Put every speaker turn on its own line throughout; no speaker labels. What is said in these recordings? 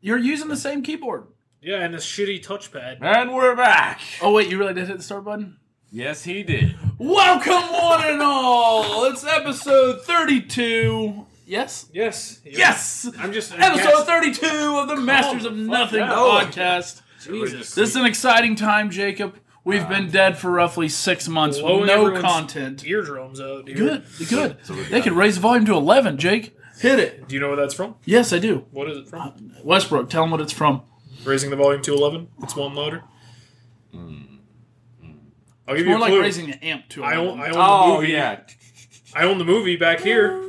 You're using the same keyboard.
Yeah, and this shitty touchpad.
And we're back.
Oh wait, you really did hit the start button.
Yes, he did.
Welcome, one and all. It's episode thirty-two. Yes.
Yes. you're-
Yes.
I'm just I'm
Episode
gassed.
thirty-two of the Masters of Nothing
yeah.
podcast.
Jesus.
This is an exciting time, Jacob. We've been dead for roughly six months
Blowing
with no
everyone's
content.
Eardrums out, dude.
Good, good.
So we're
They
done.
could raise the volume to eleven, Jake. Hit it.
Do you know where that's from?
Yes, I do.
What is it
Uh,
from?
Westbrook, tell them what it's from.
Raising the volume to 11. It's one louder. I'll give you
Mm, More
a
like
clue.
raising an amp to.
I own,
11.
I own the
Oh
movie.
yeah.
I own the movie back here.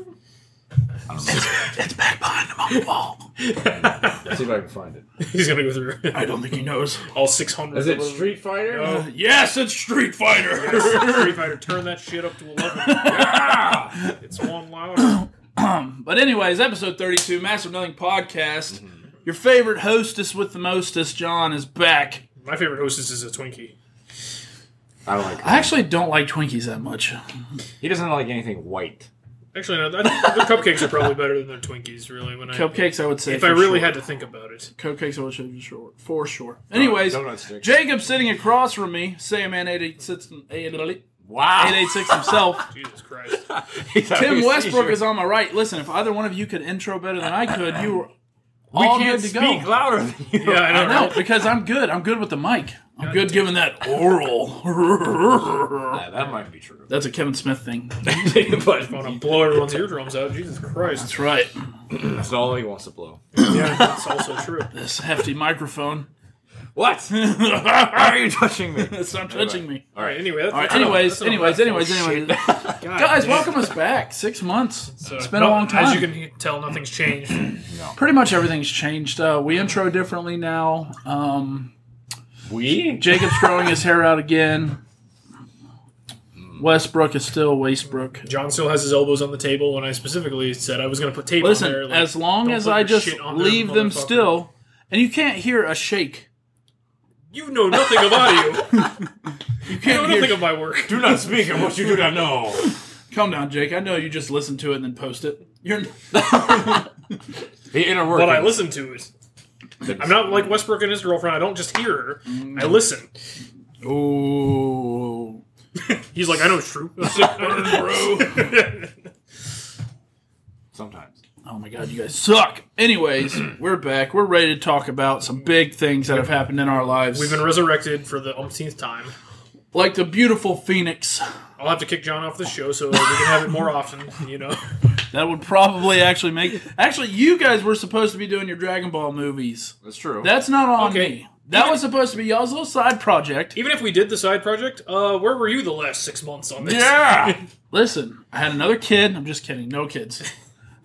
I don't know.
It's back behind him on the wall.
See if I can find it.
He's gonna go through
I don't think he knows.
all 600.
Is it Street Fighter?
No.
Yes, it's Street Fighter.
Oh, Street Fighter? Turn that shit up to 11.
Ah!
it's one louder.
but anyways, episode thirty-two, Master Nothing podcast.
Mm-hmm.
Your favorite hostess with the mostest, John, is back.
My favorite hostess is a Twinkie.
I don't like.
I actually don't like Twinkies that much.
He doesn't like anything white.
Actually, no. I think their cupcakes are probably better than their Twinkies. Really, when I
Cupcakes, I would say.
if I really had to think about it.
cupcakes, I would say for sure. For sure. Anyways,
Oh, donut sticks.
Jacob sitting across from me, Sam and 886
Wow.
himself.
Jesus Christ.
Tim Westbrook is on my right. Listen, if either one of you could intro better than I could, you were
We
all
can't
good to
speak
go.
louder than you.
Yeah, I know.
No, because I'm good. I'm good with the mic. I'm good giving that oral.
Yeah, that might be true.
That's a Kevin Smith thing.
but
want to blow everyone's eardrums out. Jesus Christ.
That's right.
that's all he wants to blow.
Yeah, that's also true.
This hefty microphone.
What? Why are you touching me?
Stop touching me.
All right. Anyway. That's,
All right.
that's enough-
Anyways,
that's enough
anyways,
of
anyways, anyways.
that. God,
Guys,
damn.
welcome us back. Six months.
So,
it's been a
no,
long time.
uh, As you can tell, nothing's changed.
Pretty much everything's changed. Uh, we intro differently now. Um,
We?
Jacob's growing his hair out again. Westbrook is still Wastebrook.
John still has his elbows on the table, and I specifically said I was going to put tape
Listen,
on there. like,
as long
don't
as
put
I
your
just
shit on there,
leave them
motherfucker.
still, and you can't hear a shake.
you know nothing about
You
you. You
can't
know
hear.
nothing of my work.
Do not speak of what you do not know.
Calm down, Jake. I know you just listened to it and then post it. You're
The inner work.
But I listen to it. I'm not like Westbrook and his girlfriend. I don't just hear her. I
Mm.
listen.
oh.
He's like, I know it's true. Bro.
Sometimes.
Oh my god, you guys suck. Anyways, we're back. We're ready to talk about some big things that have happened in our lives.
We've been resurrected for the umpteenth time.
like the beautiful Phoenix.
I'll have to kick John off the show so we can have it more often, you know.
That would probably actually make. Actually, you guys were supposed to be doing your Dragon Ball movies.
That's true.
That's not on
Okay.
me. That was supposed to be y'all's little side project.
Even if we did the side project, uh, where were you the last six months on this?
yeah.
Listen, I had another kid. I'm just kidding. No kids.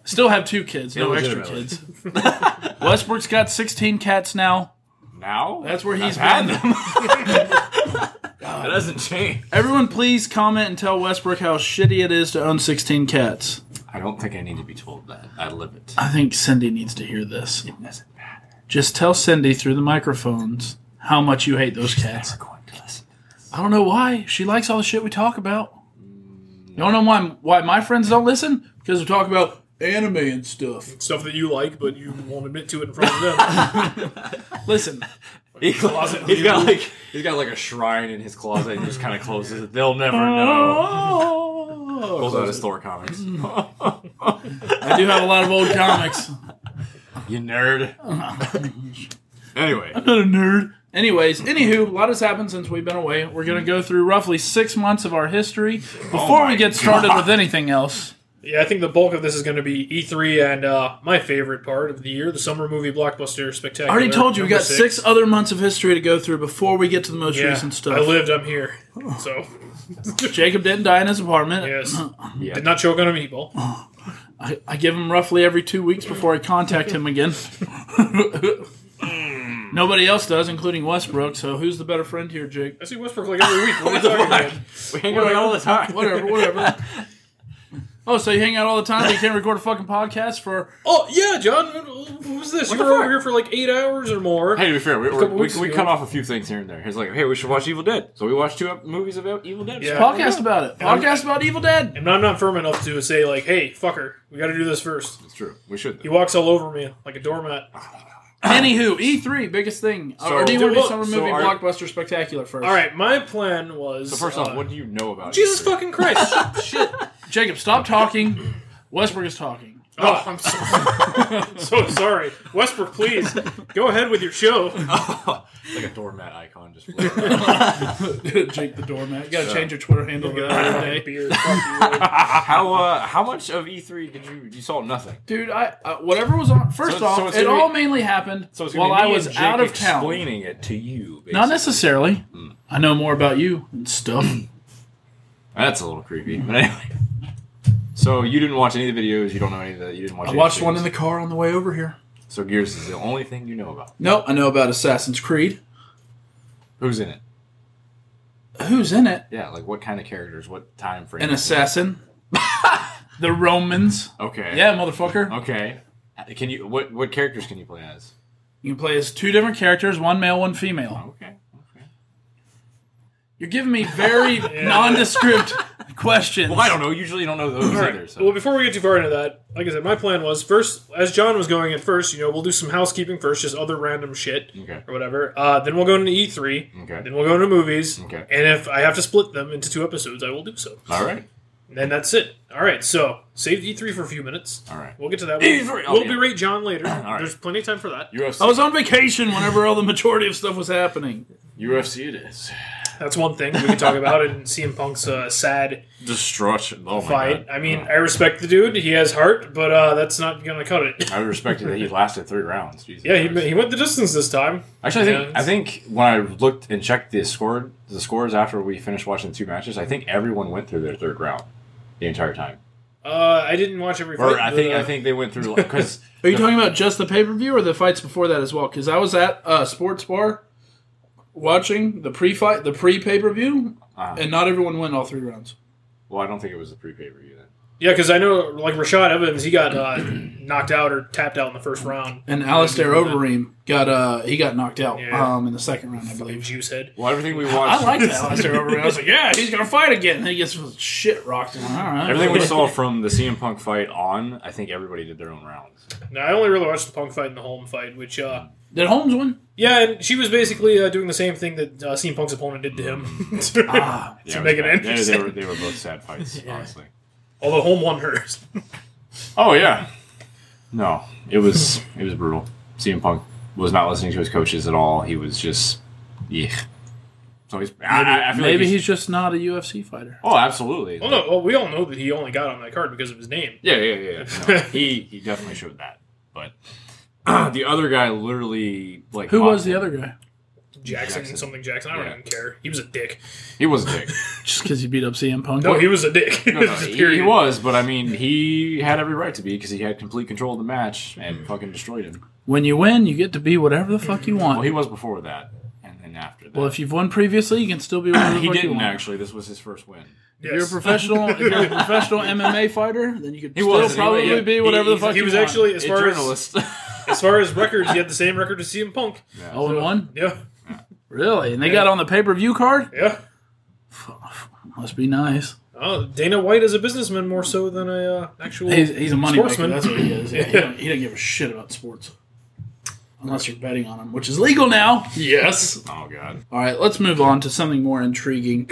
Still have two kids. No extra kids.
Illegitimately.
Westbrook's got 16 cats now.
Now
That's where he's
I've had
been.
them. that doesn't change.
Everyone, please comment and tell Westbrook how shitty it is to own 16 cats.
I don't think I need to be told that. I live it.
I think Cindy needs to hear this.
Doesn't matter.
Just tell Cindy through the microphones how much you hate those cats.
We're going to listen.
I don't know why. She likes all the shit we talk about. You don't know why, why my friends don't listen? Because we talk about anime and stuff.
Stuff that you like, but you won't admit to it in front of them.
Listen,
He, he's got like he's got like a shrine in his closet and just kind of closes it. They'll never know. Pulls out his Thor comics.
I do have a lot of old comics.
You nerd. anyway,
not a nerd. Anyways, anywho, a lot has happened since we've been away. We're gonna go through roughly six months of our history before
my
we get started with anything else.
yeah, I think the bulk of this is going to be E3 and uh, my favorite part of the year, the summer movie blockbuster spectacular.
I already told you we
number
got six. other months of history to go through before we get to the most
Yeah,
recent stuff. Oh.
I lived. I'm here. So
Jacob didn't die in his apartment.
yes,
yeah.
did not choke on a meatball.
Oh. I, I give him roughly every two weeks before I contact him again. Nobody else does, including Westbrook. So who's the better friend here, Jake?
I see Westbrook like every week. What are you talking about?
we hang out all the time.
Whatever, whatever. Oh, so you hang out all the time, but you can't record a fucking podcast for
Oh yeah, John. What was this?
What
you
the
were over
fuck?
here for like eight hours or more.
Hey, to be fair, we, we,
couple
we,
weeks
we
ago.
cut off a few things here and there. He's like, "Hey, we should watch Evil Dead," so we watched two ep- movies about Evil Dead.
Yeah.
podcast about it. Podcast about Evil Dead.
And I'm not firm enough to say like, "Hey, fucker, we got to do this first.
it's true. We should.
He walks all over me like a doormat.
Anywho, E3 biggest thing.
So-
or do you want to do
Well,
summer
so
movie
are-
blockbuster spectacular first?
All right, my plan was.
So first
uh,
off, what do you know about E
Jesus
E3?
fucking Christ! Shit.
Jacob, stop talking. Westbrook is talking.
Oh, I'm so, so sorry, Westbrook. Please go ahead with your show.
It's like a doormat icon just. floating around.
Jake the doormat. You gotta change your Twitter handle. to get out of the day.
Beer, fuck
how uh, how much of E3 did you you saw nothing?
Dude, I uh, whatever was on. First
So-
off,
so it's
it
gonna be-
all mainly happened
So it's gonna
while
be
I
me
was
and Jake
out of town.
explaining Hmm. it to you. Basically.
Not necessarily. I know more about you and stuff.
That's a little creepy. But anyway, so you didn't watch any of the videos. You don't know any of the. You didn't watch.
I
any
watched
of
one in the
videos.
car on the way over here.
So Gears is the only thing you know about.
Nope, I know about Assassin's Creed.
Who's in it?
Who's in it?
Yeah, like what kind of characters? What time frame?
An assassin. the Romans.
Okay.
Yeah, motherfucker.
Okay. Can you what what characters can you play as?
You can play as two different characters, one male, one female.
Okay. Okay.
You're giving me very nondescript questions.
Well, I don't know. Usually, you don't know those
All
either.
right.
So.
Well, before we get too far into that, like I said, my plan was first, as John was going at first, you know, we'll do some housekeeping first, just other random shit
Okay.
or whatever. Uh, then we'll go into E3.
Okay.
Then we'll go into movies.
Okay.
And if I have to split them into two episodes, I will do so.
All right.
And then that's it. All right. So save E3 for a few minutes.
All right.
We'll get to that. We'll,
E3, oh,
we'll
yeah.
berate John later.
right.
There's plenty of time for that.
UFC.
I was on vacation whenever all the majority of stuff was happening.
UFC. It is
That's one thing we can talk about. And CM Punk's uh, sad
destruction. Oh my
fight.
God.
I mean, I respect the dude. He has heart, but uh, that's not gonna cut it.
I respected that he lasted three rounds. Jesus
yeah, he,
Christ.
he went the distance this time.
Actually, I think
Yeah.
I think when I looked and checked the score, the scores after we finished watching the two matches, I think everyone went through their third round the entire time.
Uh, I didn't watch every.
Or
fight,
I
but,
think
uh,
I think they went through because
Are you talking about just the pay per view or the fights before that as well? Because I was at uh, Sports Bar watching the pre fight, the pre pay per view,
Ah.
and not everyone went all three rounds.
well, I don't think it was the pre pay per view then.
Yeah, because I know like Rashad Evans, he got uh, knocked out or tapped out in the first round.
And Alistair Overeem got uh he got knocked out
Yeah.
um in the second round, I believe.
Juice head.
Well, everything we
I
watched,
liked Alistair Overeem. I was like, yeah, he's gonna fight again. And he gets shit rocked. And I'm like, all right.
everything we saw from the CM Punk fight on. I think everybody did their own rounds.
Now I only really watched the Punk fight and the Holm fight, which uh,
Did Holmes win?
yeah, and she was basically uh, doing the same thing that uh, CM Punk's opponent did to him.
Ah, Yeah, it was
make it
bad. They-
interesting.
They, were they were both sad fights, honestly.
Although Holm won hers.
Oh yeah, no, it was it was brutal. CM Punk was not listening to his coaches at all. He was just, yeah. So he's I- I, I feel
Maybe
like
he's just not a UFC fighter.
Oh, absolutely.
Well, no, well, we all know that he only got on that card because of his name.
Yeah, yeah, yeah. yeah. No, he he definitely showed that. But the other guy literally like
Who
mocked
was the
him.
other guy?
Jackson,
Jackson.
something Jackson. I don't
Yeah.
even care. He was a dick.
He was a dick.
Just because he beat up CM Punk?
No, he was a dick.
No, no,
Just
he, he
period.
was, but I mean, he had every right to be because he had complete control of the match and fucking destroyed him.
When you win, you get to be whatever the fuck you want.
Well, he was before that, and then after that.
Well, if you've won previously, you can still be whatever the
he
fuck you
didn't
want.
actually. This was his first win.
If you're a
Yes.
professional, if you're a professional MMA fighter, then you could still
was, he
probably
was, yeah.
be whatever
He-
the fuck
He
you
was
want.
actually as
A
far as,
journalist.
as far as records, he had the same record as CM Punk.
oh and one,
Yeah,
really? And they got on the pay per view card.
yeah.
Must be nice.
Oh, Dana White is a businessman more so than a uh, actual.
He's, he's a money
Sportsman.
maker. That's what he is. Yeah, he, don't, he don't give a shit about sports, unless you're betting on him, which is legal now.
yes.
oh god.
All right, let's move on to something more intriguing.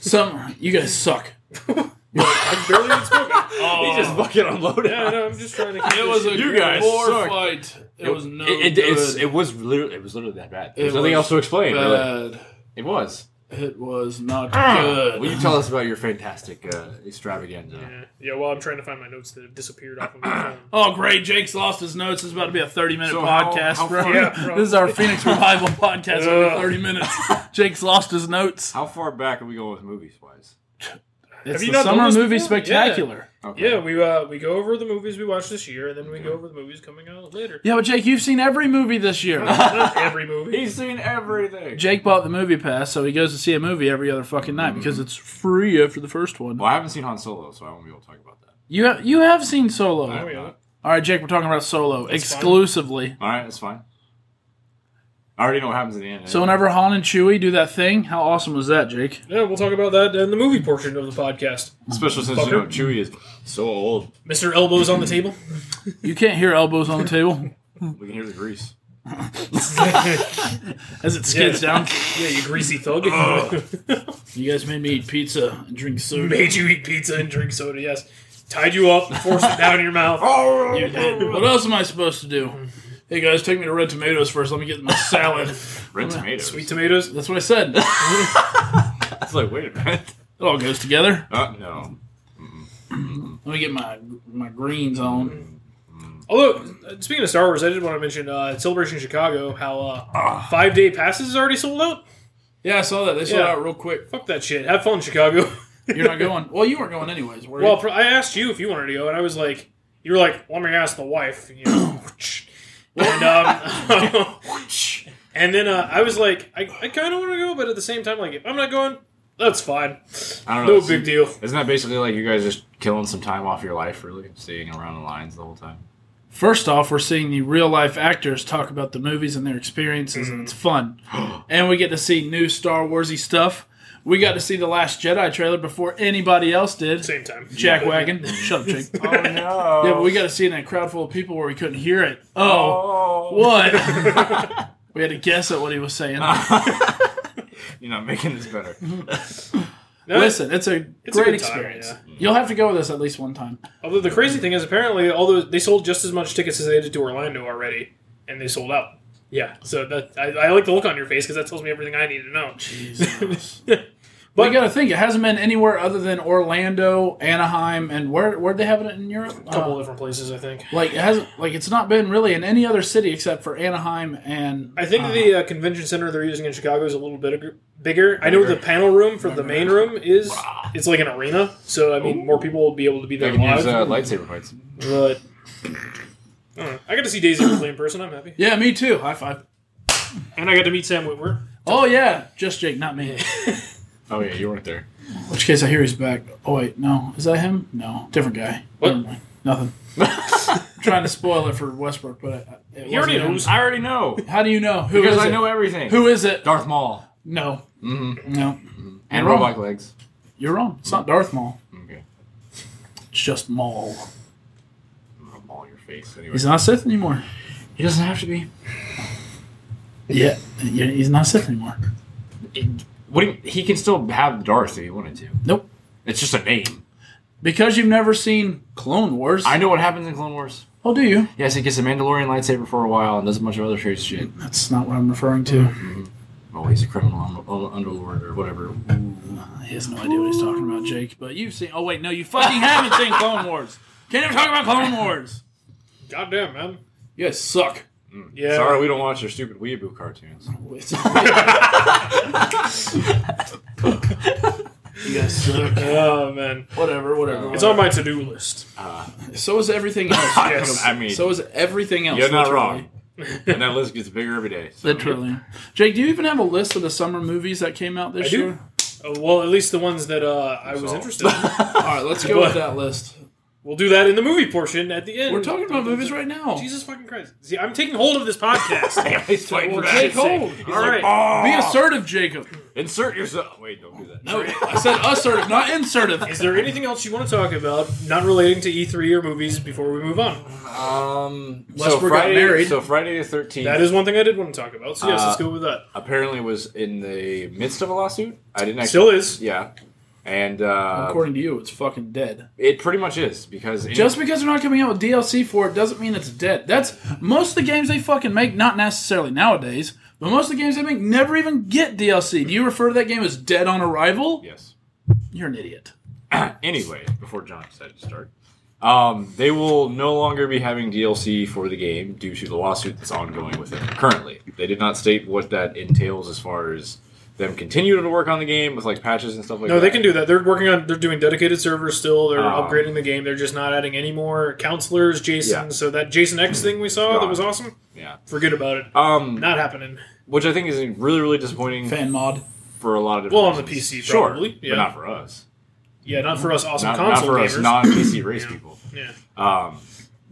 Some you guys suck.
I'm barely even spoken. Oh.
He just fucking unloaded.
Yeah, no, I'm just trying to. Keep
It was a
You guys
poor
suck.
fight. It, was no
It, it,
good.
it's, it was literally it was literally that bad. There's
It
nothing
was
else to explain. Really.
bad.
It was.
It was not good.
Will you tell us about your fantastic uh, extravaganza?
Yeah, yeah. Well, I'm trying to find my notes that have disappeared off of my phone.
Oh, great. Jake's lost his notes. It's about to be a 30 minute
So how-
podcast,
how
bro.
far-
Yeah, bro.
This is our Phoenix Revival podcast
Ugh.
over 30 minutes. Jake's lost his notes.
How far back are we going with movies wise?
It's
you
the
not
Summer
done this
Movie
before?
Spectacular.
Okay.
Yeah, we uh, we go over the movies we watched this year, and then we go over the movies coming out later.
Yeah. but Jake, you've seen every movie this year.
Not every movie.
He's seen everything.
Jake bought the movie pass, so he goes to see a movie every other fucking
Mm-hmm.
night because it's free after the first one.
Well, I haven't seen Han Solo, so I won't be able to talk about that.
You have, you have seen Solo.
I
Oh,
have
yeah.
not.
All right, Jake, we're talking about Solo exclusively.
All right, that's fine. I already know what happens at the end.
So whenever Han and Chewie do that thing, how awesome was that, Jake?
Yeah, we'll talk about that in the movie portion of the podcast.
especially since you know
Fucker.
Chewie is so old,
Mr. Elbows on the table.
You can't hear elbows on the table.
we can hear the grease.
as it skids down.
Yeah, you greasy thug.
You guys made me eat pizza and drink soda.
Made you eat pizza and drink soda, yes. Tied you up, forced it down your
Oh,
mouth.
You did. What else am I supposed to do? Hey guys, take me to Red Tomatoes first. Let me get my salad.
Red tomatoes.
Sweet tomatoes.
That's what I said. It
It's like, wait a minute.
all goes together.
Uh, no.
Let me get my my greens on.
Although, uh, speaking of Star Wars, I did want to mention uh, at Celebration Chicago how uh, five day passes is already sold out.
Yeah, I saw that. They sold
Yeah.
out real quick.
Fuck that shit. Have fun, Chicago.
You're not going. Well, you weren't going anyways. Were you?
well, pr- I asked you if you wanted to go, and I was like, you were like, let me ask the wife. You know. and, um, and then uh, I was like, I, I kind of want to go, but at the same time, like, if I'm not going, that's fine.
I don't know.
No
it's-
big deal.
Isn't that basically like you guys just killing some time off your life, really? Staying around the lines the whole time?
First off, we're seeing the real life actors talk about the movies and their experiences, and it's fun. and we get to see new Star Warsy stuff. We got to see the Last Jedi trailer before anybody else did.
Same time.
Jack Wagon, shut up, Jake.
Oh, no.
Yeah, but we got to see it in a crowd full of people where we couldn't hear it. Oh,
Oh.
what? we had to guess at what he was saying.
Uh,
You're not making this better.
No,
Listen, it's a
a
great
good time,
experience. You'll have to go with us at least one time.
Although the crazy thing is, apparently, although they sold just as much tickets as they did to Orlando already, and they sold out. Yeah, so that I, I like the look on your face because that tells me everything I need to know.
Jesus. But you got to think, it hasn't been anywhere other than Orlando, Anaheim, and where where'd they have it in Europe? Uh,
A couple different places, I think.
Like it hasn't like it's not been really in any other city except for Anaheim and
I think the uh, convention center they're using in Chicago is a little bit ag- bigger. I know the
Bigger.
panel room for the main room is it's like an arena, so I mean more people will be able to be
They
there
can
live.
use uh, lightsaber fights.
but I, don't know. I got to see Daisy Ridley in person. I'm happy,
Yeah, me too. High five.
and I got to meet Sam Witwer.
Oh yeah, just Jake, not me.
Oh, yeah, you weren't there.
In which case I hear he's back. Oh wait, no. Is that him? No. Different guy.
What?
Never mind. Nothing. I'm trying to spoil it for Westbrook, but it, it
He already
wasn't him.
knows.
I already know.
How do you know? Who
Because
is
I
it?
know everything.
Who is it?
Darth Maul.
No. Mm-hmm. No.
And
wrong.
robot legs.
You're wrong. It's not Darth Maul.
Okay.
It's just Maul.
I'm gonna maul your face anyway.
He's not Sith anymore.
He doesn't have to be.
Yeah, yeah, he's not Sith anymore.
It- what do you- he can still have Darth if he wanted to.
Nope.
It's just a name.
Because you've never seen Clone Wars.
I know what happens in Clone Wars.
oh, do you?
Yes, he gets a Mandalorian lightsaber for a while and does a bunch of other crazy shit.
That's not what I'm referring to.
Oh, he's a criminal un- un- underlord or whatever. Mm.
He has no idea what he's talking about, Jake. But you've seen. Oh wait, no, you fucking haven't seen Clone Wars. Can't even talk about Clone Wars.
Goddamn man,
You guys suck.
yeah.
Sorry, we don't watch your stupid weeaboo cartoons.
you guys suck.
Oh man,
Whatever, whatever.
it's on my to do list.
so is everything else.
Yes.
I mean,
So is everything else.
you're not
literally.
wrong. and that list gets bigger every day. so-
Literally. Jake, do you even have a list of the summer movies that came out this
I do.
year?
Uh, well, at least the ones that uh, I was
So-
interested in.
All right, let's go with that list.
We'll do that in the movie portion at the end.
We're talking about movies right now.
Jesus fucking Christ. See, I'm taking hold of this podcast.
He's fighting for
Well,
that.
take
hold.
He's
All
like,
Be
"Oh,
assertive, Jacob.
insert yourself. Wait, don't do that.
No, I said assertive, not insertive.
Is there anything else you want to talk about not relating to E3 or movies before we move on?
Um,
Westbrook got
Friday,
married.
So Friday the thirteenth.
That is one thing I did want to talk about. So yes, let's
Uh,
go with that.
apparently was in the midst of a lawsuit. I didn't actually.
Still is.
Yeah, and uh,
According to you, it's fucking dead.
it pretty much is because any-
Just because they're not coming out with DLC for it doesn't mean it's dead. That's most of the games they fucking make, not necessarily nowadays, but most of the games they make never even get DLC. Do you refer to that game as dead on arrival?
yes.
You're an idiot.
Anyway, before John decided to start, um, they will no longer be having DLC for the game due to the lawsuit that's ongoing with them currently. They did not state what that entails as far as them continuing to work on the game with like patches and stuff like that.
No, they can do that. They're working on. They're doing dedicated servers still. They're
Um,
upgrading the game. They're just not adding any more counselors, Jason.
Yeah.
So that Jason X thing we saw that
Gone.
was awesome.
Yeah.
Forget about it.
Um,
Not happening.
which I think is really, really disappointing
Fan mod.
for a lot of different
Well, on the
reasons.
PC
sure,
probably,
but
yeah.
not for us.
Yeah, not for us awesome
Not, not
console
for
gamers.
us non-PC race people.
yeah.
Um,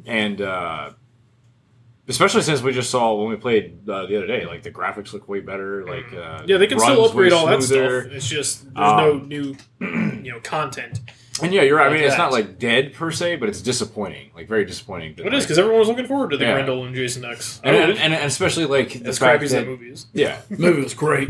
and uh, especially since we just saw when we played uh, the other day, like the graphics look way better. Like uh,
Mm. Yeah, they can
runs
still
way
upgrade all that
smoother.
stuff. It's just there's
Um,
no new, you know, content.
And yeah, you're right. I mean, it's not
that.
like dead per se, but it's disappointing. Like very disappointing. that,
It is
like-
because everyone was looking forward to the
Yeah.
Grendel and Jason X. I
and,
would.
and, and especially like the
as crappy
fact that,
as that movie is.
yeah,
Movie was great.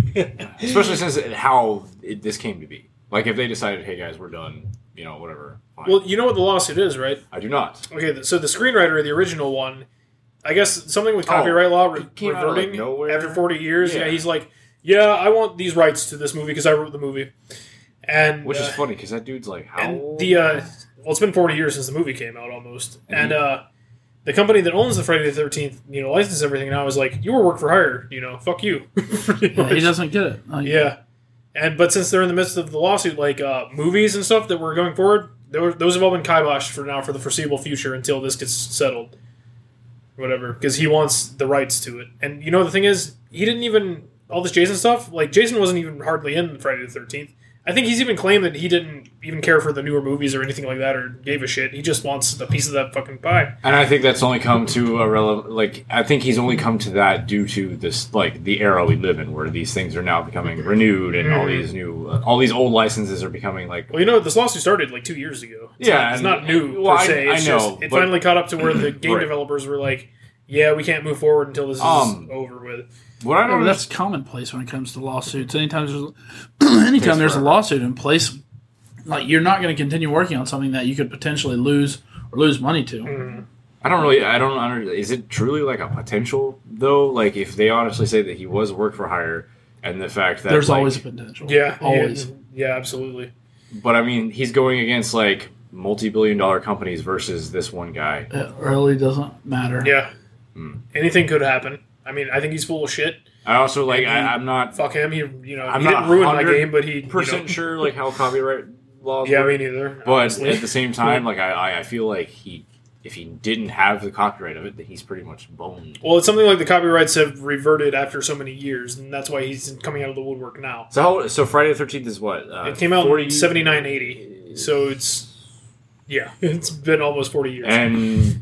especially since it, how it, this came to be. Like if they decided, hey guys, we're done. You know, whatever. Fine.
Well, you know what the lawsuit is, right?
I do not.
Okay, th- so the screenwriter of the original one, I guess something with copyright law re-
Oh, it came out of, like,
reverting
nowhere.
after 40 years. Yeah.
Yeah.
he's like, yeah, I want these rights to this movie because I wrote the movie. And
Which
uh,
is funny because that dude's like how
and
old? Mm-hmm.
the uh, well, it's been 40 years since the movie came out almost,
And
and
he-
uh, the company that owns the Friday the 13th, you know, license everything, and I was like, you were work for hire, you know, fuck you.
he doesn't get it. Like,
Yeah, and but since they're in the midst of the lawsuit, like uh, movies and stuff that were going forward, they were, those have all been kiboshed for now for the foreseeable future until this gets settled, whatever. Because he wants the rights to it, and you know the thing is, he didn't even all this Jason stuff. Like Jason wasn't even hardly in Friday the Thirteenth. I think he's even claimed that he didn't even care for the newer movies or anything like that, or gave a shit. He just wants a piece of that fucking pie.
And I think that's only come to a relevant, like, I think he's only come to that due to this, like, the era we live in where these things are now becoming renewed and all these new, uh, all these old licenses are becoming, like,
Well, you know, this lawsuit started like two years ago. It's
Yeah,
not, it's
and-
not new
well,
per
I-
se.
I
It's
know,
just, it
but-
finally caught up to where the game
Right.
developers were like, "Yeah, we can't move forward until this is
Um,
over with."
what I
I mean,
don't
that's commonplace when it comes to lawsuits. Anytime there's, anytime there's a
forever.
lawsuit in place, like you're not going to continue working on something that you could potentially lose or lose money to.
Mm,
I don't really, I don't under, is it truly, like, a potential, though? Like, if they honestly say that he was work for hire and the fact that,
There's
like-
always a potential.
Yeah,
always.
Yeah, yeah, absolutely.
but I mean, he's going against, like, multi billion dollar companies versus this one guy.
It really doesn't matter.
Yeah,
Hmm.
anything could happen. I mean, I think he's full of shit.
I also, like, I, I'm not
Fuck him. He, you know,
I'm
he
not
didn't ruin my
100%
game, but he, you know-
percent sure, like, how copyright laws
yeah, me
work.
neither.
But
honestly.
at the same time, like I, I- I feel like he, if he didn't have the copyright of it, then he's pretty much boned.
well, it's something like the copyrights have reverted after so many years, and that's why he's coming out of the woodwork now.
So how, so Friday the Thirteenth is what? Uh,
It came out in
40
seventy nine eighty, so it's yeah, it's been almost forty years.
And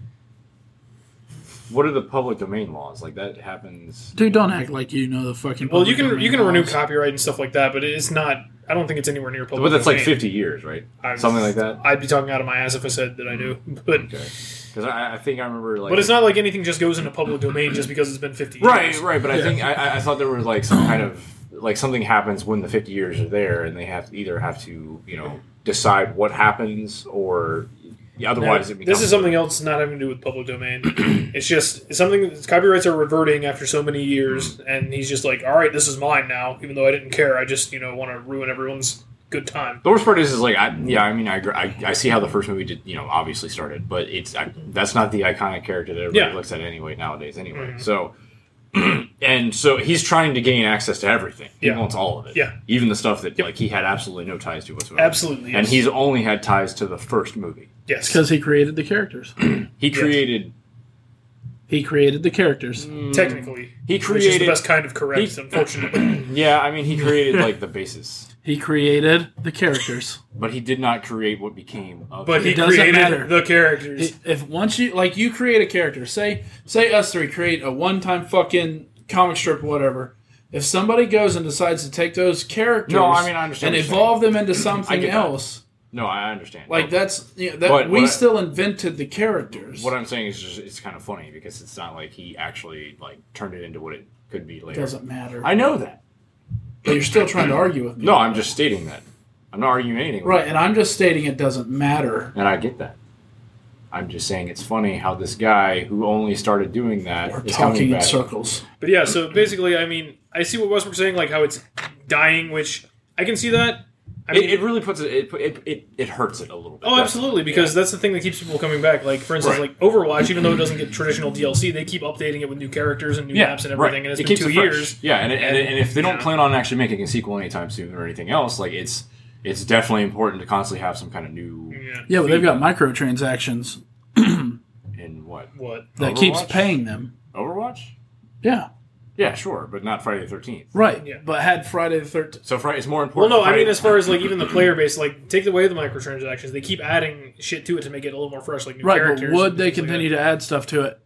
what are the public domain laws like? That happens.
Dude, don't act like you know the fucking.
Well, you
public
can
domain
you can renew
laws.
copyright and stuff like that, but it's not. I don't think it's anywhere near public.
But that's like
domain.
fifty years, right?
I'm-
Something like that.
I'd be talking out of my ass if I said that I knew, but
Okay. Because I, I think I remember like.
but it's not like anything just goes into public domain just because it's been fifty years.
right, right. But I think I- I, I thought there was like some kind of like something happens when the fifty years are there, and they have either have to you know decide what happens or.
Now,
Otherwise, it becomes
this is something else not having to do with public domain. it's just it's something that copyrights are reverting after so many years,
Hmm.
and he's just like, all right, this is mine now, even though I didn't care. I just you know want to ruin everyone's good time.
The worst part is, is like, I, yeah, I mean, I, gr- I, I see how the first movie did, you know, obviously started, but it's I, that's not the iconic character that everybody
Yeah. Mm-hmm.
looks at anyway nowadays, anyway. So, and so he's trying to gain access to everything. He
Yeah.
wants all of it,
Yeah.
even the stuff that like he had absolutely no ties to whatsoever.
Absolutely,
and
yes.
he's only had ties to the first movie.
yes,
because he created the characters.
He created,
he created the characters.
Mm. technically,
he
which is the
created,
best kind of correct,
he-
unfortunately.
yeah, I mean, he created like the basis,
He created the characters.
but he did not create what became. Of
But
it.
he
It doesn't
created
matter.
the characters.
If if once you like you create a character, say say us three create a one time fucking comic strip, whatever. If somebody goes and decides to take those characters,
No, I mean, I understand
and
what you're
evolve them into
I
something
get that.
else,
no, I understand.
like that's you know, that
But
we
what I-
still invented the characters.
What I'm saying is just it's kind of funny because it's not like he actually like turned it into what it could be later.
doesn't matter.
I know that.
but you're still trying to argue with me,
No, I'm just stating that. I'm not arguing anything. with
right? And I'm just stating it doesn't matter.
it. And I get that. I'm just saying it's funny how this guy who only started doing that
We're
is
talking
coming
in
back.
circles.
But yeah, so basically, I mean, I see what Westbrook's saying, like how it's dying, which I can see that. I mean,
It, it really puts it it, put- it it it hurts it a little bit.
oh,
That's-
absolutely, because that's the thing that keeps people coming back. Like, for instance,
Right.
like Overwatch, even though it doesn't get traditional DLC, they keep updating it with new characters and new
yeah,
maps and
right.
everything, and it's
it
been
keeps
two
it fresh.
years.
Yeah, and, it- and, it- and if they don't
Yeah.
plan on actually making a sequel anytime soon or anything else, like it's it's definitely important to constantly have some kind of new
Yeah.
Yeah, but they've got microtransactions
Mm.
in what
What?
that keeps
Overwatch?
paying them.
Overwatch.
Yeah,
Yeah, sure, but not Friday the Thirteenth.
right.
Yeah.
But had Friday the Thirteenth.
So Friday it's more
Well,
important.
no, I mean,
Friday-
as far as like even the player base, like take away the microtransactions, they keep adding shit to it to make it a little more fresh, like new
Right, but
characters.
would
and
they
things like
continue to add stuff to it
that.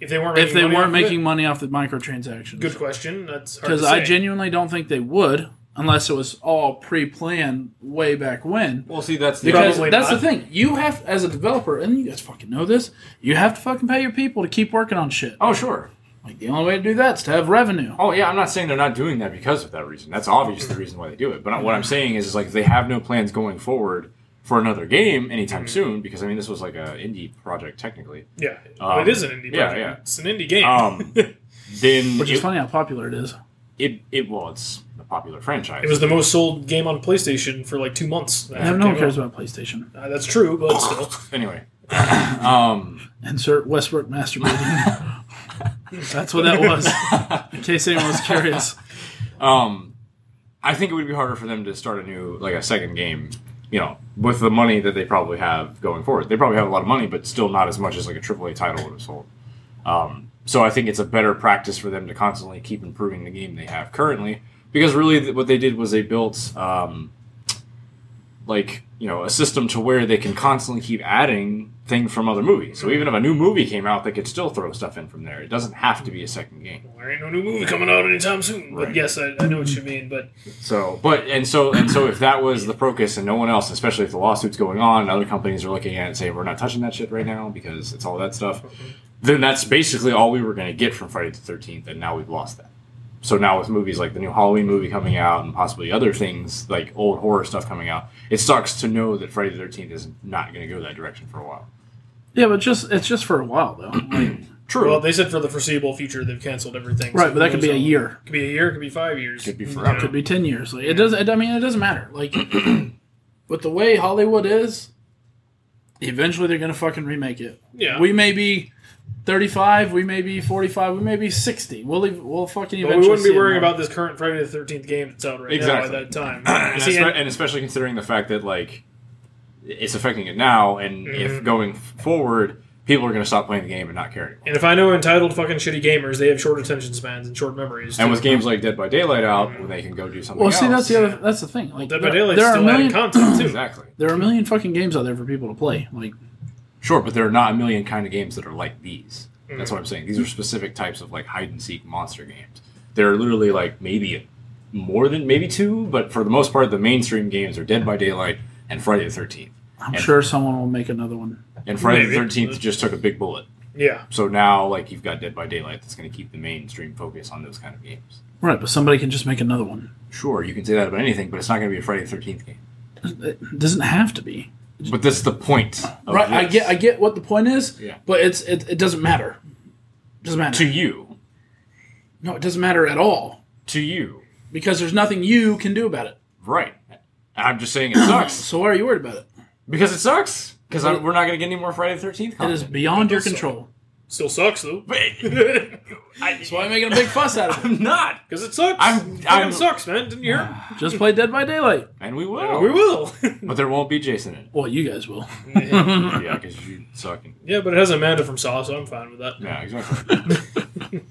if they weren't
if
making
they
money
weren't
off of it?
making money off the microtransactions?
Good question. That's hard
Because
to
I
say.
genuinely don't think they would. unless it was all pre-planned way back when.
Well, see, that's the
Because
Probably
that's
not.
the thing. You have, as a developer, and you guys fucking know this, you have to fucking pay your people to keep working on shit.
oh, sure.
Like, the only way to do that is to have revenue.
Oh yeah, I'm not saying they're not doing that because of that reason. That's obviously the reason why they do it. But what I'm saying is, is like they have no plans going forward for another game
Mm-hmm.
anytime soon. Because I mean, this was like a indie project technically.
Yeah,
Um,
but it is an indie.
yeah,
project.
yeah.
It's an indie game.
Um, then
Which
it,
is funny how popular it is.
it it well, it's a popular franchise.
it was the most sold game on PlayStation for like two months.
Yeah, no one cares about PlayStation.
Uh, that's true, but still.
anyway. um,
Insert Westbrook masturbating. That's what that was. In case anyone was curious.
um, I think it would be harder for them to start a new, like a second game, you know, with the money that they probably have going forward. They probably have a lot of money, but still not as much as like a AAA title would have sold. Um, so I think it's a better practice for them to constantly keep improving the game they have currently, because really th- what they did was they built, um, like you know, a system to where they can constantly keep adding things from other movies. So even if a new movie came out, they could still throw stuff in from there. It doesn't have to be a second game.
There ain't no new movie coming out anytime soon.
Right.
But yes, I, I know what you mean. But
So, but and so and so, if that was the focus and no one else, especially if the lawsuit's going on, and other companies are looking at it and saying we're not touching that shit right now because it's all that stuff, then that's basically all we were going to get from Friday the Thirteenth, and now we've lost that. So now with movies like the new Halloween movie coming out and possibly other things like old horror stuff coming out, it sucks to know that Friday the Thirteenth is not going to go that direction for a while.
Yeah, but just it's just for a while though. Like,
True,
well, they said for the foreseeable future they've canceled everything.
right, but that could be a year.
Could be a year. Could be five years.
Could be
you
forever.
know.
could be 10 years like it doesn't it, i mean it doesn't matter like with the way hollywood is eventually they're gonna fucking remake it
Yeah.
we may be 35 we may be 45 we may be 60 we'll ev- we'll fucking
But
eventually
we wouldn't be
see it
worrying
more.
about this current Friday the Thirteenth game that's out right
Exactly.
now at that time.
and,
See,
espe-
and-
and especially considering the fact that like it's affecting it now, and
Mm-hmm.
if going forward, people are going to stop playing the game and not care anymore.
and if I know entitled fucking shitty gamers, they have short attention spans and short memories.
And
too.
with games like Dead by Daylight out, when they can go do something
well see that's
else.
the other that's the thing like
Dead by
there,
Daylight's
there are a
still adding
million
content too.
exactly.
there are a million fucking games out there for people to play like
Sure, but there are not a million kind of games that are like these.
Mm.
That's what I'm saying. These are specific types of like hide and seek monster games. There are literally like maybe more than maybe two, but for the most part, the mainstream games are Dead by Daylight and Friday the Thirteenth.
i'm
And-
sure someone will make another one
And Friday the
Maybe.
Thirteenth just took a big bullet.
Yeah.
So now, like you've got Dead by Daylight, that's going to keep the mainstream focus on those kind of games.
right but somebody can just make another one
Sure, you can say that about anything, but it's not going to be a Friday the Thirteenth game.
it doesn't have to be
But that's the point.
Oh,
Of
right i
this.
get i get what the point is
Yeah.
but it's it, it doesn't matter doesn't matter
to you,
No, it doesn't matter at all
to you,
because there's nothing you can do about it.
right? I'm just saying it sucks
So why are you worried about it?
because it sucks because we're not going to get any more Friday the Thirteenth.
It is beyond your control.
Still sucks though.
That's why I'm making a big fuss out of it.
I'm not,
Because it sucks.
I'm-
Fucking
I'm-
sucks, man. Didn't you hear?
Just play Dead by Daylight.
and we will.
we will.
but there won't be Jason in it.
Well, you guys will.
yeah, because you suck. And,
yeah, but it has Amanda from Saw, so I'm fine with that.
yeah, exactly.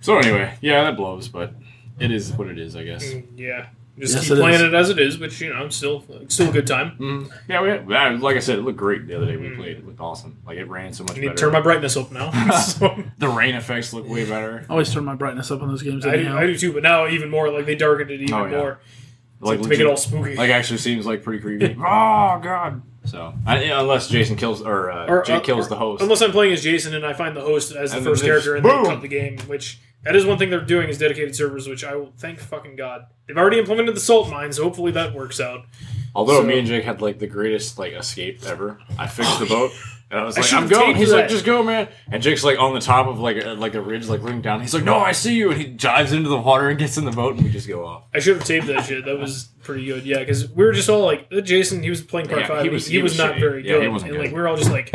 so anyway, yeah, that blows, but it is what it is, I guess.
Mm-hmm. Yeah. Just
Yes,
keep
it
playing
is.
it as it is, but you know, I'm still still a good time.
Mm, yeah, we had, yeah, like I said, it looked great the other day. We played; it looked awesome. Like it ran so much
I need
better.
to turn my brightness up now. so,
the rain effects look way better.
I always turn my brightness up on those games
I, do,
anyhow.
I do too, but now even more. Like they darkened it even
Oh, yeah.
more
Like
to make it
legit-
all spooky.
like actually seems like pretty creepy. oh god. So I, yeah, unless Jason kills or, uh,
Or,
Jake
uh,
kills
or-
the host.
Unless I'm playing as Jason and I find the host as the
And then
first
they just-
character and they
boom!
cut the game, which that is one thing they're doing is dedicated servers, which I will thank fucking God. They've already implemented the salt mine, so hopefully that works out.
Although
so-
me and Jake had like the greatest like escape ever. I fixed the boat. And I was
I
like,
should've
I'm going.
taped
He's like,
that.
just go, man. And Jake's like on the top of like a, like a ridge, like looking down. He's like, no, I see you. And he dives into the water and gets in the boat, and we just go off.
I should have taped that shit. That was pretty good. Yeah, because we were just all like, uh, Jason, he was playing part
Yeah,
five. He
he was-
was, he,
he
was,
was
not
shitty.
very
Yeah,
good.
he wasn't
and
good.
like we were all just like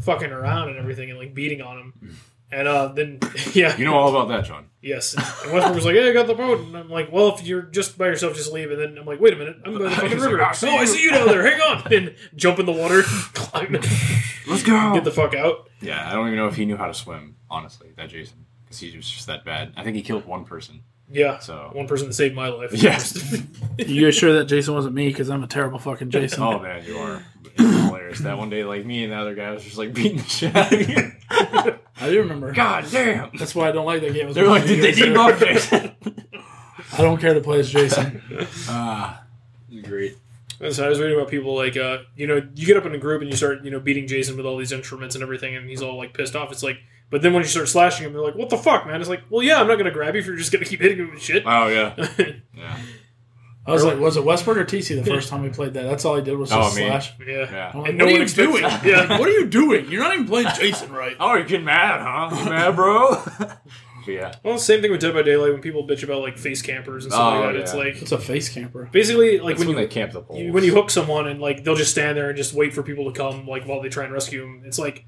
fucking around and everything and like beating on him. And uh, then yeah,
You know all about that, John.
yes. And Westbrook was like, "Hey, I got the boat," and I'm like, "Well, if you're just by yourself, just leave." And then I'm like, "Wait a minute, I'm by the fucking
He's like,
river."
"I see
oh, I
you."
see you down there. Hang on, and jump in the water, climb, it,
Let's go.
get the fuck out.
yeah, I don't even know if he knew how to swim. Honestly, that Jason, because he was just that bad. I think he killed one person.
Yeah,
So-
one person that saved my life.
Yes.
You guys sure that Jason wasn't me? Because I'm a terrible fucking Jason.
Oh man, you are it's hilarious. That one day, like me and the other guy was just like beating the shit out of you.
I do remember.
God damn.
That's why I don't like that game. as
They're
much
like,
as you
did
guys
they
do.
debuff Jason?
I don't care to play as Jason.
Ah, great.
And so I was reading about people like, uh, you know, you get up in a group and you start, you know, beating Jason with all these instruments and everything, and he's all like pissed off. It's like, but then when you start slashing him, they're like, "What the fuck, man?" It's like, well, yeah, I'm not gonna grab you if you're just gonna keep hitting me with shit.
Oh yeah, yeah,
I was like, was it Westbrook or TC the first time we played that? That's all I did was
Oh,
just
me.
slash.
yeah.
I'm
yeah.
like,
And no
what are
one
you
expects
doing?
that.
Yeah.
Yeah.
what are you doing? You're not even playing Jason right.
Oh, you're getting mad, huh? You mad, bro? But yeah,
Well, same thing with Dead by Daylight when people bitch about like face campers and stuff
Oh,
like that.
yeah.
It's like
It's a face camper.
basically like
that's when,
when,
they camp the poles.
you, you when you hook someone and like they'll just stand there and just wait for people to come like while they try and rescue them. It's like,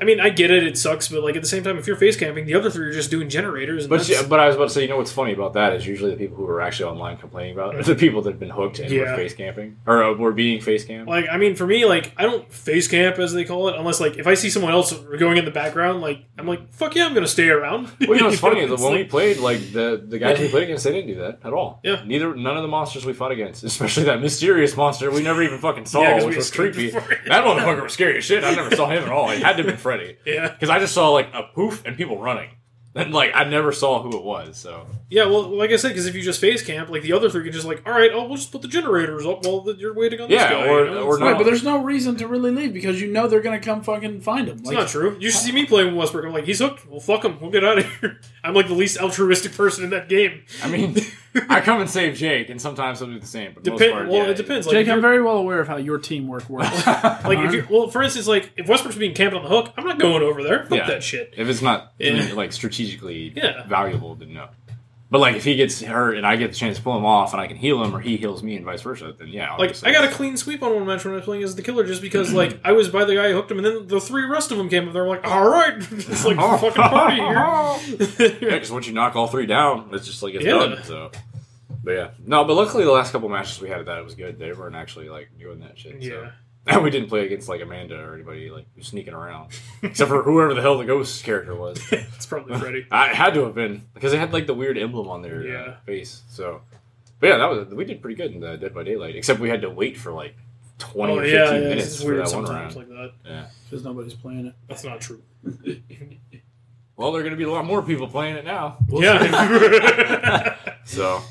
I mean, I get it, it sucks, but like at the same time, if you're face camping, the other three are just doing generators. And
But
that's-
yeah, but I was about to say, you know what's funny about that is usually the people who are actually online complaining about it are the people that have been hooked and were
Yeah.
face camping or uh, were being face camp.
Like, I mean, for me, like, I don't face camp as they call it, unless like if I see someone else going in the background, like, I'm like, fuck yeah, I'm gonna stay around.
Well, you know, it's funny
it's
that when we
like-
played, like the the guys we played against, they didn't do that at all.
Yeah.
neither none of the monsters we fought against, especially that mysterious monster we never even fucking saw,
Yeah, 'cause
which
we
was
escaped
creepy.
before.
That motherfucker was scary as shit. I never saw him at all. It had to have been Freddy
yeah,
because I just saw like a poof and people running, and like I never saw who it was. So
yeah. Well, like I said, because if you just face camp, like the other three can just like, all right, oh, we'll just put the generators up while the, you're waiting on
Yeah,
this guy.
or-
you know?
or
it's,
No.
Right, but there's no reason to really leave because you know they're gonna come fucking find him.
it's not true. You should see me playing with Westbrook. I'm like, he's hooked. Well, fuck him. We'll get out of here. I'm like the least altruistic person in that game.
I mean, I come and save Jake, and sometimes he'll do the same. But most
Depend-
part,
well,
yeah,
it depends. Like,
Jake,
if
I'm
you're-
very well aware of how your teamwork works.
like if you well, for instance, like if Westbrook's being camped on the hook, I'm not going over there. Fuck
Yeah.
that shit.
If it's not
Yeah.
like strategically
Yeah.
valuable, then no. But like if he gets hurt and I get the chance to pull him off and I can heal him or he heals me and vice versa, then yeah.
Like
obviously.
I got a clean sweep on one match when I was playing as the killer, just because like I was by the guy who hooked him, and then the three rest of them came up. They're like, "All right, it's like a fucking party here."
yeah, because once you knock all three down, it's just like it's
Yeah.
done. So, but yeah, no. But luckily, the last couple matches we had of that it was good. They weren't actually like doing that shit. So.
yeah,
And we didn't play against like Amanda or anybody like who's sneaking around, except for whoever the hell the ghost character was.
it's probably Freddy.
I it had to have been because they had like the weird emblem on their uh,
Yeah.
face. So, but yeah, that was we did pretty good in the Dead by Daylight, except we had to wait for like twenty
Oh
or
yeah,
fifteen
yeah,
minutes
it's
for
weird
that one round.
sometimes like that.
Because nobody's playing it.
That's not true.
well, there are going to be a lot more people playing it now.
yeah,
So,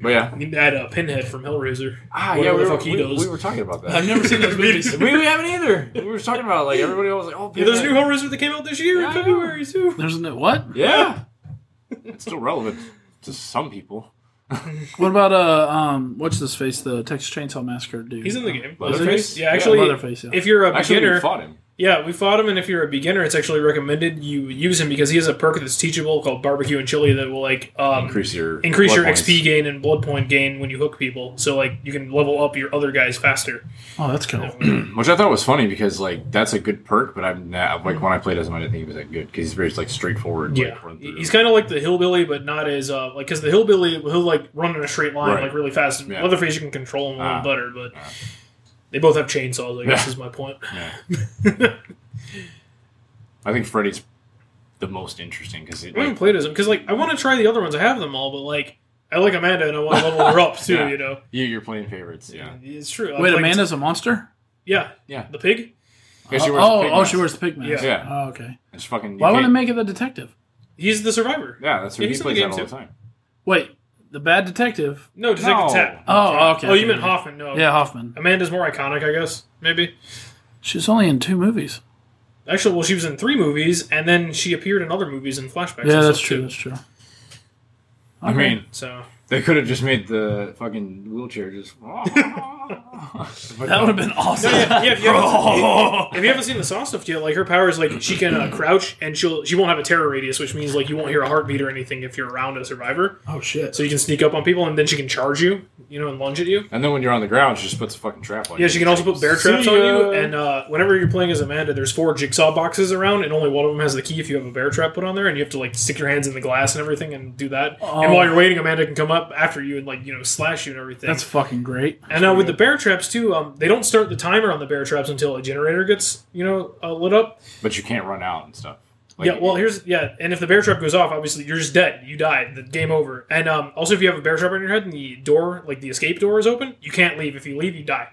but yeah,
I mean that uh, pinhead from Hellraiser.
ah,
Whatever
yeah, we
the
were,
fuck he
we-
does.
we were talking about
I've
that.
never seen those movies.
we, we haven't either. We were talking about like everybody else was like, oh,
Yeah, there's a
Pinhead.
new Hellraiser that came out this year in
Yeah, I know.
February too.
There's no what?
yeah, it's still relevant to some people.
What about uh um what's this face the Texas Chainsaw Massacre dude?
He's in the game.
Leatherface?
Yeah, actually,
Leatherface. Yeah.
if you're a
Actually, we
beginner,
fought him.
Yeah, we fought him, and if you're a beginner, it's actually recommended you use him because he has a perk that's teachable called Barbecue and Chili that will like um, increase,
Increase your
your
blood points.
XP gain and blood point gain when you hook people. So like you can level up your other guys faster.
oh, that's cool.
Hmm. Which I thought was funny because like that's a good perk, but I'm not, like when I played as him, I didn't think he was that good because he's very like straightforward.
Hmm. Yeah,
like, run through.
he's kind of like the hillbilly, but not as uh, like because the hillbilly he'll like run in a straight line
Right.
like really fast.
Yeah.
Leatherface you can control him a little
Ah.
better, but
Ah.
they both have chainsaws. I guess
Yeah.
is my point.
Yeah. I think Freddy's the most interesting because
I haven't
like,
played as him because like I want to try the other ones. I have them all, but like I like Amanda and I want to level her up too.
Yeah.
You know,
you, you're playing favorites. Yeah,
it's true. I
Wait,
played-
Amanda's a monster?
Yeah,
yeah.
the pig.
Because she
oh,
wears
oh,
pig
oh,
mask.
she wears the pig mask.
Yeah.
Yeah.
Oh, okay.
It's fucking. you
Why wouldn't
can't-
they make it the detective?
He's the survivor.
Yeah, that's what
He's
he
in the
plays that
game
all the
too.
time.
Wait, the bad detective?
No, Detective
No.
Tat.
Oh, okay.
Oh, you meant Hoffman? No.
Yeah, Hoffman.
Amanda's more iconic, I guess. Maybe.
She's only in two movies.
Actually, well, she was in three movies, and then she appeared in other movies and flashbacks.
Yeah,
and
that's
stuff,
true.
too.
That's true.
I mean,
So
they could have just made the fucking wheelchair just.
that would have been awesome.
yeah, yeah, if, you haven't, if you haven't seen the Saw stuff yet, like her power is like she can uh, crouch and she'll she won't have a terror radius, which means like you won't hear a heartbeat or anything if you're around a survivor.
Oh shit.
So you can sneak up on people, and then she can charge you, you know, and lunge at you.
And then when you're on the ground, she just puts a fucking trap on you.
Yeah, she can also put bear
See
traps on you.
ya.
And uh, whenever you're playing as Amanda, there's four jigsaw boxes around, and only one of them has the key. If you have a bear trap put on there, and you have to like stick your hands in the glass and everything, and do that. And
Oh.
while you're waiting, Amanda can come up after you and like you know slash you and everything.
That's fucking great.
and now with the bear traps too, um, they don't start the timer on the bear traps until a generator gets you know uh, lit up.
But you can't run out and stuff.
yeah, well here's yeah, and if the bear trap goes off, obviously you're just dead. You died. The game over. And um, also if you have a bear trap on your head and the door like the escape door is open, you can't leave. If you leave, you die.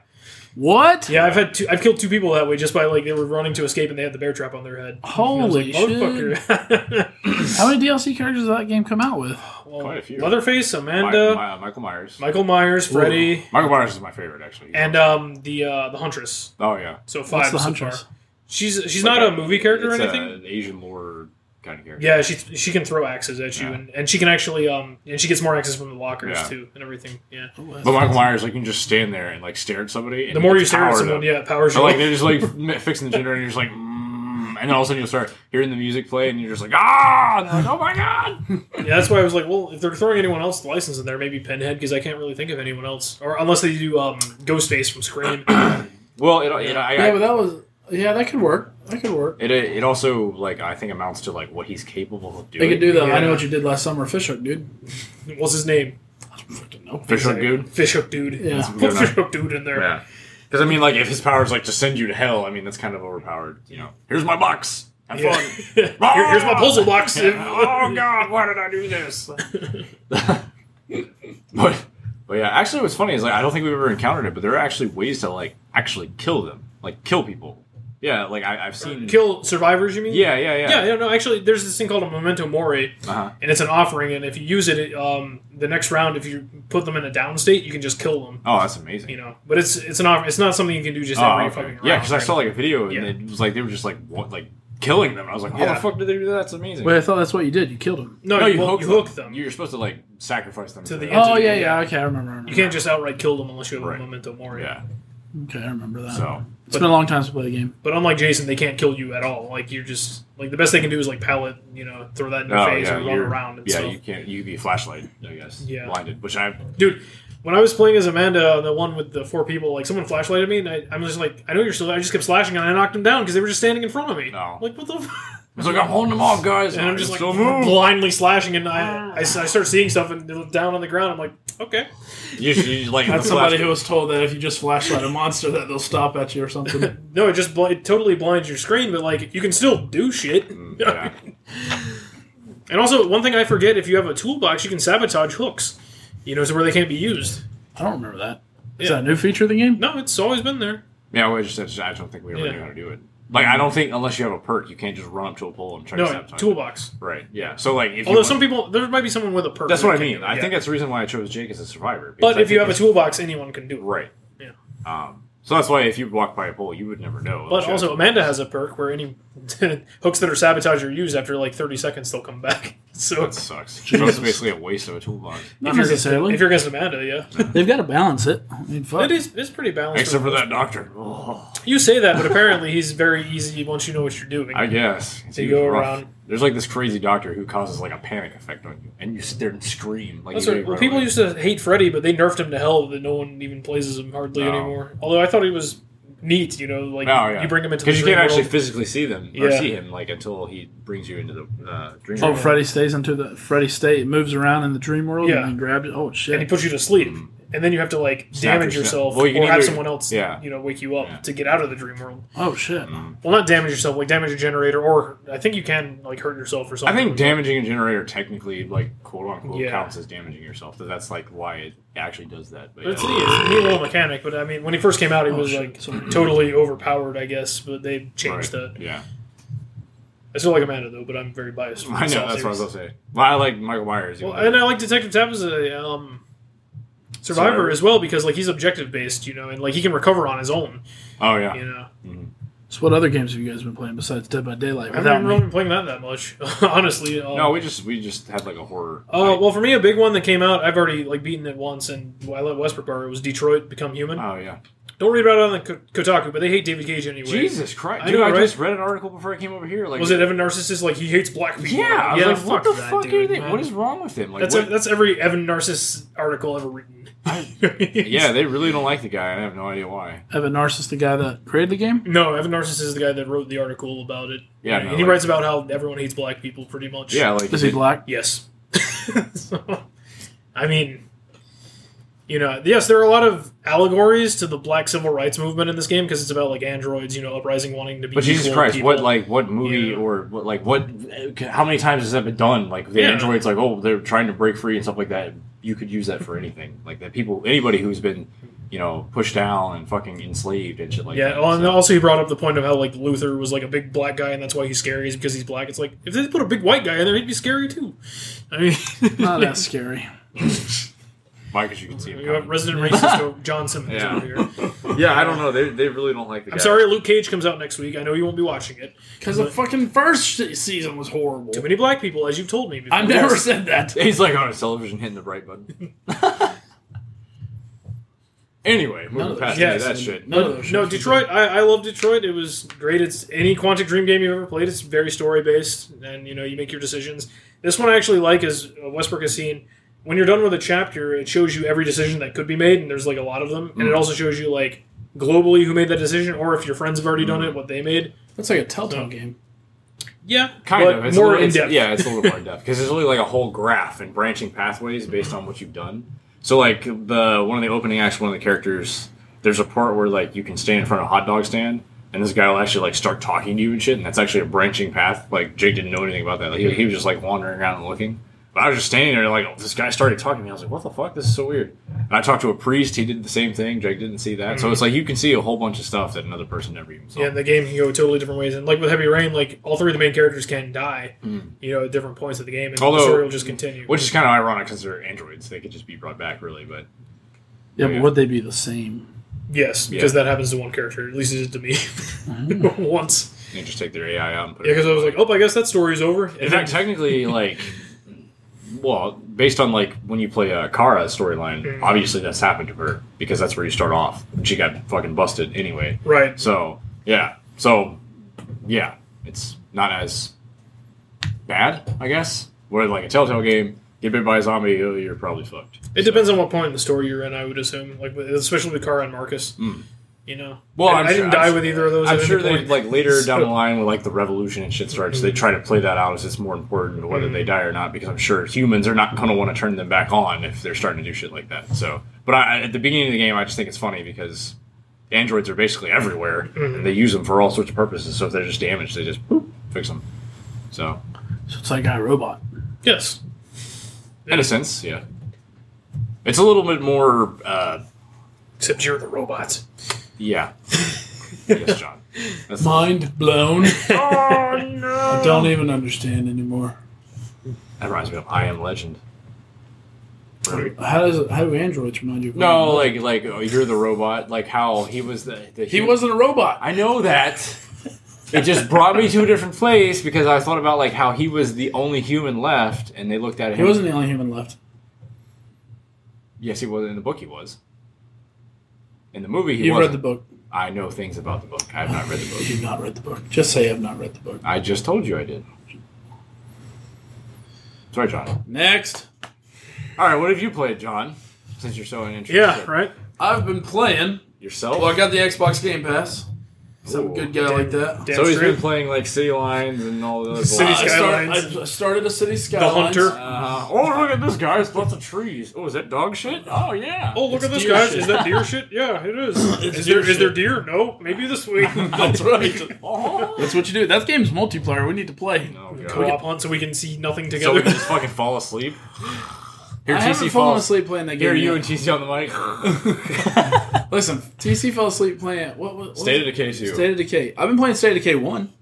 What?
Yeah, I've had two. I've killed two people that way just by like they were running to escape and they had the bear trap on their head. And I was
Holy
like,
shit!
"Motherfucker."
How many DLC characters does that game come out with?
well,
Quite a few.
Leatherface,
Mi-
Amanda,
Mi- Michael Myers.
Michael Myers, Freddy,
Ooh. Michael Myers is my favorite actually.
and um, the uh, the Huntress.
oh yeah,
So five
What's the
so
Huntress?
far. She's she's not a movie character or
it's
anything.
An Asian lore kind of character.
Yeah, she she can throw axes at you,
Yeah.
and, and she can actually um and she gets more axes from the lockers
Yeah.
too, and everything. Yeah,
But Michael Myers, like, you can just stand there and like stare at somebody. And
the
he
more you
gets
stare at
powered
someone,
up.
yeah, it powers you.
Or like
up.
they're just like m- fixing the generator, and you're just like, mm, and then all of a sudden you'll start hearing the music play, and you're just like, ah, and they're like, oh my god.
yeah, that's why I was like, well, if they're throwing anyone else the license in there, maybe Pinhead, because I can't really think of anyone else, or unless they do um Ghostface from Scream.
Well, it it, I,
Yeah, but
I,
that was yeah, that could work. That could work.
it it also like I think amounts to like what he's capable of doing.
They could do the I
Yeah.
know what you did last summer, fishhook, dude.
What's his name?
Fucking nope.
Fishhook dude.
Fishhook dude.
Yeah.
Put
Good enough.
Fishhook dude in there.
Yeah. Because I mean, like, if his power is like to send you to hell, I mean, that's kind of overpowered. You know, here's my box. Have
Yeah.
fun. Ah!
Here- here's my puzzle box.
oh God, why did I do this? but, but yeah, actually, what's funny is like I don't think we've ever encountered it, but there are actually ways to like actually kill them, like kill people. Yeah, like I, I've seen.
Kill survivors, you mean?
Yeah, yeah, yeah.
Yeah, yeah, no, actually, there's this thing called a memento mori,
Uh-huh.
and it's an offering. And if you use it, it, um, the next round, if you put them in a down state, you can just kill them.
Oh, that's amazing.
You know, but it's it's an offer. It's not something you can do just
oh,
every
okay.
fucking round.
yeah, because I saw like a video and
Yeah.
it was like they were just like what, like killing them. I was like, how
Yeah.
the fuck did they do that? That's amazing.
Wait, I thought that's what you did. You killed him.
no, you, hook, you hook them. You,
You're supposed to like sacrifice them
To
for
the
that.
end.
Oh yeah, yeah. Okay, I remember. I remember.
can't just outright kill them unless you have
Right.
a memento mori.
Yeah.
Okay, I remember
Oh.
that.
So
it's been a long time since I played the game.
But unlike Jason, they can't kill you at all. Like you're just like the best they can do is like pallet, you know, throw that in your
Oh,
face
yeah,
or run
you're-
around and
yeah,
stuff.
you can't. You could be flashlight, I guess.
Yeah.
Blinded, which I
Dude, when I was playing as Amanda, uh, the one with the four people, like someone flashlighted me, and I, I'm just like, I know you're still. there. I just kept slashing, and I knocked them down because they were just standing in front of me.
No.
Like what the. F-
It's like I'm holding them off, guys,
and I'm just like
Oh. still move.
blindly slashing, and I, I, s- I start seeing stuff, and they look down on the ground. I'm like, okay,
You, should- you like
That's
the
somebody
flash-
who was told that if you just flashlight a monster, that they'll stop at you or something.
no, it just bl- it totally blinds your screen, but like you can still do shit.
Mm, Yeah.
And also, one thing I forget: if you have a toolbox, you can sabotage hooks. You know, so where they can't be used.
I don't remember that. Is
Yeah.
that a new feature of the game?
No, it's always been there.
yeah, well, I just said I don't think we ever
Yeah.
knew how to do it. Like I don't think unless you have a perk, you can't just run up to a pole and try to
No,
sabotage. it.
toolbox.
Right. Yeah. So like, if you
Although
want-
some people, there might be someone with a perk.
that's what I
that can
mean.
do it,
I
yeah.
think that's the reason why I chose Jake as a survivor. because
But
I
if you have
think
a
it's-
toolbox, anyone can do it.
right?
Yeah.
Um. So that's why if you walk by a pole, you would never know. unless
But
you
also,
have-
Amanda has a perk where any hooks that are sabotaged or used after like 30 seconds, they'll come back. So
that sucks. So it's basically a waste of a toolbox,
Not
if you're against,
necessarily.
if you're against Amanda, yeah,
They've got to balance it. I mean, fuck.
it is it's pretty balanced.
except for that doctor. Oh,
You say that, but apparently he's very easy once you know what you're doing.
I guess
To
He
go
was rough.
around.
There's like this crazy doctor who causes like a panic effect on you, and you sit there and scream. Like
That's
you
what-
did
well,
right
people
away.
used to hate Freddy, but they nerfed him to hell that no one even plays as him hardly
No.
anymore. Although I thought he was neat, you know, like
Oh, yeah.
you bring him into the
because you can't
dream
actually
world.
physically see them or
Yeah.
see him like until he brings you into the uh, dream.
Oh,
world.
Freddy stays into the Freddy state, moves around in the dream world,
Yeah.
and then grabs. it. Oh shit!
and he puts you to sleep. And then you have to like
Mm. Snap
damage
yourself.
yourself,
Well, you can
or have
either-
someone else,
yeah.
you know, wake you up
Yeah.
to get out of the dream world.
oh shit!
Well, not damage yourself, like damage a generator, or I think you can like hurt yourself or
I
something.
think damaging a generator technically, like quote unquote,
Yeah.
counts as damaging yourself. So that's like why it actually does that. But,
it's,
yeah.
it's a neat little mechanic, but I mean, when he first came out, he
Oh,
was
shit.
like totally overpowered, I guess. But they changed
Right.
that.
Yeah,
I still like Amanda though, but I'm very biased.
I know. That's what I was gonna say. Well, I like Michael Myers. even
Well,
though-
and I like Detective Tap as a um, survivor,
Survivor.
as well because like he's objective based, you know, and like he can recover on his own,
oh yeah.
you know.
So, what other games have you guys been playing besides Dead by Daylight?
I haven't
Without
really
me?
been playing that that much, honestly. Um,
No, we just we just had like a horror.
Uh,
night.
well, for me, a big one that came out, I've already like beaten it once, and I let Westbrook borrow. It was Detroit Become Human.
oh yeah.
Don't read about it on the Ko- Kotaku, but they hate David Cage anyway.
Jesus Christ,
I
dude!
know,
I,
right?
just read an article before I came over here. Like,
Was it Evan Narcissist? Like he hates black people.
Yeah, I was like, what the
that
fuck
dude,
are they?
man.
What is wrong with him? Like,
that's
what-
ev- that's every Evan Narcissist article ever written.
yeah, they really don't like the guy. and I have no idea why.
Evan Narcissist, the guy that created the game.
No, Evan Narcissist is the guy that wrote the article about it.
Yeah,
and
no,
he
like-
writes about how everyone hates black people pretty much.
Yeah, like
Is he
it-
black?
Yes. so, I mean, you know, yes, there are a lot of allegories to the black civil rights movement in this game because it's about like androids, you know, uprising, wanting to be.
But Jesus
equal
Christ,
people.
what like what movie
Yeah.
or what like what? How many times has that been done? Like the
Yeah.
androids, like oh, they're trying to break free and stuff like that. You could use that for anything. Like that, people, anybody who's been you know, pushed down and fucking enslaved and shit like
yeah,
that.
well, and
so-
also he brought up the point of how like Luther was like a big black guy, and that's why he's scary is because he's black. It's like if they put a big white guy in there, he'd be scary too. I mean,
Not that Oh, scary.
Why? Because you can see him.
you have
coming.
resident racist John Simmons
Yeah.
over here.
Yeah, I don't know. They, they really don't like the guy.
I'm sorry, Luke Cage comes out next week. I know you won't be watching it.
Because the fucking first se- season was horrible.
Too many black people, as you've told me. Before.
I never said that.
He's like on his television hitting the right button. anyway,
None
moving
of
past
those-
any of
yes,
that shit.
None of those
No,
shows.
Detroit. I, I love Detroit. It was great. It's any Quantic Dream game you've ever played. It's very story based, and you know you make your decisions. This one I actually like is uh, Westbrook has seen. When you're done with a chapter, it shows you every decision that could be made, and there's like a lot of them.
Hmm.
And it also shows you like globally who made that decision, or if your friends have already
Hmm.
done it, what they made.
That's like a Telltale game.
Yeah,
Kind
but
of. It's
more
a little,
in
it's-
depth.
Yeah, it's a little more in depth because there's really like a whole graph and branching pathways based on what you've done. So like the one of the opening acts, one of the characters, there's a part where like you can stand in front of a hot dog stand. And this guy will actually like start talking to you and shit, and that's actually a branching path. Like Jake didn't know anything about that; like, he, he was just like wandering around and looking. But I was just standing there, like oh, this guy started talking to me. I was like, "What the fuck? This is so weird." And I talked to a priest; he did the same thing. Jake didn't see that, so it's like you can see a whole bunch of stuff that another person never even saw.
Mm-hmm. Yeah, and the game can go totally different ways. And like with Heavy Rain, like all three of the main characters can die, you know, at different points of the game, and the
Hmm. Although-
story will just continue.
Which is kind of ironic because they're androids; they could just be brought back, really. But
Yeah,
Yeah.
but would they be the same?
Yes,
Yeah. Mm-hmm.
because that happens to one character. At least it did to me once.
and just take their AI out and put
Yeah,
it.
because I was like, oh, I guess that story's over. And
in fact, technically, like, well, based on like when you play uh, Kara's storyline, obviously that's happened to her because that's where you start off. And she got fucking busted anyway.
right.
So yeah, so yeah, it's not as bad, I guess. Where like a Telltale game, get bit by a zombie, oh, you're probably fucked.
It depends on what point in the story you're in. I would assume, like with- especially with Kara and Marcus. You know,
Hmm. Well,
And I
I'm sure-
didn't
I'm
die
sure-
with either of those.
I'm
at any
sure they
point.
like later down the
So-
line when like the revolution and shit starts, they try to play that out as it's more important whether
Mm.
they die or not because I'm sure humans are not going to want to turn them back on if they're starting to do shit like that. So, but I, at the beginning of the game, I just think it's funny because androids are basically everywhere
Mm-hmm.
and they use them for all sorts of purposes. So if they're just damaged, they just boop, fix them. So
So it's like a robot.
Yes,
in a sense, yeah, it's a little bit more. Uh,
except you're the robots.
yeah, yes, John. That's
Mind blown.
oh no!
Don't even understand anymore.
That reminds me of I Am Legend.
How does how do androids remind you? Of
No,
robots?
like like oh, you're the robot. Like how he was the, the
he wasn't a robot.
I know that. It just brought me to a different place because I thought about like how he was the only human left, and they looked at him.
He wasn't the only human left.
Yes, he was in the book. He was. In the movie, he
You've
was.
read the book.
I know things about the book. I have not read the book.
You've not read the book. Just say I've not read the book.
I just told you I did. Sorry, John.
Next,
All right, what have you played, John? Since you're so uninterested.
Yeah, right.
I've been playing.
Yourself.
Well, I got the Xbox Game Pass. So I'm a
Ooh.
good guy like that. Uh,
Damn
so he's
straight.
been playing like City Lines and all those.
City
lies.
I, started,
Skylines.
I started a City
the
Skylines.
hunter.
Uh, oh, look at this guy. It's lots of trees. Oh, is that dog shit? Oh, yeah.
Oh, look
It's
at this,
deer
guys!
shit.
Is that deer shit? Yeah, it is. is
deer
there is there
shit.
deer? No, maybe this week.
That's right.
Oh.
That's what you do. That game's multiplayer. We need to play.
Oh, God.
Co-op on so we can see nothing
So we
together.
can just fucking fall asleep. Here,
I haven't
TC
fallen
falls.
asleep playing that
Here,
game.
you
yet.
and TC on the mic.
Listen, TC fell asleep playing what was what was
State of
it?
Decay 2.
State of Decay. I've been playing State of Decay one.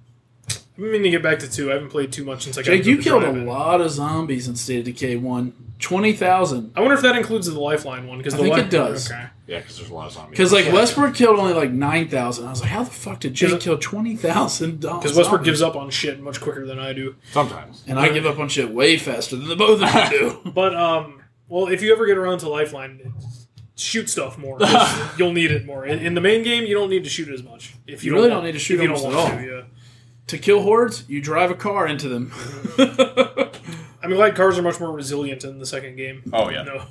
I'm meaning to get back to two. I haven't played too much since I got.
Jake,
into
you
the
killed a
drive-in.
lot of zombies in State of Decay one. Twenty thousand.
I wonder if that includes the lifeline one because
I
the
think it
lifeline,
does.
Okay.
yeah, because there's a lot of zombies.
Because like Westbrook killed only like nine thousand. I was like, how the fuck did Jake
Because-
kill twenty thousand dollars?
Because Westbrook gives up on shit much quicker than I do.
Sometimes.
and I give up on shit way faster than the both of you do.
But um, well, if you ever get around to Lifeline, shoot stuff more. 'cause you'll need it more. In, in the main game, you don't need to shoot as much. If you,
You really
want-
don't need to shoot
if you don't
almost
want
at all.
To, yeah.
to kill hordes, you drive a car into them.
I'm glad cars are much more resilient in the second game.
Oh, yeah.
No.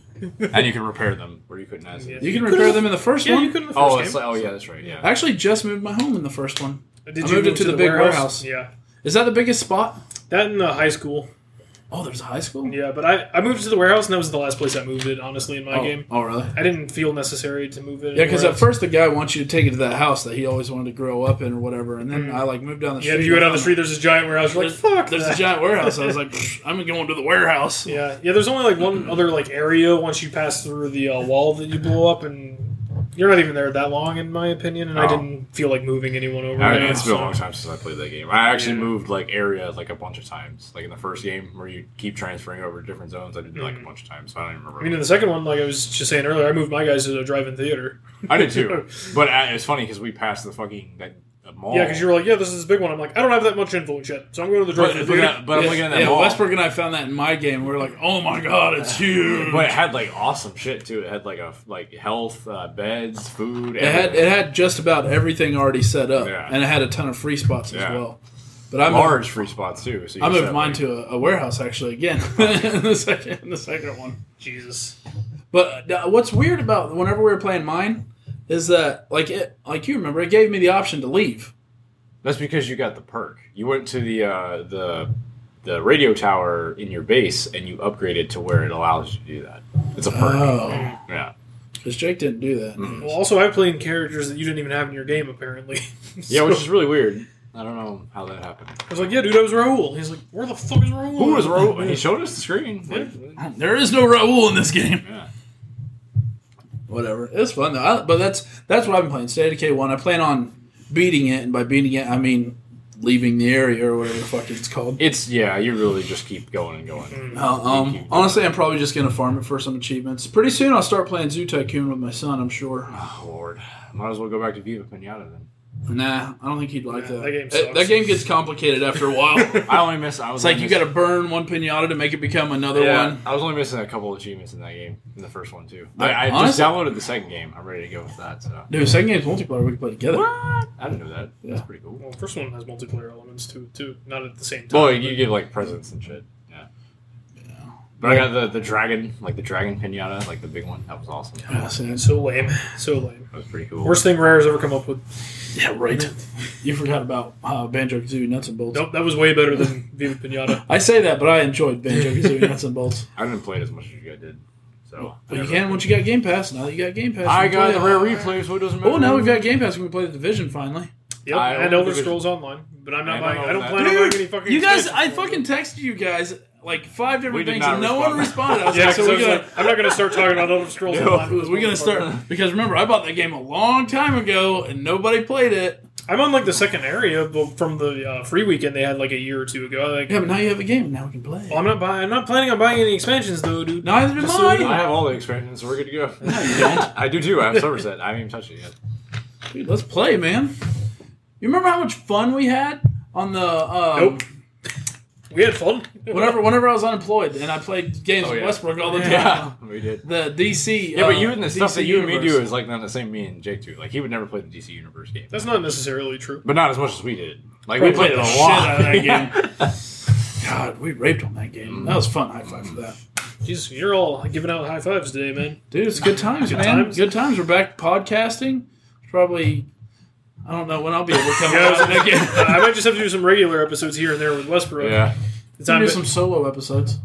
And you can repair them where you couldn't as
Yeah.
You can repair them in the first
Yeah,
one.
you could in the first
Oh,
game.
it's like, oh, yeah, that's right. Yeah.
I actually just moved my home in the first one.
Did
I moved it
move
to the big warehouse.
Yeah.
Is that the biggest spot?
That in the high school.
Oh, there's a high school.
Yeah, but I, I moved to the warehouse and that was the last place I moved it, honestly, in my
Oh,
game.
oh, really?
I didn't feel necessary to move it.
Yeah, because
anywhere
at first the guy wants you to take it to that house that he always wanted to grow up in or whatever, and then I like moved down the
else.
street.
Yeah, you go down the street, there's this giant warehouse. You're like,
There's,
fuck.
there's
that.
a giant warehouse. I was like, "Pfft, I'm going to the warehouse.
Yeah, yeah. There's only like one other like area once you pass through the uh, wall that you blow up, and You're not even there that long, in my opinion, and I
Oh.
didn't feel like moving anyone over.
I
there,
it's been
so-
a long time since I played that game. I actually
Yeah.
moved like area like a bunch of times. Like in the first game where you keep transferring over to different zones, I did like a
Mhm.
bunch of times. So I don't even remember.
I mean, in the second one, like I was just saying earlier, I moved my guys to the drive-in theater.
I did too. But uh, it's funny because we passed the fucking that uh, mall.
Yeah, because you were like, yeah, this is a big one. I'm like, I don't have that much influence yet, so I'm going to the
But,
drive-in
but,
theater.
I- but I'm
yeah,
looking at that
yeah,
mall.
Westbrook and I found that in my game. We are like, oh my god, it's huge.
But it had like awesome shit too. It had like a like health, uh, beds, food.
It had it had just about everything already set up,
Yeah.
and it had a ton of free spots as
Yeah.
well. But I moved,
large free spots too. So you
I moved
said,
mine
like-
to a, a warehouse actually again in the second in the second one.
Jesus,
But uh, what's weird about whenever we were playing mine is that like it like you remember it gave me the option to leave.
That's because you got the perk. You went to the uh, the the radio tower in your base and you upgraded to where it allows you to do that. It's a perk.
Oh,
Yeah.
because Jake didn't do that.
Well, also, I played characters that you didn't even have in your game, apparently.
Yeah,
So,
which is really weird. I don't know how that happened.
I was like, yeah, dude, I was Raul. He's like, where the fuck is Raul?
Who was Raul? He showed us the screen.
There is no Raul in this game.
Yeah.
Whatever, it's fun though. I, but that's that's what I've been playing. State of K one. I plan on beating it, and by beating it, I mean leaving the area or whatever the fuck it's called.
It's yeah. You really just keep going and going.
Uh, um, honestly, I'm probably just gonna farm it for some achievements. Pretty soon, I'll start playing Zoo Tycoon with my son. I'm sure.
Oh, Lord, might as well go back to Viva Pinata then.
Nah, I don't think he'd like
Yeah,
that.
that game
It-
sucks.
that game gets complicated after a while. it's
I only miss. I was
like
only
you
miss-
got to burn one pinata to make it become another
Yeah,
one.
I was only missing a couple achievements in that game, in the first one too. I, I just
honestly-
downloaded the second game. I'm ready to go with that. So
Dude, second game's multiplayer. We can play together.
what? I didn't know that.
Yeah.
That's pretty cool.
Well, first one has multiplayer elements too, too. Not at the same time.
Boy, you give like presents and shit. Yeah. But I got the, the dragon, like the dragon pinata, like the big one. That was awesome. That
Yeah, see,
but-
it's-
so lame, so lame.
was pretty cool.
Worst thing Rare has ever come up with.
yeah, right. you forgot about uh, Banjo Kazooie Nuts and Bolts.
Nope, that was way better than Viva Pinata.
I say that, but I enjoyed Banjo Kazooie Nuts and Bolts.
I didn't play it as much as you guys did. So
But you
Oh, never-
can once you got Game Pass. Now that you got Game Pass,
I
you can
got the
play
rare
it.
replay, so it doesn't matter.
Oh, now we've got Game Pass. We can play the Division finally.
Yep,
I
and
own
Elder
Division.
Scrolls Online, but I'm
I
not
don't
buying.
own
I don't
that.
plan on buying any fucking.
you guys,
expansions
I
for
fucking
it.
texted you guys like five
We
different
did
things,
not
and no one
respond.
responded. I was
Yeah,
like,
'cause
so
I
we
was
got.
like, I'm not gonna start talking about Elder Scrolls
No.
Online.
We're gonna start because remember I bought that game a long time ago and nobody played it.
I'm on like the second area, but from the uh, free weekend they had like a year or two ago. Like,
Yeah, but now you have a game. Now we can play.
well, I'm not buying. I'm not planning on buying any expansions though, dude.
Neither did
Just so
mine.
you
I have all the expansions, so we're good to go.
No, you don't.
I do too. I have Somerset. I haven't even touched it yet.
Dude, let's play, man. You remember how much fun we had on the um,
Nope. We had fun.
whenever whenever I was unemployed and I played games
Oh,
with
yeah.
Westbrook all the time.
Yeah, we did.
The DC.
Yeah,
uh,
but you and the stuff
DC
that you and me do
universe.
is like not the same me and Jake do. Like he would never play the DC Universe game,
That's not necessarily true.
but not as much as we did. Like
We
we played it a
played the
lot.
shit out of that God, we raped on that game. That was fun. High five for that,
Jeez, you're all giving out high fives today, man.
dude. It's good times,
Good
man.
times.
Good times. We're back podcasting. Probably, I don't know when I'll be able to come
Yeah, I was
out with that game.
Uh, I might just have to do some regular episodes here and there with Westbrook.
yeah,
The
Time
time
do
that-
some solo episodes.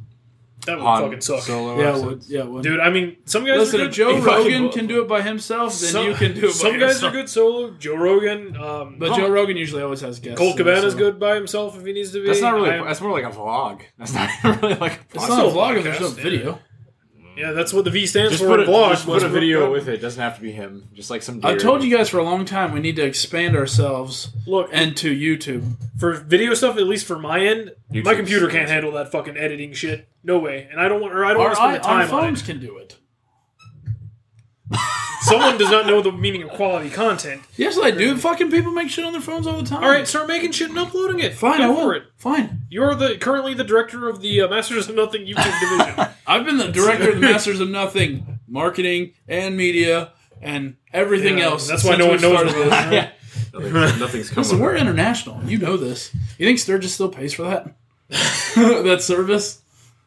that would
Han
fucking suck,
Solo
Yeah, it
episodes.
would. Yeah, it would.
Oh, dude. I mean, some guys
Listen,
are
if
good.
Joe
he fucking
Rogan
will.
can do it by himself, then
some,
you can do it by
Some guys
yourself.
are good solo. Joe Rogan, um,
But Joe Rogan usually always has guests. so-
Colt Cabana's
so-
good by himself if he needs to be.
That's not really.
I'm-
that's more like a vlog. That's not really like. A
It's
podcast.
not a
Also
vlog if there's no
podcast, yeah.
video.
yeah, that's what the V stands
just
for.
put, a,
in vlog,
just put a
Westbrook.
video with it. Doesn't have to be him. Just like some.
I've
dude.
told you guys for a long time we need to expand ourselves
Look,
into YouTube.
for video stuff, at least for my end, my
YouTube's-
computer can't handle that fucking editing shit. No way. And I don't want, or I don't
Our,
want to spend the
our
time on
phones
it.
can do it.
Someone does not know the meaning of quality content.
Yes, I do. Fucking people make shit on their phones all the time.
All right, start making shit and uploading it.
fine.
Go
I
for
will.
it.
Fine.
You're the currently the director of the uh, Masters of Nothing YouTube division.
I've been the director of the Masters of Nothing, marketing and media and everything
Yeah,
else.
That's why
since
no
we
one knows
started
what it is.
this.
right?
Nothing's, nothing's coming.
Listen, we're international. You know this. You think Sturgis still pays for that? that service?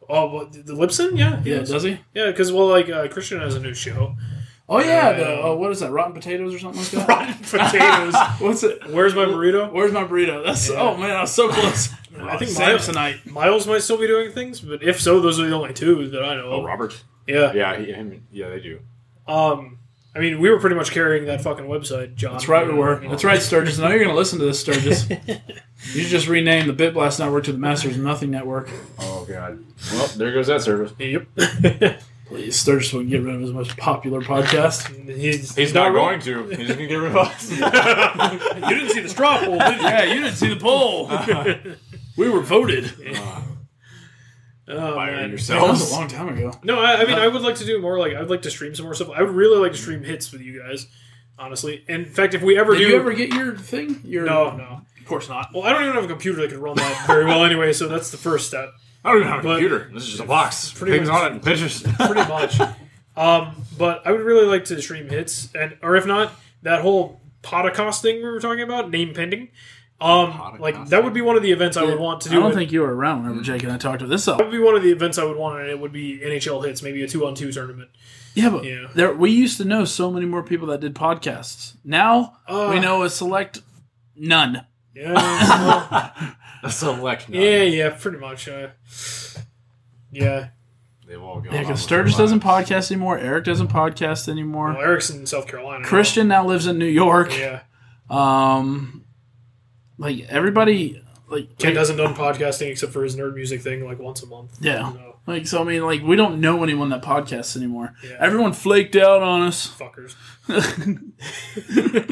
Oh, what, the Lipson? Yeah,
Yeah,
yes.
does he?
yeah. Because well, like uh, Christian has a new show,
Oh yeah,
Uh,
the, uh, what is that? Rotten potatoes or something like that?
Rotten Potatoes.
What's it?
Where's my burrito?
Where's my burrito? That's oh man, I was so close.
I think Miles,
Samsonite.
Miles might still be doing things, but if so, those are the only two that I know.
Oh,
of.
Robert.
Yeah.
Yeah, he, him, yeah, they do.
Um, I mean, we were pretty much carrying that fucking website, John.
That's right, we were.
I mean,
That's right, Sturgis. Now you're gonna listen to this, Sturgis. you just renamed the Bit Blast Network to the Masters of Nothing Network.
Oh God. Well, there goes that service.
Yep.
Please, Sturgis wouldn't get rid of his most popular podcast.
He's,
He's not going to. He's gonna get rid of us.
You didn't see the straw poll, did you?
yeah, you didn't see the poll. we were voted.
Oh, man.
That was
yourselves.
a long time ago.
No, I, I
Uh,
mean, I would like to do more. Like, I'd like to stream some more stuff. I would really like to stream hits with you guys, honestly. And in fact, if we ever
Did
do,
you ever get your thing? Your
no, no.
of course not.
Well, I don't even have a computer that can run that very well anyway. So that's the first step,
I don't even have a
But-
computer. This is just a box.
Pretty
Things
much-
on it and pictures.
pretty much. um, but I would really like to stream hits, and or if not, that whole podcast thing we were talking about, name pending. Um,
Podcast.
like that would be one of the events I would want to do.
I don't
it.
think you were around whenever Jake and I talked to this up.
that would be one of the events I would want, and it would be NHL hits, maybe a two-on-two tournament.
Yeah, but
Yeah.
there we used to know so many more people that did podcasts. Now
Uh.
we know a select none.
Yeah, well,
A select. number.
Um,
Yeah, yeah, pretty much. Uh, yeah.
They've all gone.
Yeah,
on with
because Sturgis
their
doesn't
lives.
podcast anymore. Eric doesn't podcast anymore.
Well, Eric's in South Carolina. now.
Christian now lives in New York.
Yeah.
Um, like everybody, like
Ken hasn't done podcasting except for his nerd music thing like once a month.
yeah,
No,
like so. I mean, like we don't know anyone that podcasts anymore.
Yeah.
Everyone flaked out on us.
fuckers.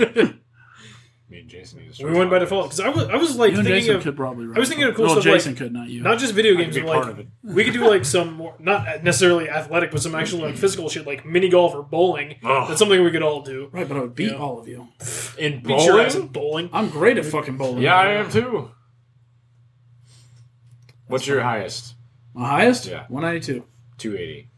Me and Jason need to
We
start
went by
talking.
default because I was, I was like
you and
thinking
Jason
of
could probably. Run
I was thinking of cool
well,
stuff
Jason
like-
could not you.
not just video games,
be
but
part
like
of it.
we could do like some more, not necessarily athletic, but some actual like physical shit like mini golf or bowling.
Ugh.
That's something we could all do.
right, but I would beat
Yeah.
all of you.
in
Beat your ass
bowling.
at bowling.
I'm great at fucking bowling.
Yeah, I am too. What's your highest?
my highest.
Yeah.
192.
280.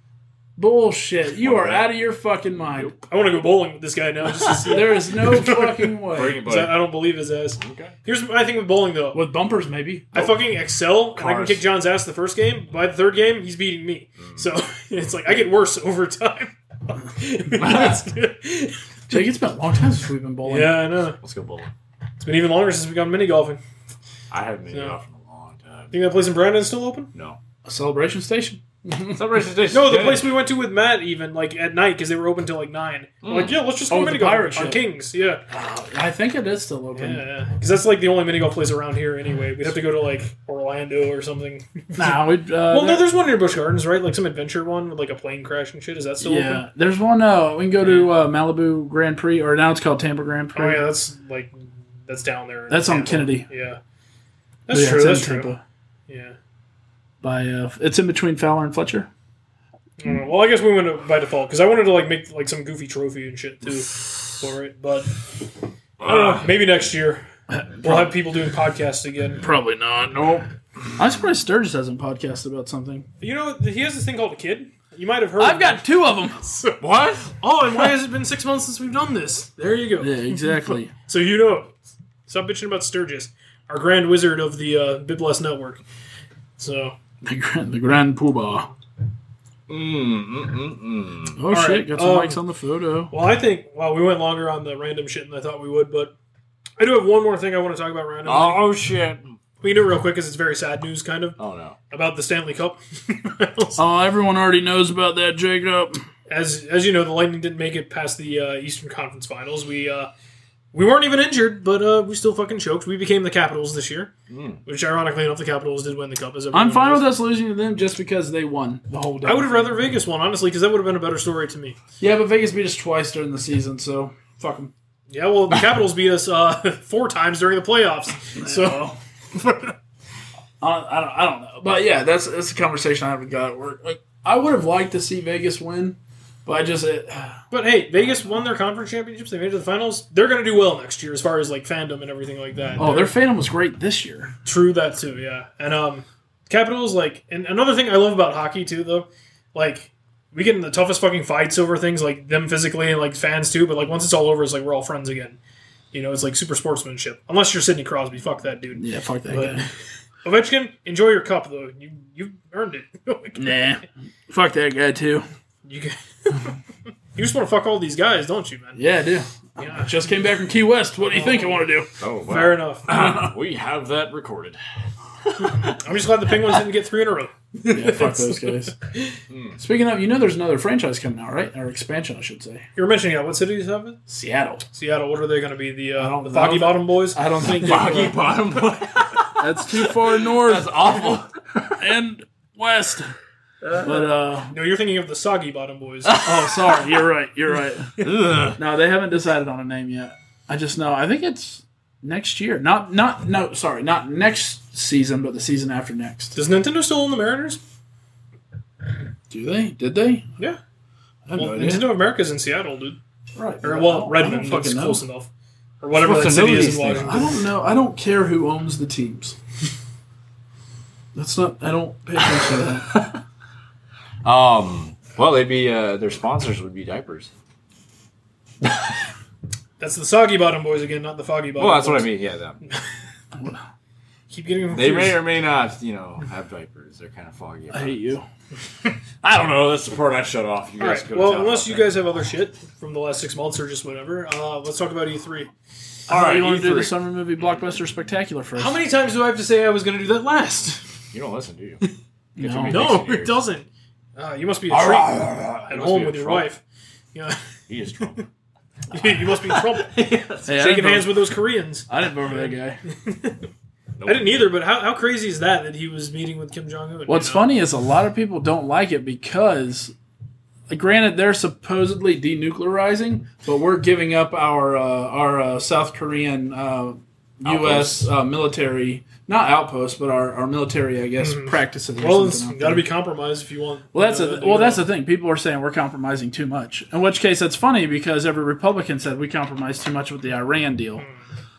Bullshit! You are
Alright.
out of your fucking mind.
I want to go bowling with this guy now. Just to see.
There is no fucking
Bring
way.
it,
'cause I,
buddy.
I don't believe his ass.
Okay.
Here's my thing with bowling though.
With bumpers, maybe.
I fucking excel and I can
Cars.
kick John's ass the first game. By the third game, he's beating me.
Mm.
So it's like I get worse over time. yeah,
Jake, it's been a long time since we've been bowling.
I know.
Let's go bowling.
It's been even longer since we've gone mini golfing.
I haven't been
Yeah.
off in a long time.
Think that place in Brandon is still open?
No.
A celebration station. Uh,
Celebration Station.
No, the
yeah.
place we went to with Matt even like at night because they were open till like nine. We're Like yeah, let's just go
Oh, the
mini golf on
pirate ship.
Kings. Yeah,
Uh, I think it is still
yeah,
open.
yeah. Because that's like the only mini golf place around here anyway. We'd have to go to like Orlando or something.
Nah, we. Uh,
Well, no, there's one near Busch Gardens, right? Like some adventure one with like a plane crash and shit. Is that still
yeah,
open?
there's one. Uh, we can go to uh, Malibu Grand Prix, or now it's called Tampa Grand Prix.
Oh yeah, that's like that's down there. in
That's on
Tampa.
Kennedy.
Yeah,
But
that's
yeah,
true.
it's
That's
in
true.
Tampa.
Yeah.
By uh, it's in between Fowler and Fletcher.
I don't know. Well, I guess we went by default because I wanted to like make like some goofy trophy and shit too for it, but
Uh,
I don't know. Maybe next year we'll have people doing podcasts again.
Probably not. Nope. I'm surprised Sturgis hasn't podcasted about something.
You know, he has this thing called a kid. You might have heard.
I've
of
got two of them.
it.
What?
oh, and why has it been six months since we've done this? There you go.
Yeah, exactly.
So you know, stop bitching about Sturgis, our grand wizard of the uh, Bibless network. So
the grand, the grand poobah.
Mm, mm, mm, mm.
Oh shit,
right,
got some
um,
likes on the photo.
Well, I think well, we went longer on the random shit than I thought we would, but I do have one more thing I want to talk about randomly.
Oh, shit.
we can do it real quick because it's very sad news, kind of
Oh, no.
about the Stanley Cup.
Oh, everyone already knows about that, Jacob.
as as you know, the Lightning didn't make it past the uh, Eastern Conference Finals. We uh, we weren't even injured, but uh, we still fucking choked. We became the Capitals this year, which ironically enough, the Capitals did win the cup. As
I'm
everyone
fine
knows.
with us losing to them just because they won the whole day.
I would have rather Vegas won, honestly, because that would have been a better story to me.
Yeah, but Vegas beat us twice during the season, so fuck them.
Yeah, well, the Capitals beat us uh, four times during the playoffs, so
Well, I, don't- I don't, I don't know, but yeah, that's that's a conversation I haven't got at work. Like, I would have liked to see Vegas win, but I just it,
But hey, Vegas won their conference championships. They made it to the finals. They're going to do well next year, as far as like fandom and everything like that.
oh, their fandom was great this year.
true that too. Yeah, and um, Capitals like and another thing I love about hockey too though, like we get in the toughest fucking fights over things like them physically and like fans too. But like once it's all over, it's like we're all friends again. You know, it's like super sportsmanship. Unless you're Sidney Crosby, fuck that dude.
Yeah, fuck that
But-
guy.
Ovechkin, enjoy your cup though. You you earned it.
Nah, fuck that guy too.
you can- you just want to fuck all these guys, don't you, man?
Yeah, I do.
Yeah.
Just came back from Key West. What do you think I want to do?
Oh, wow.
Fair enough.
we have that recorded.
I'm just glad the Penguins didn't get three in a row.
Yeah, fuck those guys. Speaking of, you know, there's another franchise coming out, right? Or expansion, I should say.
You were mentioning that. What city is that? in?
Seattle.
Seattle. What are they going to be? The,
I
uh,
don't
the
know.
Foggy Bottom Boys?
I don't think they-
Foggy bottom.
that's too far north
That's awful.
and west. But uh,
No, you're thinking of the soggy bottom boys.
oh, sorry, you're right. You're right.
Ugh.
No, they haven't decided on a name yet. I just know. I think it's next year. Not not no. Sorry, not next season, but the season after next.
Does Nintendo still own the Mariners?
Do they? Did they?
Yeah.
I have
Well,
no idea.
Nintendo America's in Seattle, dude.
Right.
Or well,
I don't
Redmond. That's
fucking know.
close enough. Or whatever that
Supposed to know
city is
these
in
things.
Washington.
I don't know. I don't care who owns the teams. That's not. I don't pay attention to that.
Um, well, they'd be uh, their sponsors would be diapers.
That's the soggy bottom boys again, not the foggy bottom.
Well, that's
boys.
what I mean. Yeah, them.
Keep getting
They
confused.
may or may not, you know, have diapers. They're kind of foggy.
I hate you.
I don't know. That's the part I shut off. You
All
guys
right.
go
Well,
tell
unless you
about
guys have other shit from the last six months or just whatever, uh, let's talk about E3.
that. all
All right,
right,
you want
you
to do the
three.
summer movie blockbuster spectacular first?
How many times do I have to say I was going to do that last?
You don't listen, do you? It
No.
It
No,
makes it
it
weird.
doesn't. Uh, you must be a
must be
Trump
a
at home with your
Trump.
wife. Yeah,
He is Trump.
you must be Trump
yes.
Hey, I
shaking
didn't
hands
vote-
with those Koreans.
I didn't vote for that guy.
I didn't either, but how, how crazy is that that he was meeting with Kim Jong Un?
What's
you know?
funny is a lot of people don't like it because, like, granted, they're supposedly denuclearizing, but we're giving up our uh, our uh, South Korean uh, U.S. Uh, military, not outpost, but our, our military, I guess, practices. Or
Well, it's
something out
got to
there.
be compromised if you want.
Well, that's a,
uh,
well, that's the thing. People are saying we're compromising too much. In which case, that's funny because every Republican said we compromised too much with the Iran deal.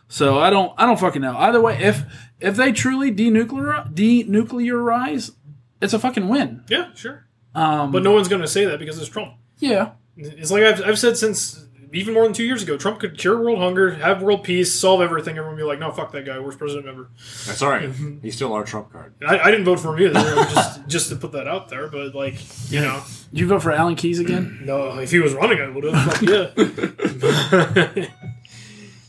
So I don't I don't fucking know. Either way, if if they truly denuclear denuclearize, it's a fucking win.
yeah, sure.
Um,
But no one's going to say that because it's Trump.
yeah,
It's like I've, I've said since even more than two years ago. Trump could cure world hunger, have world peace, solve everything. Everyone would be like, "No, fuck that guy, worst president ever."
That's all right.
Mm-hmm.
He's still our Trump card.
And I, I didn't vote for him either, just just to put that out there. But like, you know,
Did you vote for Alan Keyes again?
no, if he was running, I would have. Fuck yeah.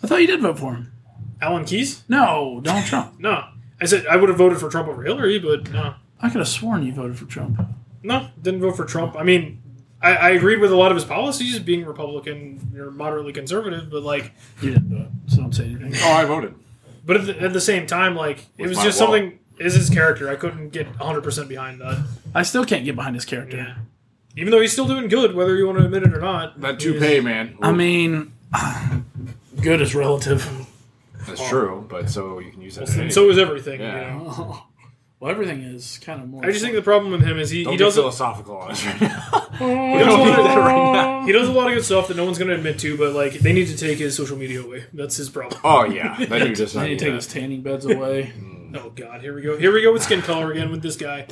I thought you did vote for him.
Alan Keyes?
No, Donald Trump.
No, I said I would have voted for Trump over Hillary, but no,
I could have sworn you voted for Trump.
no, didn't vote for Trump. I mean. I, I agreed with a lot of his policies, being Republican or moderately conservative, but like,
You didn't vote, so don't say anything.
Oh, I voted.
but at the, at the same time, like, it
With
was
my
just
wallet.
something. Is his character? I couldn't get 100 percent behind that.
I still can't get behind his character.
Yeah. Even though he's still doing good, whether you want to admit it or not.
That
he's-
toupee, man.
I mean, good is relative.
that's true. But so you can use that.
And oh. so is everything.
Yeah.
You know?
Well, everything is kind of more.
I just think the problem with him is he,
don't
he
get
doesn't
philosophical on us right now.
he does, a lot of,
that right now.
he does a lot of good stuff that no one's going to admit to, but like they need to take his social media away. That's his problem.
Oh yeah, that dude does
I
not
need
need
to take
that.
his tanning beds away.
Oh God, here we go. Here we go with skin color again with this guy.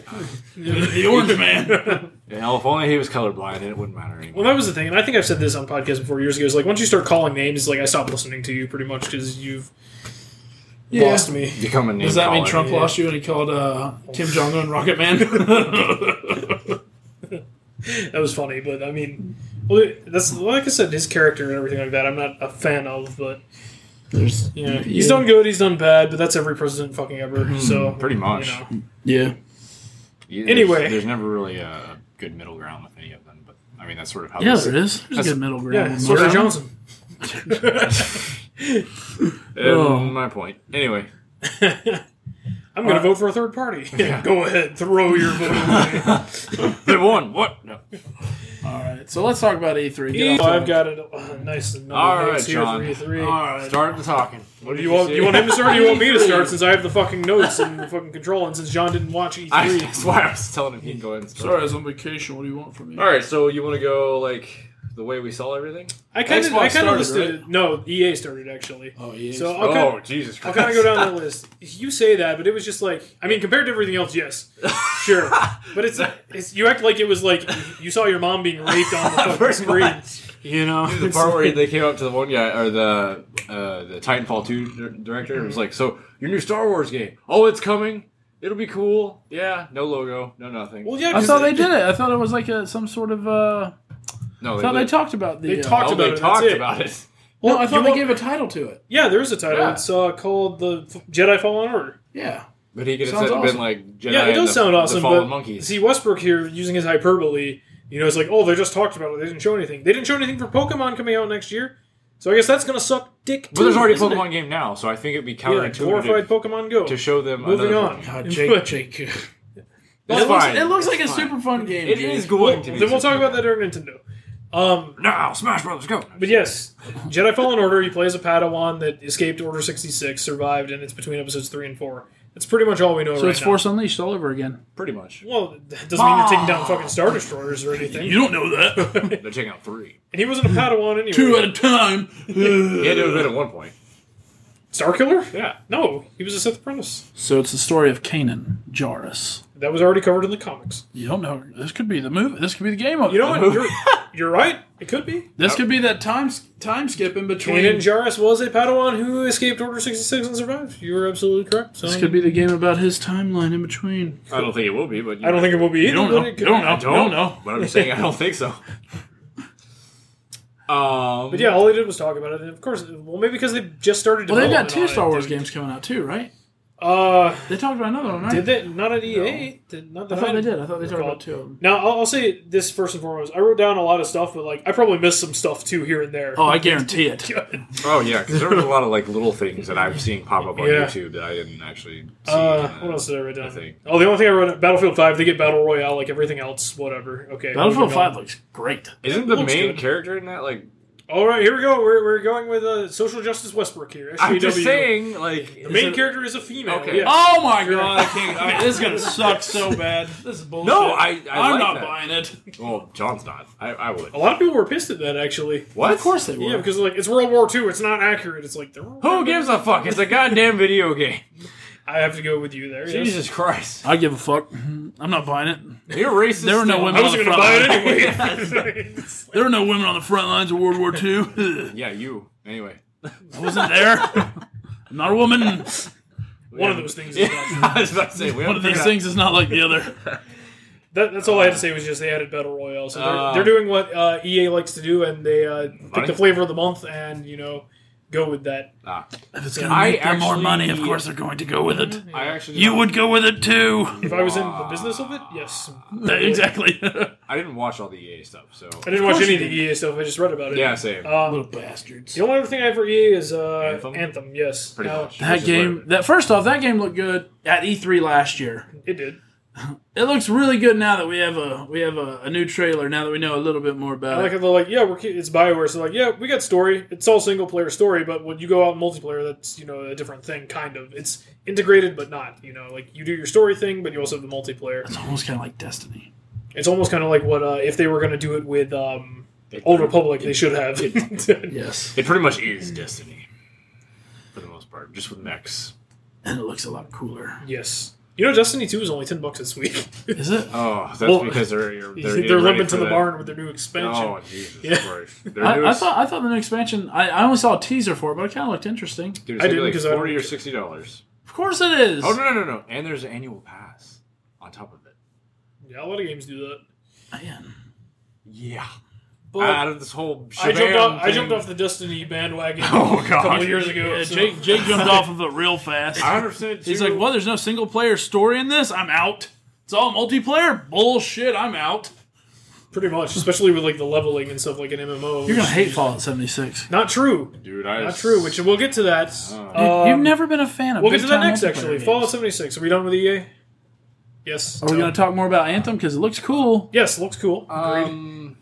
the orange man.
You know, if only he was colorblind, then it wouldn't matter anymore.
Well, that was the thing, and I think I've said this on podcast before years ago. Is like once you start calling names, like I stopped listening to you pretty much because you've
Yeah.
lost me.
Become a name
Does that mean
caller.
Trump
yeah.
lost you and he called uh, Kim Jong Un Rocket Man?
That was funny, but I mean, well, that's like I said, his character and everything like that. I'm not a fan of, but
There's,
Yeah. He's done good, he's done bad, but that's every president fucking ever.
Mm-hmm.
so
pretty much.
You know.
Yeah.
Yeah, there's-
Anyway.
there's never really a good middle ground with any of them. But I mean, that's sort of how.
Yeah,
this-
there is. There's
That's-
a good middle ground.
Yeah,
Most
Sawyer
of them.
Johnson.
Uh,
Oh.
My point. Anyway,
I'm gonna vote for a third party.
Yeah.
Uh, Go ahead, throw your vote away.
they won. What? No.
All right, so let's talk about E3. Get
Oh,
off
I've
topic.
got it uh, nice and
All right,
notes here
John.
for E3.
All right.
Start the talking. What did
You want,
say?
you want him to start? Or you want me to
E3.
start? Since I have the fucking notes and the fucking control, and since John didn't watch E E3,
I, that's why I was telling him he'd go ahead and start.
Sorry, I was on vacation. What do you want from me?
All right, so you want to go like the way we sell everything?
I kind of,
Xbox
I kind
started,
of listed. No, EA started actually.
Oh, yeah.
So
So,
I'll kind
Oh, Jesus
I'll
Christ!
kind of go down that list. You say that, but it was just like I mean, compared to everything else, yes, sure. But it's, it's you act like it was like you saw your mom being raped on the fucking
Pretty
screen.
much.
You know,
the part where they came up to the one guy or the uh, the Titanfall two dir- director and
Mm-hmm.
was like, "So your new Star Wars game? Oh, it's coming. It'll be cool. Yeah, no logo, no nothing.
Well, yeah,
I
'cause
thought they did it. I thought it was like a, some sort of. Uh,
no,
I thought they
lit-
talked about the.
They
uh,
talked
oh,
about
they
it, that's
talked
it.
about it.
Well, I thought
You
they
won't-
gave a title to it.
Yeah, there is a title.
Yeah.
It's uh, called the F- Jedi Fallen Order.
Yeah.
But he could have
Sounds
said,
awesome.
been like, Jedi
yeah, it
and
does
the,
sound awesome.
The fallen
but
monkeys.
see, Westbrook here using his hyperbole. You know, it's like, oh, they just talked about it. They didn't show anything. They didn't show anything for Pokemon coming out next year. So I guess that's gonna suck dick.
but there's
too,
already a
isn't it?
Pokemon game now, so I think it'd be
Yeah,
counterintuitive
glorified Pokemon Go.
to show them.
Moving
another
on.
Pokemon.
God, Ah, Jake. Jake.
That's
it, looks,
fine.
it looks like
It's
a
fine.
super fun game.
It
dude.
is going to be.
then we'll talk
something.
about that during Nintendo. Um,
Now, Smash Brothers, go.
But yes, Jedi Fallen Order, you play as a Padawan that escaped Order 66, survived, and it's between episodes 3 and 4. That's pretty much all we know
So
right
it's
now.
Force Unleashed all over again.
Pretty much.
Well, that doesn't mean you're taking down fucking Star Destroyers or anything.
don't know that.
They're taking out three.
And he wasn't a Padawan anyway.
Two at a time.
Yeah, they would have been at one point.
Star Killer?
Yeah.
No, he was a Sith apprentice.
so it's the story of Kanan Jarrus.
That was already covered in the comics.
You don't know. This could be the movie. This could be the game.
You know what? You're, you're right. It could be.
This could be that time time skip in between.
Kanan Jarrus was a Padawan who escaped Order 66 and survived. You were absolutely correct. So
this could be the game about his timeline in between.
I don't think it will be, but you
I don't think it will be either.
You don't
but
know.
it
You
could
don't
be.
know.
I
You
don't,
don't know.
But I'm saying I don't think so. Um,
But yeah, all they did was talk about it. And of course, well, maybe because they just started
Well, they've got
development on
two
it,
Star Wars
dude.
games coming out too, right?
Uh,
They talked about another one, right?
Did they? Not at EA. Did, not
I
that
thought they did. I thought they talked
recall.
about two of them.
Now I'll, I'll say this first and foremost. I wrote down a lot of stuff, but like I probably missed some stuff too here and there.
Oh, I guarantee it.
Oh yeah, because there was a lot of like little things that I'm seeing pop up on
Yeah.
YouTube that I didn't actually see.
Uh,
in
what
a-
else did I write down?
I think.
Oh, the only thing I wrote Battlefield Five. They get battle royale, like everything else. Whatever. Okay.
Battlefield
moving on.
Five looks great.
Isn't the
Looks
main
good.
character in that like?
All right, here we go. We're, we're going with uh, social justice Westbrook here.
I'm just
SJW.
saying, like,
The main
is it-
character is a female.
Okay.
Yes.
Oh my god!
God,
I
I
can't.
can't-
this is gonna suck so bad. This is bullshit.
No, I.
am
I like
not
that.
buying it.
Well, John's not. I, I would.
A lot of people were pissed at that actually.
What?
Of course they were.
Yeah, because like it's World War II. It's not accurate. It's like they're
Who gives a fuck? It's a goddamn video game.
I have to go with you there. yes.
Jesus Christ!
I give a fuck. I'm not buying it.
You're racist.
There were no
still.
women.
I wasn't gonna buy it anyway.
There are no women on the front lines of World War II. Ugh,
Yeah, you. Anyway.
I wasn't there. I'm not a woman.
One of those things. Is not true.
I was about to say. We
One
haven't
of these
figured out-
things is not like the other.
That, that's all I had to say was just they added battle royale. So they're,
Uh,
they're doing what uh, EA likes to do, and they uh, pick
Money?
the flavor of the month and you know go with that.
Ah.
If it's gonna
I
make them more
actually-
money, of course they're going to go with it.
I actually.
You would go with it too.
If I was in the business of it, yes.
exactly.
I didn't watch all the EA stuff,
I
so.
didn't
Of course
watch any
you
of the EA stuff. I just read about it.
Yeah, same.
Um,
Little bastards.
the only other thing I have for EA is uh,
Anthem?
Anthem? Yes.
Pretty
Now,
much. Which
That
is
game.
what-
That first off, that game looked good at E3 last year.
It did.
It looks really good now that we have a we have a, a new trailer. Now that we know a little bit more
I
about
like
it.
how they're like, yeah, we're ki- it's Bioware, so like, yeah, we got story. It's all single player story, but when you go out in multiplayer, that's you know a different thing, kind of. It's integrated, but not. You know, like you do your story thing, but you also have the multiplayer.
It's almost kind of like Destiny.
It's almost kind of like what uh, if they were going to do it with um,
It-
Old Republic, they should have.
Yes,
It pretty much is Destiny, for the most part, just with mechs.
and it looks a lot cooler.
yes, you know, Destiny Two is only ten bucks this week.
Is it?
Oh, that's
Well,
because they're they're,
They're,
getting ready
limping
for
to the
that-
barn with their new expansion.
Oh Jesus
Yeah.
Christ!
I, I thought I thought the new expansion. I, I only saw a teaser for it, but it kind of looked interesting.
I
dude, it's gonna be
didn't
like
'cause I don't
forty or
care.
sixty dollars.
Of course it is.
Oh no no no no! And there's an annual pass on top of it.
Yeah, a lot of games do that.
Man.
Yeah,
But
out of this whole
I jumped off. I
shebang
jumped
thing.
off the Destiny bandwagon
Oh,
a couple
God.
of years ago.
Yeah,
so-
Jake Jake jumped off of it real fast.
I understand.
He's
too.
like, "Well, there's no single player story in this. I'm out. It's all multiplayer. Bullshit. I'm out."
pretty much, especially with like the leveling and stuff like an MMO.
You're gonna
which-
hate Fallout 76.
Not true.
dude? I
Not true. Which we'll get to that.
Uh,
Um,
You've never been a fan of.
We'll get to that
big-time
next.
multiplayer
Actually,
games.
Fallout seventy six. Are we done with EA? Yes.
Are we
No.
gonna talk more about Anthem because it looks cool?
Yes, looks cool.
Um,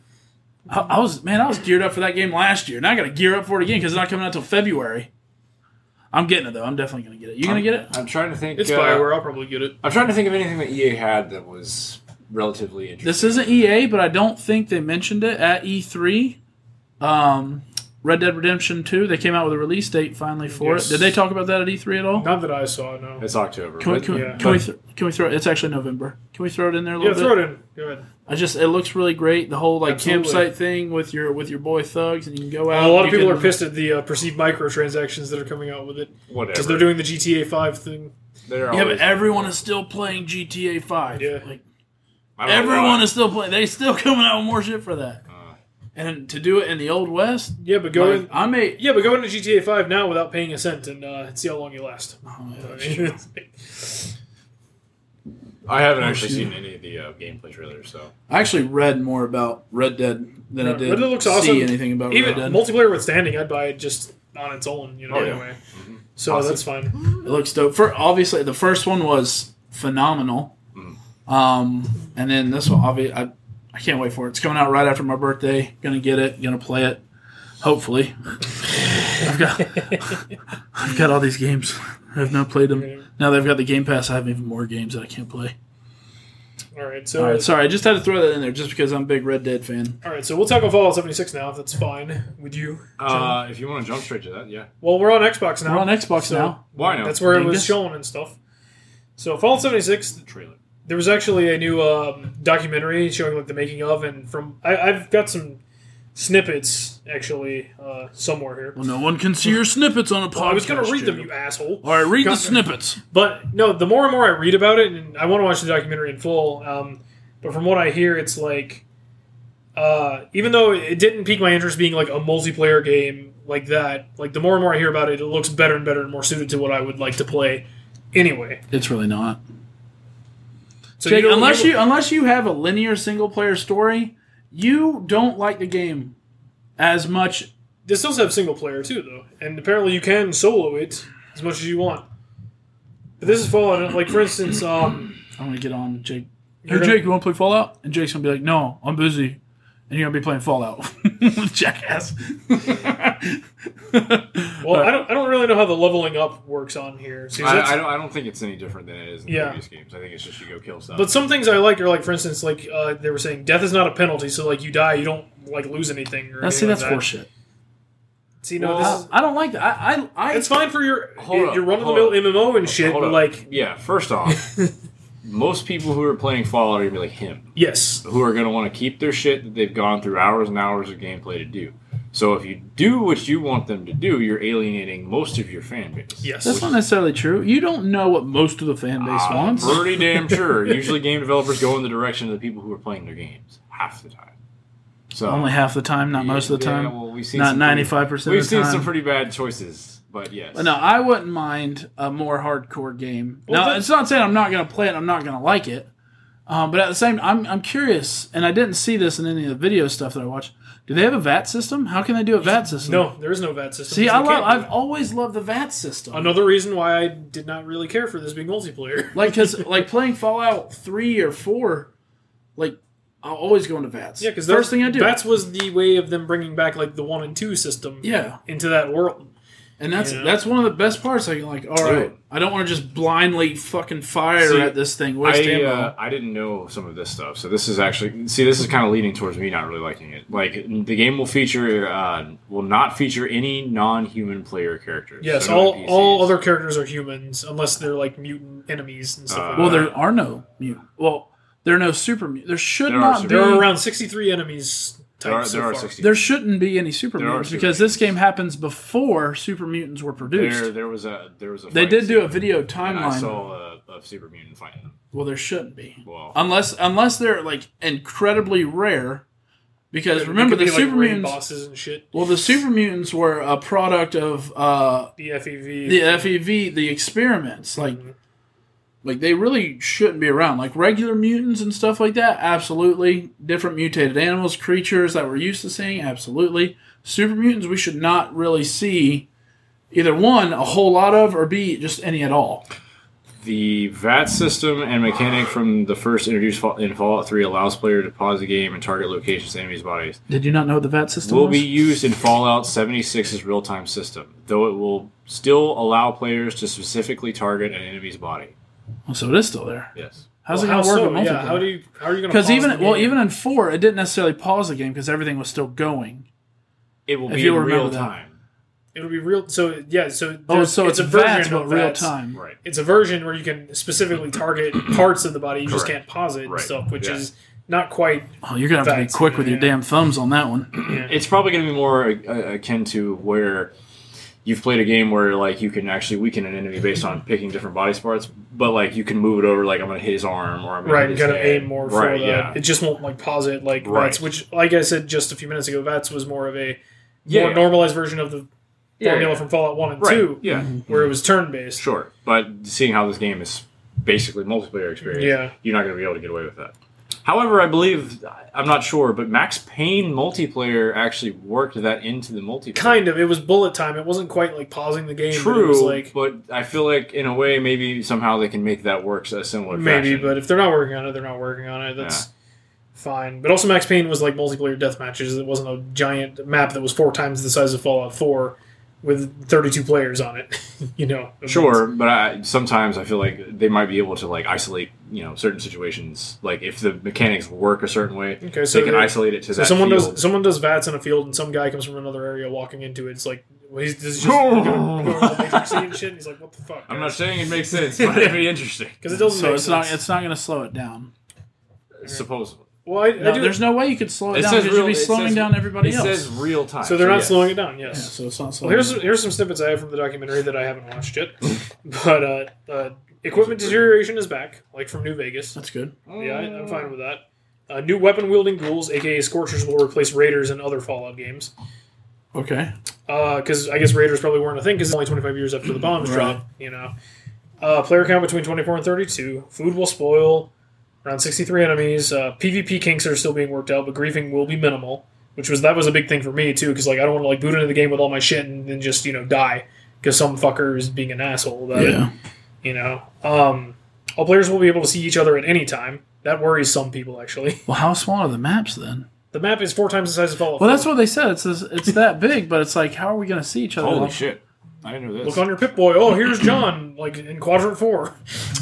I, I was man, I was geared up for that game last year. Now I gotta gear up for it again because it's not coming out until February. I'm getting it though. I'm definitely gonna get it. You gonna get it?
I'm trying to think.
It's
uh,
Bioware. I'll probably get it.
I'm trying to think of anything that EA had that was relatively interesting.
This isn't EA, but I don't think they mentioned it at E3. Um, Red Dead Redemption 2. They came out with a release date finally for
Yes.
it. Did they talk about that at E3 at all?
Not that I saw. No.
It's October.
Can we,
but-
can, we-
Yeah.
can we th- can we throw it's actually November. Can we throw it in there a little
Yeah,
bit?
throw it in. Go ahead.
I just it looks really great. The whole like
Absolutely.
campsite thing with your with your boy thugs and you can go out.
a lot
Um,
of
you
people
can-
are pissed at the uh, perceived microtransactions that are coming out with it
whatever.
because they're doing the GTA Five thing.
They're
Yeah, but
always-
everyone is still playing GTA Five.
Yeah.
Like
I don't know
everyone
why.
is still playing. They still coming out with more shit for that.
Uh.
and to do it in the old west,
Yeah, but go
like,
in.
I may.
Yeah, but go into GTA Five now without paying a cent and uh, see how long you last.
Oh,
I mean, it's like-
I haven't
Oh,
actually seen any of the uh, gameplay trailers, so
I actually read more about Red Dead than I
Yeah,
did
Red Dead looks
see
awesome.
anything about
Even
Red Dead.
multiplayer withstanding, I'd buy it just on its own. You know,
Oh, yeah.
anyway. So
Mm-hmm.
Awesome.
that's fine.
It looks dope. For obviously the first one was phenomenal. Um, and then this one, obviously, I, I can't wait for it. It's coming out right after my birthday. Gonna get it. Gonna play it. Hopefully, I've got I've got all these games. I've not played them. Now they've got the Game Pass. I have even more games that I can't play.
All right, so
All right, sorry. I just had to throw that in there just because I'm a big Red Dead fan.
all right, so we'll tackle Fallout 76 now if that's fine with you.
Uh, if you want to jump straight to that, yeah.
Well, we're on Xbox now.
We're on Xbox
So-
now.
Why not?
That's where it was
Dingus.
shown and stuff. So Fallout 76,
trailer.
there was actually a new um, documentary showing like the making of, and from I, I've got some snippets actually uh, somewhere here.
Well, no one can see your snippets on a podcast.
I was gonna read them,
Jacob.
you asshole.
All right, read the
Go-
snippets.
But no, the more and more I read about it, and I want to watch the documentary in full. Um, but from what I hear, it's like, uh, even though it didn't pique my interest being like a multiplayer game like that, like the more and more I hear about it, it looks better and better and more suited to what I would like to play. Anyway,
It's really not.
so
Jake,
don't-
unless you unless you have a linear single player story, you don't like the game as much.
this does have single player too, though, and apparently you can solo it as much as you want. But this is Fallout. Like for instance, um,
I'm gonna get on Jake. Hey
You're gonna-
Jake, you want to play Fallout? And Jake's gonna be like, No, I'm busy, and you're gonna be playing Fallout, jackass.
well,
uh,
I don't, I don't really know how the leveling up works on here. See, that's-
I, I don't. I don't think it's any different than it is in
Yeah.
previous games. I think it's just you go kill stuff.
But some things I like are like, for instance, like uh, they were saying, death is not a penalty. So like, you die, you don't like lose anything. Or
Now, see,
anything like
that's
that.
horseshit.
See, no,
Well,
this
I,
is,
I don't like that. I I, I
it's fine for your
Hold up,
your run of the
hold
mill MMO and shit.
Hold
But
up.
like,
yeah. First off, most people who are playing Fallout are gonna be like him,
yes,
who are gonna want to keep their shit that they've gone through hours and hours of gameplay to do. So if you do what you want them to do, you're alienating most of your fan base.
yes.
That's not necessarily true. You don't know what most of the fan base
I'm
wants.
Ah, pretty damn sure. Usually, game developers go in the direction of the people who are playing their games half the time. So
Only half the time, not most of the
Yeah,
time.
well, we've seen
not
some pretty-
ninety five percent.
We've
of the
seen
time.
some pretty bad choices, but yes.
But No, I wouldn't mind a more hardcore game.
Well,
now,
that-
it's not saying I'm not going to play it. I'm not going to like it. Um, but at the same, I'm I'm curious, and I didn't see this in any of the video stuff that I watched. Do they have a VAT system? How can they do a VAT system?
No, there is no VAT system.
See,
so
I
you
love.
can't do
I've always loved the VAT system.
that. another reason why I did not really care for this being multiplayer.
Like, cause like playing Fallout three or four, like I'll always go into VATs.
yeah, because
first thing I do.
That was the way of them bringing back like the one and two system.
yeah,
into that world.
and that's
Yeah.
that's one of the best parts. I can like, all right, I don't want to just blindly fucking fire
See,
at this thing. Waste
I,
ammo.
uh, I didn't know some of this stuff, so this is actually see this is kind of leaning towards me not really liking it. Like the game will feature uh, will not feature any non-human player characters.
Yes,
so no
all
NPCs.
all other characters are humans unless they're like mutant enemies and stuff. like
Uh,
that.
Well, there are no mutant. Well, there are no super mutants. There should
There are
not
super-
be.
There are around 63 enemies
there are,
types
there
so
are
far.
sixty.
there shouldn't be any super
There are
mutants
super
because this game happens before super mutants were produced.
there, there was a there was a.
they
fight
did do a
scene,
video
and I
timeline.
saw a, a super mutant fighting them.
well, there shouldn't be
Well,
Um,
unless unless they're like incredibly rare. Because remember
It could
the
be,
super
raid
mutants.
bosses and shit.
Well, the super mutants were a product of uh,
The E FEV.
the E FEV, the experiments. Like, like they really shouldn't be around. Like regular mutants and stuff like that, absolutely. Different mutated animals, creatures that we're used to seeing, absolutely. Super mutants, we should not really see either one a whole lot of, or B just any at all.
The VAT system and mechanic from the first introduced Fall- in Fallout 3 allows player to pause the game and target locations to enemies' bodies.
Did you not know what the VAT system
Will
was?
be used in Fallout 76's real-time system, though it will still allow players to specifically target an enemy's body.
Well, Oh, so it is still there.
Yes.
How's
Well, how
it gonna work
so?
in
Yeah, how do
multiplayer?
you how are you gonna?
Because
pause the
even well,
game?
even in four, it didn't necessarily pause the game because everything was still going.
It will
If
be
you
in
remember
real
that.
time.
it'll be real. So yeah, so
Oh,
there's-
so it's,
a
VATS
version
but
of
real
that.
time.
Right.
It's a version where you can specifically target parts of the body. You just can't
Correct.
pause it and
Right.
stuff, which
Yeah.
is not quite.
Oh, you're gonna have to
Vats,
be quick with your
yeah.
damn thumbs on that one.
It's probably going to be more uh, akin to where you've played a game where like you can actually weaken an enemy based on picking different body parts, but like you can move it over like I'm going to hit his arm or I'm going
Right,
to
you
hit his
gotta
head.
aim more for
right,
the.
yeah.
It just won't like pause it like
Right.
VATS, which, like I said just a few minutes ago, VATS was more of a
Yeah.
more normalized version of the
Yeah,
formula
yeah.
from Fallout One and
Right,
Two,
yeah.
where it was turn based.
Sure, but seeing how this game is basically multiplayer experience,
Yeah.
you're not going to be able to get away with that. However, I believe I'm not sure, but Max Payne multiplayer actually worked that into the multiplayer.
Kind of. It was bullet time. It wasn't quite like pausing the game. but
True,
it was like
but I feel like in a way, maybe somehow they can make that work a similar.
maybe,
fashion.
but if they're not working on it, they're not working on it. That's fine. But also, Max Payne was like multiplayer death matches. It wasn't a giant map that was four times the size of Fallout Four with 32 players on it. you know.
Sure, but I, sometimes I feel like they might be able to like isolate, you know, certain situations. Like if the mechanics work a certain way,
Okay, so
they can
there-
isolate it to
So
that.
someone
field.
does someone does vats in a field, and some guy comes from another area walking into it. It's like well, he's, this is just go around the matrix and shit. and He's like, what the fuck?
I'm not saying it makes sense, but it'd be interesting.
because it doesn't.
So
make
it's
sense.
not it's not going to slow it down.
Supposedly,
well, I,
No,
I do.
there's no way you could slow it, down because you'd be
it
slowing
says-
down everybody
it
else.
says real time,
so they're not
yes.
slowing it down.
yeah,
Yes.
so it's not slowing.
Well, here's here's some snippets I have from the documentary that I haven't watched yet, but uh, uh, equipment deterioration is back, like from New Vegas.
That's good.
Yeah, I, I'm fine with that. Uh, new weapon wielding ghouls, aka scorchers, will replace raiders in other Fallout games.
Okay.
Because Uh, I guess raiders probably weren't a thing because it's only 25 years after the bombs
Right.
dropped. You know, uh, player count between 24 and 32. Food will spoil. Around 63 enemies. Uh, PvP kinks are still being worked out, but griefing will be minimal. Which was that was a big thing for me too, because like I don't want to like boot into the game with all my shit and then just you know die because some fucker is being an asshole about it
Yeah.
you know um, all players will be able to see each other at any time that worries some people actually
Well, how small are the maps then?
the map is four times the size of fallout
Well, that's
4.
what they said. It's this, it's that big, but it's like, how are we going to see each other?
Holy
Like,
shit! I didn't know
look
this.
on your pip boy oh here's john like in quadrant four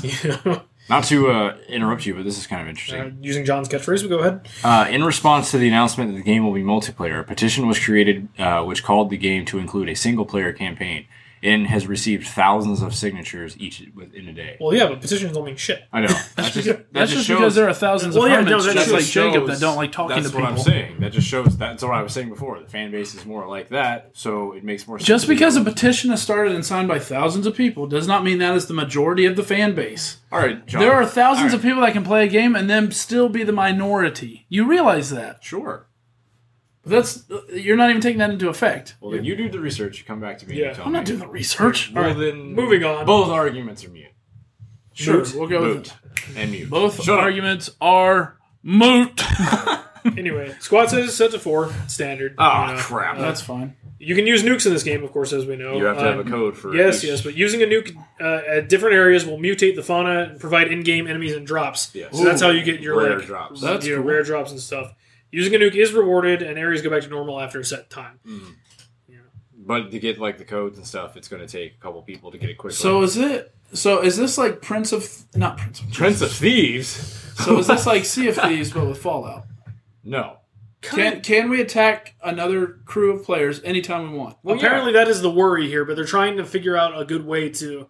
you know
Not to uh, interrupt you, but this is kind of interesting.
uh, using john's catchphrase but go ahead
Uh, in response to the announcement that the game will be multiplayer, a petition was created uh, which called the game to include a single player campaign and has received thousands of signatures each within a day.
well yeah but petitions don't mean shit
I know. That's just, that
That's just
just shows,
because there are thousands
Well,
of
yeah,
hermits
no, that
just
shows-
like Jacob that
shows-
don't like talking to people.
That's what I'm saying. That just shows that's what I was saying before. The fan base is more like that, so it makes more sense.
Just
to be-
because a petition is started and signed by thousands of people does not mean that is the majority of the fan base.
all right, John,
There are thousands
all
of people that can play a game and then still be the minority. You realize that.
right, Sure.
That's you're not even taking that into effect.
Well, then you do the research. You come back to me.
Yeah.
and tell
I'm not
me.
doing the research.
Well,
All right,
then
moving on.
Both arguments are mute.
Sure,
Moot.
we'll go with
Moot and mute.
both
Shut up.
arguments are moot.
anyway squad size is set to four standard
Ah,
you know.
crap.
Uh,
That's fine.
you can use nukes in this game of course as we know
You have to have a
Um,
code for
Yes,
each-
yes, but using a nuke uh, at different areas will mutate the fauna and provide in-game enemies and drops.
Yes.
So that's
Ooh,
how you get your
rare
like,
drops.
That's
your
cool.
rare drops and stuff. Using a nuke is rewarded, and areas go back to normal after a set time.
But to get like the codes and stuff, it's going to take a couple people to get it quickly.
So is it? So is this like Prince of not Prince of?
Prince of Thieves.
So is this like Sea of Thieves but with Fallout?
No.
Can can we attack another crew of players anytime we want?
Well, yeah.
Apparently, that is the worry here, but they're trying to figure out a good way to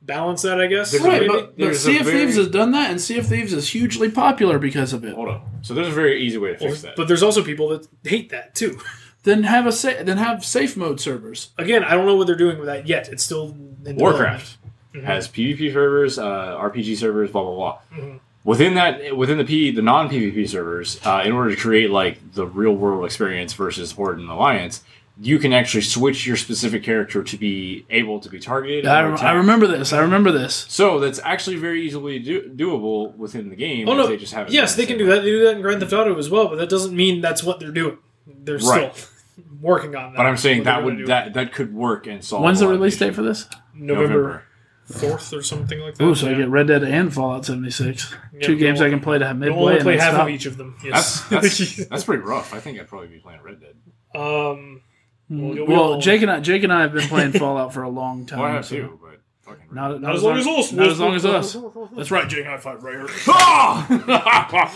balance that. I guess.
There's a
Right,
Maybe
but, but
there's a
Sea of
very-
Thieves has done that, and Sea of Thieves is hugely popular because of it.
Hold on. So there's a very easy way to fix that.
But there's also people that hate that too.
Then have a sa- then have safe mode servers.
Again, I don't know what they're doing with that yet. It's still in development.
Warcraft has
Mm-hmm.
PvP servers, uh, RPG servers, blah blah blah. Within that, within the P, the non PvP servers, uh, in order to create like the real world experience versus Horde and Alliance, you can actually switch your specific character to be able to be targeted.
I,
or
rem- I
attacked.
remember this. I remember this.
So that's actually very easily do- doable within the game.
Oh
if
no!
they just haven't
yes,
done
they
it
can
so
do that. They do that in Grand Theft Auto as well, but that doesn't mean that's what they're doing. They're
Right.
still working on that.
But I'm saying
what
that
they're
would
gonna do.
that that could work and solve.
When's
a
the
lot of
release
issues.
date for this?
November fourth or something like that.
Ooh, so I
yeah.
get Red Dead and Fallout 76.
uh, Yeah,
Two games
you'll-
I can play to have
You'll
midway.
only
and
play
then
half
stop.
of each of them.
That's
Yes.
that's, that's pretty rough. I think I'd probably be playing Red Dead.
um. Well, you'll-
Well,
you'll-
Jake and I, Jake and I have been playing Fallout for a long time.
Well, I have
Um, so-
too, but fucking. Red
Not,
Dead.
not as long as us. Not as long as us. That's right, Jake. High five right here.
Ah!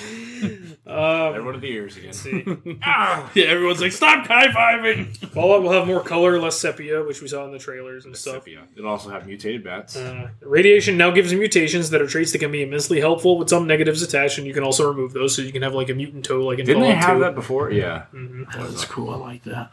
Um,
Everyone at the ears again.
see.
Ah!
Yeah, everyone's like, stop high fiving.
Fallout will have more color, less sepia, which we saw in the trailers and stuff.
Sepia. It'll also have mutated bats.
Uh, radiation now gives mutations that are traits that can be immensely helpful with some negatives attached, and you can also remove those, so you can have like a mutant toe, like in
Didn't they
Fallout
have
2.
that before? Yeah.
That's cool. I like that.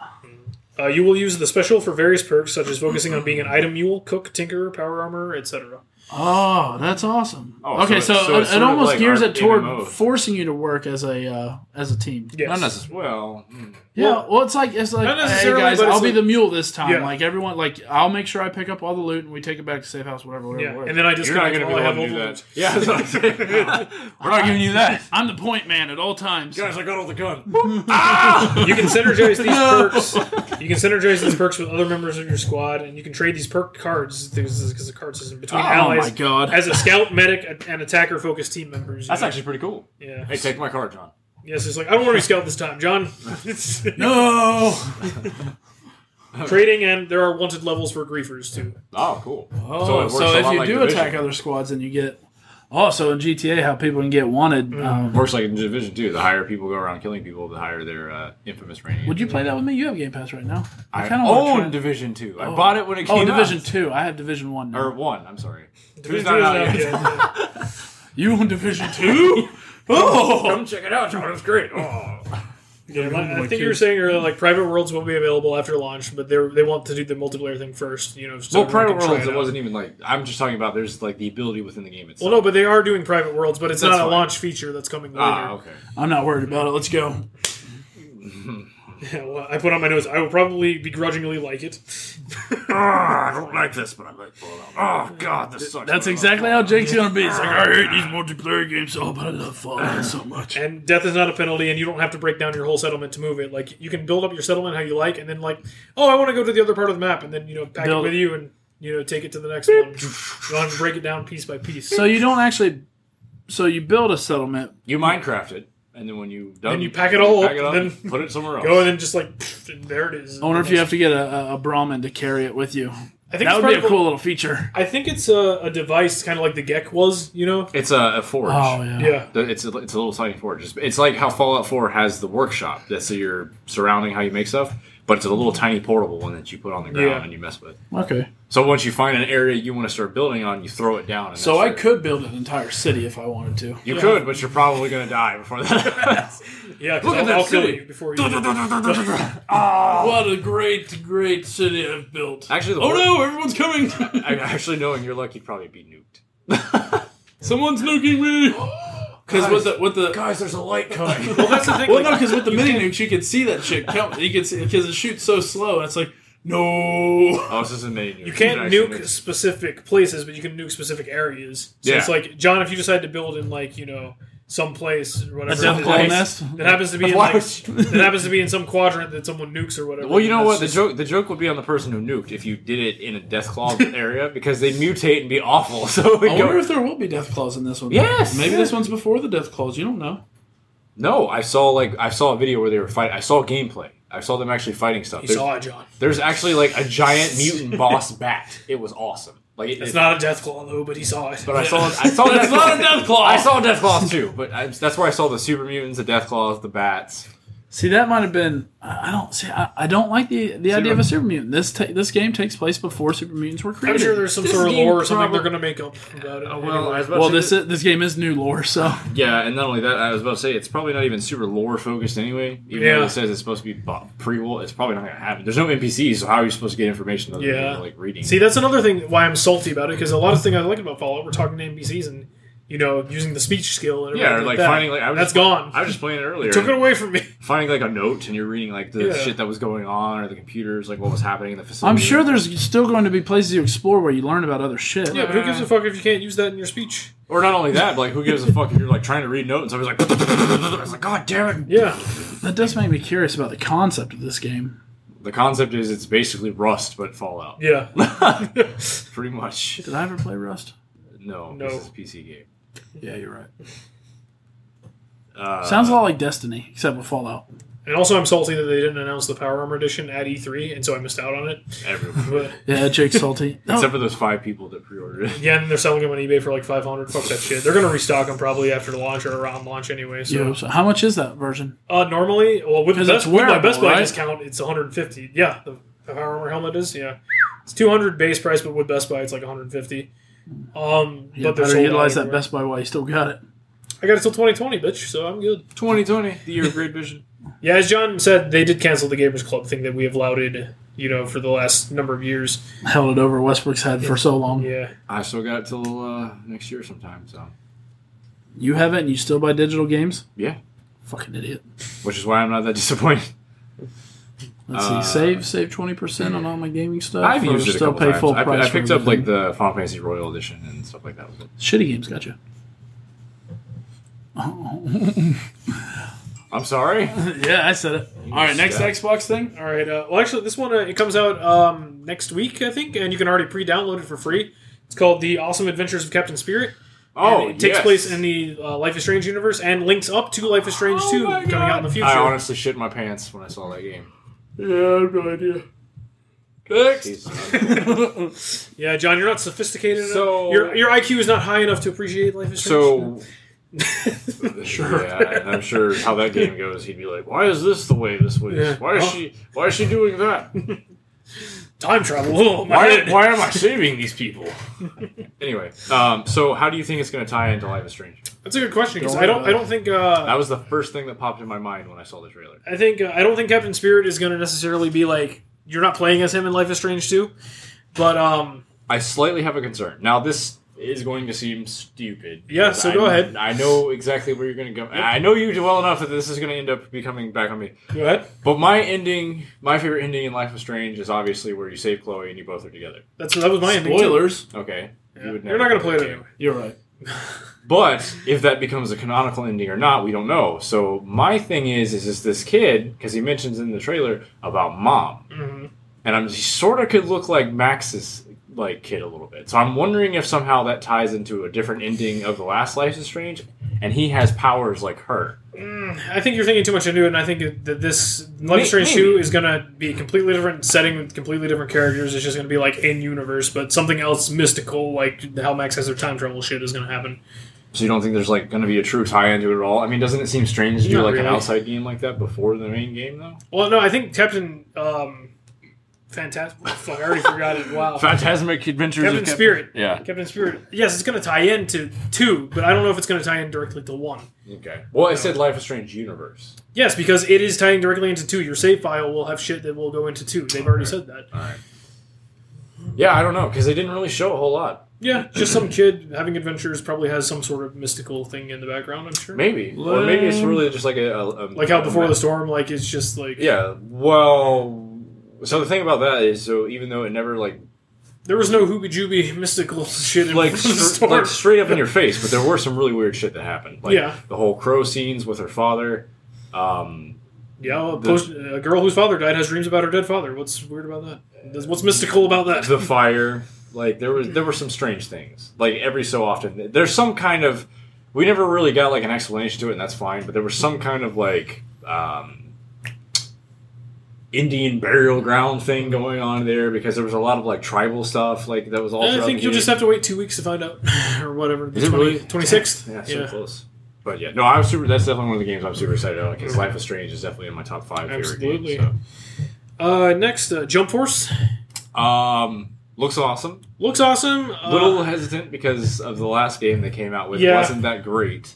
Uh, you will use the special for various perks, such as focusing on being an item mule, cook, tinkerer, power armor, etc.
Oh, that's awesome.
Oh,
okay,
so
so,
it- so
it,
it's
it
sort of
almost
like
gears
our
it toward
MMO.
forcing you to work as a uh, as a team.
Yes.
Not necessarily. Well, mm.
Yeah, well, it's like it's like
Not
hey
necessarily,
guys,
but it's
I'll be
like-
the mule this time.
Yeah.
Like everyone, like I'll make sure I pick up all the loot and we take it back to safe house, whatever. whatever
Yeah,
whatever.
and then I just
you're not going to be
I
able
have
to do
overload.
that. Yeah, that's what I'm saying. we're not giving you that.
I'm the point man at all times. Oh
Guys, I got all the gun.
You can synergize these
No.
perks. You can synergize these perks with other members of your squad, and you can trade these perk cards because the card system between
Oh
allies.
my god!
As a scout, medic, a- and attacker focused team members. you
That's
know?
actually pretty cool.
yeah.
Hey, take my card, John.
Yes, it's like I don't want to be scout this time, John.
no.
Trading and there are wanted levels for griefers too.
Oh, cool.
Oh, so, if you do attack other squads, then you get. Also in GTA, how people can get wanted. Um,
works like in Division Two. The higher people go around killing people, the higher their uh, infamous ranking.
would you play that with me? You have Game Pass right now.
I,
kinda wanna
own
try-
Division Two. I
Oh.
bought it when it came
Oh,
out.
Division Two. I have Division One. Now.
or one. I'm sorry. Two's
Division
not
two
out
isn't
yet.
out yet.
You own Division Two? oh,
Come check it out, John. It's great. Oh.
Yeah,
Division
I- I
one
think you were
too.
saying earlier, like private worlds won't be available after launch, but they they want to do the multiplayer thing first. You know, so
Well, Private
everyone can try
Worlds. It
out.
wasn't even like. I'm just talking about. There's like the ability within the game
Well,
itself.
no, but they are doing private worlds, but it's
That's
not a
fine.
launch feature that's coming later.
ah, okay.
I'm not worried about it. Let's go.
Yeah, well, I put on my nose. I will probably begrudgingly like it.
Ah, I don't like this, but I like Fallout. Oh God, this sucks.
That's exactly how Jake's gonna be. It's like I hate these multiplayer games, oh, but I love Fallout so much.
and death is not a penalty, and you don't have to break down your whole settlement to move it. Like you can build up your settlement how you like, and then like, oh, I want to go to the other part of the map, and then you know pack
Build-
it with you and you know take it to the next one. You don't have to break it down piece by piece.
So you don't actually. So you build a settlement.
You Minecraft it, and then when you done,
Then you pack it all
pack
up,
it up,
and
put it somewhere else.
go and then just like, pfft, and there it is.
I wonder if you have to get a, a, a Brahmin to carry it with you.
I think
That
it's
would be a
probably-
cool little feature.
I think it's a, a device kind of like the Gek was, you know?
It's a, a forge.
Oh yeah.
Yeah.
The- It's a, it's a little tiny forge. It's, it's like how Fallout 4 has the workshop. That's your surrounding how you make stuff, but it's a little tiny portable one that you put on the ground
Yeah.
and you mess with.
Okay.
So once you find an area you want to start building on, you throw it down. And
So
that's
I
it.
could build an entire city if I wanted to.
You could, but you're probably going to die before that.
Yeah, because
Look at
I'll,
that
I'll kill
city.
you before you.
oh.
What a great, great city I've built.
Actually, the
Oh
wor-
no, everyone's coming!
I- Actually, knowing your luck, you'd probably be nuked.
Someone's nuking me! Because with the with the
Guys, there's a light coming.
well, that's the thing.
Well,
like,
no, because with the mini nukes, you can see that shit coming. You can see because it shoots so slow. It's like no.
oh, this is a mini nuke.
You can't
actually
nuke specific places, but you can nuke specific areas. So
Yeah.
it's like John, if you decide to build in like you know some place or whatever,
death
it
claw
is,
nest?
that happens to be in
Why
like,
would you-
that happens to be in some quadrant that someone nukes or whatever.
Well, you know
That's
what? The
just-
joke the joke would be on the person who nuked if you did it in a death claw area because they mutate and be awful. So we
I
go.
wonder if there will be death claws in this one.
Yes!
Maybe this one's before the death claws. You don't know.
no, I saw like I saw a video where they were fighting. I saw gameplay. I saw them actually fighting stuff.
you
There's,
saw it, John.
there's actually like a giant mutant boss bat. It was awesome. Like it,
It's
it-
not a death claw though, but he saw it.
But I saw I saw
That's
death
not a
claw.
death claw.
I saw death claws too. But I, that's where I saw the super mutants, the death claws, the bats.
See, that might have been. I I don't see. I, I don't like the the idea of a super mutant. This ta- this game takes place before super mutants were
I'm
created.
sure there's some
This
sort of
game Oh,
lore or something
probab-
they're gonna make up about it. Anyway.
well, this is, this game is new lore, so
yeah, and not only that, I was about to say it's probably not even super lore focused anyway. Even though
Yeah.
it says it's supposed to be pre roll, it's probably not going to happen. There's no NPCs, so how are you supposed to get information other
Yeah.
than like reading?
See, that's another thing why I'm salty about it because a lot of things I like about Fallout, we're talking to NPCs and you know using the speech skill and
yeah,
everything
or like
that.
finding like I was
that's
just,
gone.
I was just playing it earlier.
Took it away from me.
Finding like a note and you're reading like the
Yeah.
shit that was going on or the computers, like what was happening in the facility.
I'm sure there's still going to be places you explore where you learn about other shit.
Yeah, but who
Uh,
gives a fuck if you can't use that in your speech?
Or not only that, but like who gives a fuck if you're like trying to read notes? I was like, I was like, God damn it!
Yeah,
That does make me curious about the concept of this game.
The concept is it's basically Rust but Fallout,
yeah.
pretty much.
Did I ever play Rust?
No,
No.
this is a PC game.
Yeah, you're right.
Uh,
Sounds a lot like Destiny, except with Fallout.
and also, I'm salty that they didn't announce the Power Armor Edition at E3, and so I missed out on it.
Oh.
everyone.
But
Yeah, Jake Salty. No,
Except for those five people that pre-ordered it.
yeah, and they're selling them on eBay for like 500. Fuck that shit. They're gonna restock them probably after launch or around launch anyway. So,
Yo, Oh, so how much is that version?
uh, normally, well, with,
'Cause it's
best, with my
wearable,
Best Buy
right?
discount, it's 150. Yeah, the Power Armor helmet is. Yeah, it's 200 base price, but with Best Buy, it's like 150. Um,
You
but they're
better
sold
utilize
out
that
everywhere.
Best Buy while you still got it.
I got it till 2020, bitch. So I'm good.
2020, the year of great vision.
Yeah, as John said, they did cancel the Gamers Club thing that we have lauded you know, for the last number of years.
held it over Westbrook's head for so long.
Yeah.
I still got it till uh, next year sometime. So
You haven't. You still buy digital games?
yeah,
Fucking idiot.
which is why I'm not that disappointed.
Let's
Uh,
see. Save save twenty percent on all my gaming stuff.
I've
or
used it a
still
couple
pay
times.
full
I,
price.
I
for
picked up like
everything.
the Final Fantasy Royal Edition and stuff like that. With it.
shitty games. Gotcha.
I'm sorry.
yeah, I said it. All right, next
suck.
Xbox thing.
All right. Uh, well, actually, this one uh, it comes out um, next week, I think, and you can already pre-download it for free. It's called The Awesome Adventures of Captain Spirit.
Oh,
And it takes
yes.
place in the uh, Life is Strange universe and links up to Life is Strange
Oh
2
my
coming
God.
out in the future.
I honestly shit my pants when I saw that game.
Yeah, I have no idea.
Jeez.
yeah, John, you're not sophisticated
So-
enough. Your, your IQ is not high enough to appreciate Life is Strange.
so sure, yeah, and I'm sure how that game goes. He'd be like, "Why is this the way this was?
Yeah.
Why is
Oh.
she? Why is she doing that?
time travel. Oh, my
Why?
head.
Why am I saving these people?" anyway, um, so how do you think it's going to tie into Life is Strange?
That's a good question because
Don't
I don't.
worry
I
about
don't think. Uh,
That was the first thing that popped in my mind when I saw the trailer.
I think. Uh, I don't think Captain Spirit is going to necessarily be like you're not playing as him in Life is Strange 2, but um,
I slightly have a concern. Now this is going to seem stupid.
Yeah,
because
so
I-
go ahead.
I know exactly where you're going to go. I know you well enough that this is going to end up becoming back on me.
go ahead.
But my ending, my favorite ending in Life is Strange is obviously where you save Chloe and you both are together.
That's that was my ending. too.
Spoilers.
Okay.
Yeah.
would
You're not
never
going to play it
that
anyway.
game.
You're right.
But if that becomes a canonical ending or not, we don't know. So my thing is, is, is this kid, because he mentions in the trailer about mom.
Mhm.
And I'm, he sort of could look like Max's like kid a little bit. So I'm wondering if somehow that ties into a different ending of the last Life is Strange, and he has powers like her.
I think you're thinking too much into it, and I think that this Life
May-
is Strange
maybe.
2 is going to be a completely different setting with completely different characters. It's just going to be like in universe, but something else mystical, like how Max has their time travel shit, is going to happen.
So you don't think there's like going to be a true tie into it at all? I mean, doesn't it seem strange to do
Not
like an
really.
outside game like that before the main game though?
Well, no, I think Captain um, Fantastic. Fuck, I already forgot it. Wow.
Phantasmic Adventures
Captain Spirit.
Yeah.
Captain Spirit. Yes, it's going to tie in to two, but I don't know if it's going to tie in directly to one.
Okay. Well, I said Life is Strange universe.
Yes, because it is tying directly into two. Your save file will have shit that will go into two. They've already said that.
All right. Yeah, I don't know because they didn't really show a whole lot.
Yeah, just some kid having adventures probably has some sort of mystical thing in the background. I'm sure.
Maybe, or maybe it's really just like a, a, a-
Like how before
a-
the storm, like it's just like
Yeah. Well, so the thing about that is, so even though it never like
there was no hooby jooby mystical shit in
like
the
str-
storm.
like straight up in your face, but there were some really weird shit that happened. Like
Yeah.
the whole crow scenes with her father. Um,
yeah, a, post, a girl whose father died has dreams about her dead father. What's weird about that? Does- What's mystical about that?
the fire. Like there was there were some strange things. Like every so often, there's some kind of. We never really got like an explanation to it, and that's fine. But there was some kind of like um, Indian burial ground thing going on there because there was a lot of like tribal stuff like that was all.
I
throughout
think
the
you'll
game.
just have to wait two weeks to find out, or whatever. The
Is it really
26th?
Yeah,
Yeah,
so close. But yeah, no, I was super. That's definitely one of the games I'm super excited about because Life is Strange is definitely in my top five
Absolutely.
favorite games.
Uh, next, uh, Jump Force
So. Um, looks awesome.
looks awesome. Uh,
Little hesitant because of the last game they came out with
Yeah.
wasn't that great.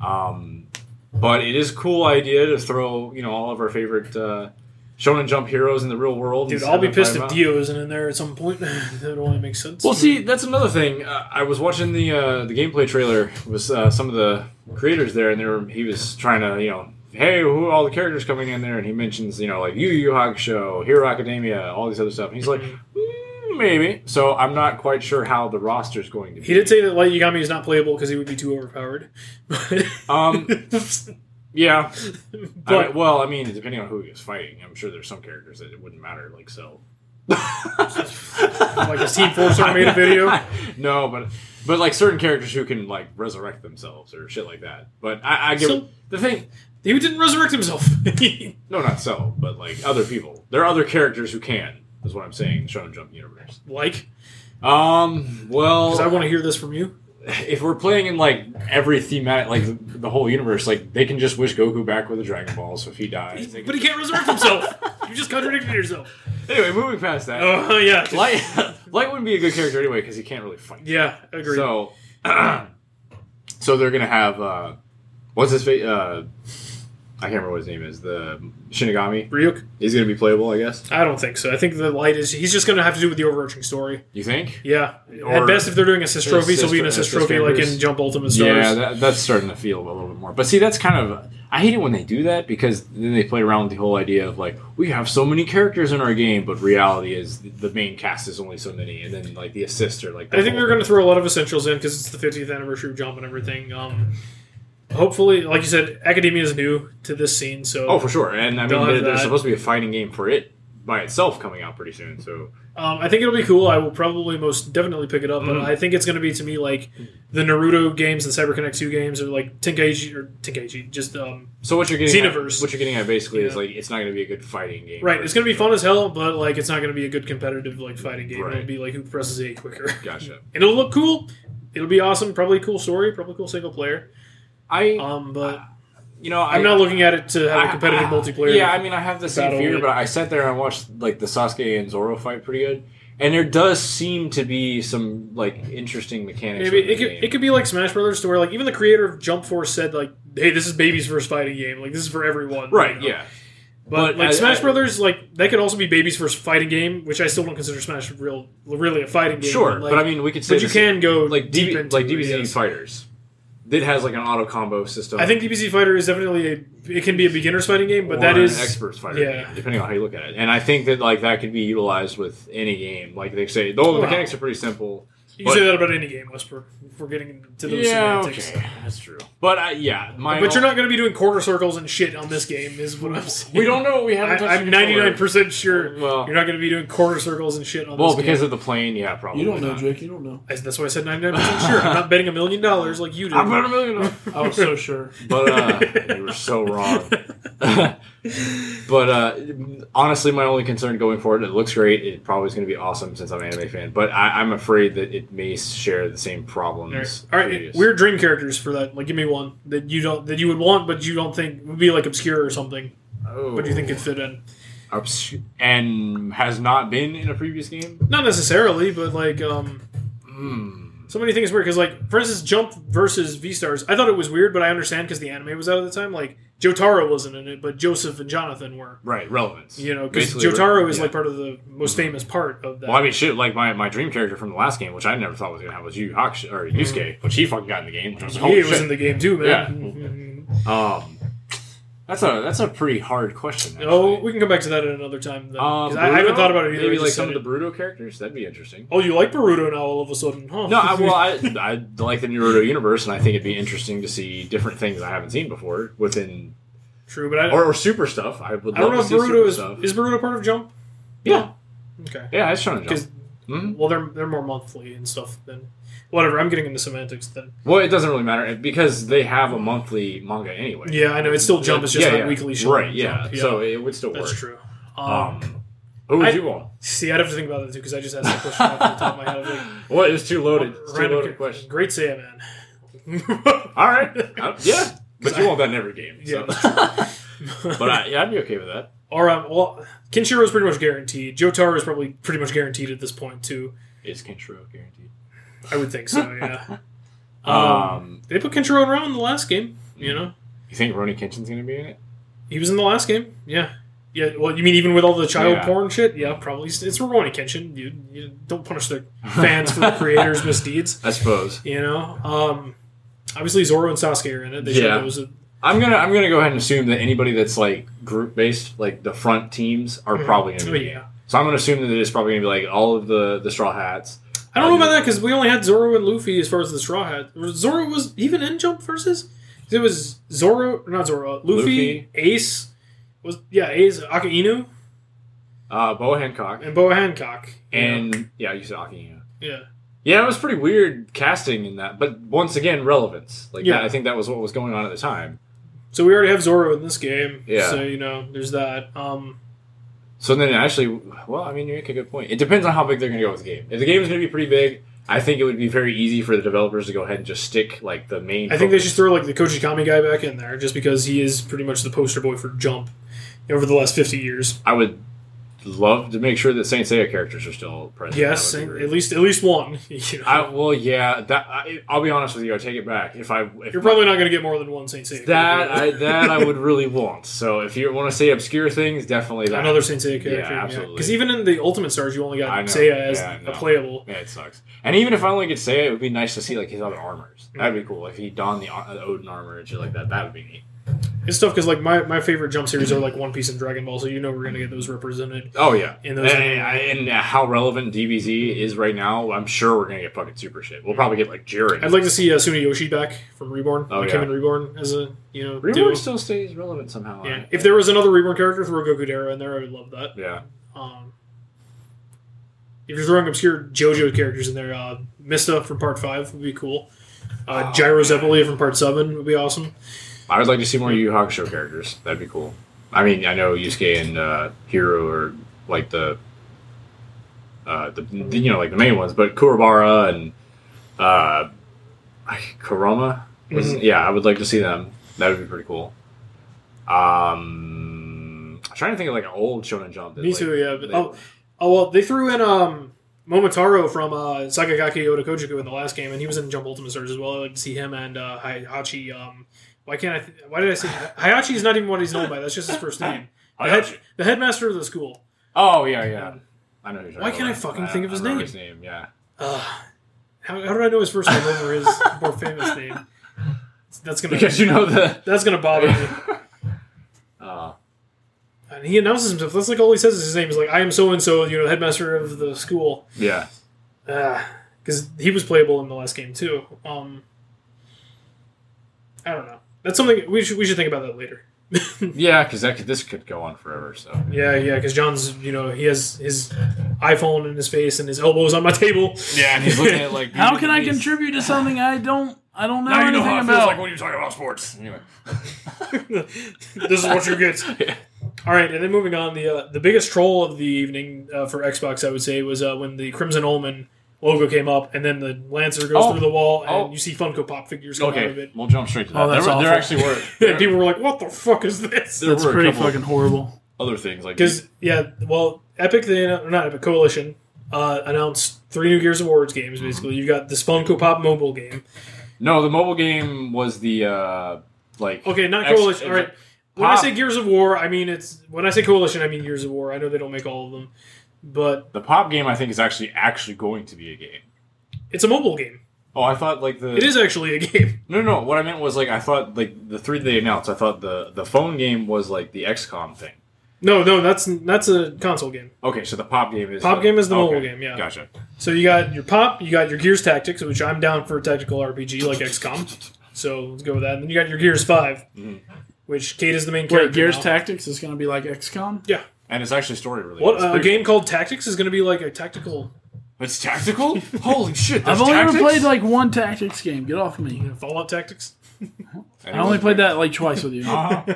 Um, but it is a cool idea to throw you know all of our favorite uh, Shonen Jump heroes in the real world.
dude,
and
I'll be
send them
pissed
fight
if
'em out.
Dio isn't in there at some point. that only makes sense.
Well, see, that's another thing. Uh, I was watching the uh, the gameplay trailer was uh, some of the creators there, and they were, he was trying to you know, hey, who are all the characters coming in there? And he mentions you know like Yu Yu Hakusho, Hero Academia, all these other stuff. And he's like, mm, maybe. So I'm not quite sure how the roster's going to be.
Mm-hmm. He did say that Light Yagami is not playable because he would be too overpowered. But,
Um, yeah. I
But-
mean- well, I mean, depending on who he was fighting, I'm sure there's some characters that it wouldn't matter. Like so.
like a Team Forcer made a video.
no, but but like certain characters who can like resurrect themselves or shit like that. But I, I get
So-
the thing.
He didn't resurrect himself.
No, not so, but like other people. There are other characters who can. Is what I'm saying. The Shonen Jump universe.
like,
Um.
because
Well,
I want to hear this from you.
if we're playing in like every thematic, like the, the whole universe, like they can just wish Goku back with a Dragon Ball. So if he dies, they
But he
can-
can't resurrect himself. you just contradicted yourself.
anyway, moving past that,
Oh, yeah.
Light Light wouldn't be a good character anyway because he can't really fight.
yeah, agreed.
So, so they're gonna have uh, what's his face? Uh, I can't remember what his name is. The Shinigami.
Ryuk?
He's going to be playable, I guess.
I don't think so. I think the light is he's just going to have to do with the overarching story.
You think?
Yeah.
Or-
At best, if they're doing assist
His
trophies, he'll be an
sister-
assist
assist
trophy like
members.
in Jump Ultimate Stars.
Yeah, that, that's starting to feel a little bit more. But see, that's kind of I hate it when they do that because then they play around with the whole idea of like we have so many characters in our game, but reality is the main cast is only so many, and then like the assist or like. The
I think
whole-
they're going to throw a lot of essentials in because it's the 50th anniversary of Jump and everything. Um, hopefully, like you said, Academia is new to this scene, so
Oh, for sure, and I mean
They'll have
there- there's
that.
supposed to be a fighting game for it by itself coming out pretty soon. So
um, I think it'll be cool. I will probably most definitely pick it up, but
Mm.
I think it's going to be to me like the Naruto games, the CyberConnect 2 games, or like Tenkaichi or Tenkaichi. Just um,
so what you're getting at-
Xenoverse.
what you're getting at basically is
Yeah.
like it's not going to be a good fighting game.
right, it's going to be fun as hell, but like it's not going to be a good competitive like fighting game.
Right.
It'll be like who presses A quicker.
Gotcha.
It'll look cool. It'll be awesome. Probably cool story. Probably cool single player.
I
Um, but
you know
I'm
I,
not looking at it to have
I-
a competitive
I-
multiplayer.
Yeah, I mean, I have the same
battle
fear,
with-
but I sat there and watched like the Sasuke and Zoro fight pretty good, and there does seem to be some like interesting mechanics.
Maybe
within
it
the
could,
game.
it could be like Smash Brothers, to where like even the creator of Jump Force said like, "Hey, this is baby's first fighting game. Like this is for everyone."
right,
you know?
yeah,
But,
But
like
I-
Smash
I-
Brothers, like that could also be baby's first fighting game, which I still don't consider Smash real really a fighting game.
sure.
like,
but I mean, we could say
but you
the
can go
same- like
deep
DB,
into
like
it,
DBZ
yes.
fighters. It has like an auto combo system.
I think DBZ Fighter is definitely a it can be a beginner's fighting game, but
or
that
an
is
experts fighter,
yeah.
game, depending on how you look at it. And I think that like that could be utilized with any game. Like they say, the
Wow.
mechanics are pretty simple.
you can say that about any game. Whisper, if we're getting to those
Yeah,
semantics.
okay, that's true. But I, yeah, my
But you're not going to be doing quarter circles and shit on this game, is what I'm saying.
We don't know. We
I,
haven't. touched
I'm
the controller.
99 percent sure
Well-
you're not going to be doing quarter circles and shit on
Well,
this
because
game.
of the plane, yeah, probably.
You don't know,
not.
Jake. You don't know.
I- that's why I said 99 percent sure. I'm not betting a million dollars like you did.
I'm about a million. dollars.
I was so sure.
but uh, you were so wrong. but uh, honestly, my only concern going forward, it looks great. It probably is going to be awesome since I'm an anime fan. But I, I'm afraid that it may share the same
All
problems.
right, All right.
previous.
weird dream characters for that. Like, give me one that you don't that you would want, but you don't think would be like obscure or something,
Oh.
but you think could fit in.
Ups- and has not been in a previous game.
Not necessarily, but like um,
Hmm.
so many things weird. Because like, for instance, Jump versus V Stars, I thought it was weird, but I understand because the anime was out at the time. Like, Jotaro wasn't in it, but Joseph and Jonathan were.
Right, relevance.
You know, because
Basically,
Jotaro is
yeah.
like part of the most famous part of that.
Well, I mean, shit. Like my, my dream character from the last game, which I never thought was gonna happen, was Yu Yu Hakusho or Yusuke, which he fucking got in the game. Which I Hmm. was like,
he
holy
was
shit.
in the game too, man.
Yeah.
Mhm.
Um, that's a that's a pretty hard question. Actually.
Oh, we can come back to that at another time. Then,
Um,
'cause I, I haven't
Boruto?
thought about it either. I
Maybe
just
like
said
some
it.
of the Bruto characters. That'd be interesting.
Oh, you like Boruto now all of a sudden, huh?
No, I, well, I, I like the Naruto universe, and I think it'd be interesting to see different things I haven't seen before within
True, but I,
or, or super stuff. I would.
I don't
love
know if
to see super
Boruto is
stuff.
is Boruto part of Jump.
yeah,
Okay,
yeah. It's trying to
because
jump. Mhm.
well, they're they're more monthly and stuff than whatever. I'm getting into semantics then.
Well, it doesn't really matter because they have a monthly manga anyway.
Yeah, I know it's still Jump. It's just
yeah,
not
yeah.
weekly show.
Right. Yeah.
Jump,
So it would still
that's
work.
true. Um,
Um, who would
I-
you want?
see, I'd have to think about that too because I just asked that question off the top of my head. I was like,
What is too loaded? It's too
random
loaded
ca-
question.
Great Saiyaman.
All right. Uh, yeah. But you want that in every game.
Yeah,
So. but I, yeah, I'd be okay with that.
All right. Well, Kenshiro is pretty much guaranteed. Jotaro is probably pretty much guaranteed at this point too.
Is Kenshiro guaranteed?
I would think so. Yeah.
Um,
they put Kenshiro around in the last game. You know.
you think Ronnie Kenshin's gonna be in it?
He was in the last game. Yeah. Yeah. Well, you mean even with all the child
Yeah.
porn shit? Yeah, probably. It's it's Rurouni Kenshin. You, you don't punish the fans for the creators' misdeeds.
I suppose.
You know. Um. Obviously, Zoro and Sasuke are in it. They
Yeah.
yeah. Those,
I'm gonna I'm gonna go ahead and assume that anybody that's like group based, like the front teams, are probably gonna
oh,
be. in it.
yeah.
So I'm gonna assume that it's probably gonna be like all of the the straw hats.
I don't know about that because we only had Zoro and Luffy as far as the Straw Hat. Zoro was even in Jump Versus. It was Zoro, not Zoro, uh, Luffy,
Luffy.
Ace. Was yeah, Ace Aka Inu
Uh, Bo Hancock
and Boa Hancock. you know?
and yeah, you said Akihina.
yeah,
Yeah, it was pretty weird casting in that, but once again, relevance. Like
Yeah.
that, I think that was what was going on at the time.
so we already have Zoro in this game.
Yeah.
So you know, there's that. Um.
So then, actually, well, I mean, you make a good point. It depends on how big they're going to go with the game. If the game is going to be pretty big, I think it would be very easy for the developers to go ahead and just stick like the main.
I think they
focus.
should throw like the Koji Kami guy back in there just because he is pretty much the poster boy for Jump over the last fifty years.
I would love to make sure that Saint Seiya characters are still present.
Yes,
That would be
and
great.
at least at least one. You know?
I, well, yeah. That I, I'll be honest with you. I take it back. If I, if
You're probably not going to get more than one Saint Seiya.
that, I,
character.
that I would really want. So if you want to say obscure things, definitely that.
another Saint Seiya character.
absolutely.
Because even in the Ultimate Stars, you only
I
got
know.
Seiya as
Yeah, I know.
a playable.
Yeah, it sucks. And even if I only could say it, it would be nice to see like his other armors.
Hmm.
That'd be cool if he donned the, uh, the Odin armor and shit like that. That would be neat.
It's tough because like my, my favorite jump series are like One Piece and Dragon Ball, so you know we're going to get those represented.
Oh yeah,
In
and,
those-
and, and uh, how relevant DBZ is right now, I'm sure we're gonna get fucking super shit. We'll probably get like Jiren.
I'd like to see uh, Yoshi back from Reborn.
Oh,
like
yeah.
him and Reborn as a you know duo.
Reborn still stays relevant somehow.
Yeah.
I-
If there was another Reborn character, throw Goku Dera in there. I would love that.
yeah,
Um, if you're throwing obscure JoJo characters in there, uh, Mista from Part Five would be cool. Uh,
Oh,
Gyro
man.
Zeppeli from Part Seven would be awesome.
I would like to see more Yu Yu Hakusho characters. That'd be cool. I mean, I know Yusuke and uh, Hiro are like the, uh, the, the you know like the main ones, but Kurabara and uh, Kurama. was-
Mhm.
Yeah, I would like to see them. That would be pretty cool. Um, I'm trying to think of like an old Shonen Jump. that,
Me
like,
too. Yeah. But,
they-
oh, oh well, they threw in um, Momotaro from uh, Sakagaki Otokojiku in the last game, and he was in Jump Ultimate Stars as well. I like to see him and uh, Hayachi. Um, why can't I? Th- why did I say Hayachi is not even what he's known by? That's just his first name. The, head- the headmaster of the school.
Oh yeah, yeah. I know. who You're
Why
talking
can't I
about.
fucking think of his
remember
name?
His name, yeah.
Uh, how, how did I know his first name over his more famous name? That's gonna
Because you know the.
that's gonna bother me.
Uh,
And he announces himself. That's like all he says is his name. He's like, I am so and so, you know, headmaster of the school.
yeah.
Because he was playable in the last game too. Um, I don't know. That's something we should we should think about that later.
Yeah, because that could, this could go on forever. So
Yeah, yeah. Because John's, you know, he has his iPhone in his face and his elbows on my table.
yeah, and he's looking at like
How can I
these-
contribute to something I don't I don't know
Now you
anything
know how it feels
about?
like when you talk about sports. Anyway,
this is what you get.
Yeah.
All right, and then moving on, the uh, the biggest troll of the evening uh, for Xbox, I would say, was uh, when the Crimson Omen logo came up, and then the Lancer goes
Oh.
through the wall, and
Oh.
you see Funko Pop figures come out of
okay,
it.
we'll jump straight to that.
Oh, that's
there, were- there
awful.
actually were
And
there,
people were like, "What the fuck is this?"
there
That's
were a
pretty
couple
fucking horrible.
other things like
Because yeah, well, Epic they or not Epic Coalition uh, announced three new Gears of War games. Basically, you've got this Funko Pop mobile game.
no, the mobile game was the uh like
Okay, not
Ex-
Coalition. All right. When I
Pop.
say Gears of War, I mean it's when I say Coalition, I mean Gears of War. I know they don't make all of them, but
the pop game. I think is actually actually going to be a game.
it's a mobile game.
Oh, I thought like the
It is actually a game.
No, no. What I meant was like I thought like the three they announced. I thought the the phone game was like the XCOM thing.
No, no, that's that's a console game.
Okay, so the pop game is
Pop game is the
okay,
mobile game, yeah.
Gotcha.
So you got your pop, you got your Gears Tactics, which I'm down for a tactical RPG like XCOM. So let's go with that. And then you got your Gears 5
Mhm.
which Kate is the main character.
Wait, Gears
now.
Tactics is going to be like XCOM.
And it's actually story related.
What
It's
a
pretty
game called Tactics is going to be like a tactical
cool. It's tactical. Holy shit!
I've
that's
only
tactics?
ever played like one tactics game. Get off
you
me.
know, Fallout Tactics.
I only played that like twice with you. I
Uh-huh.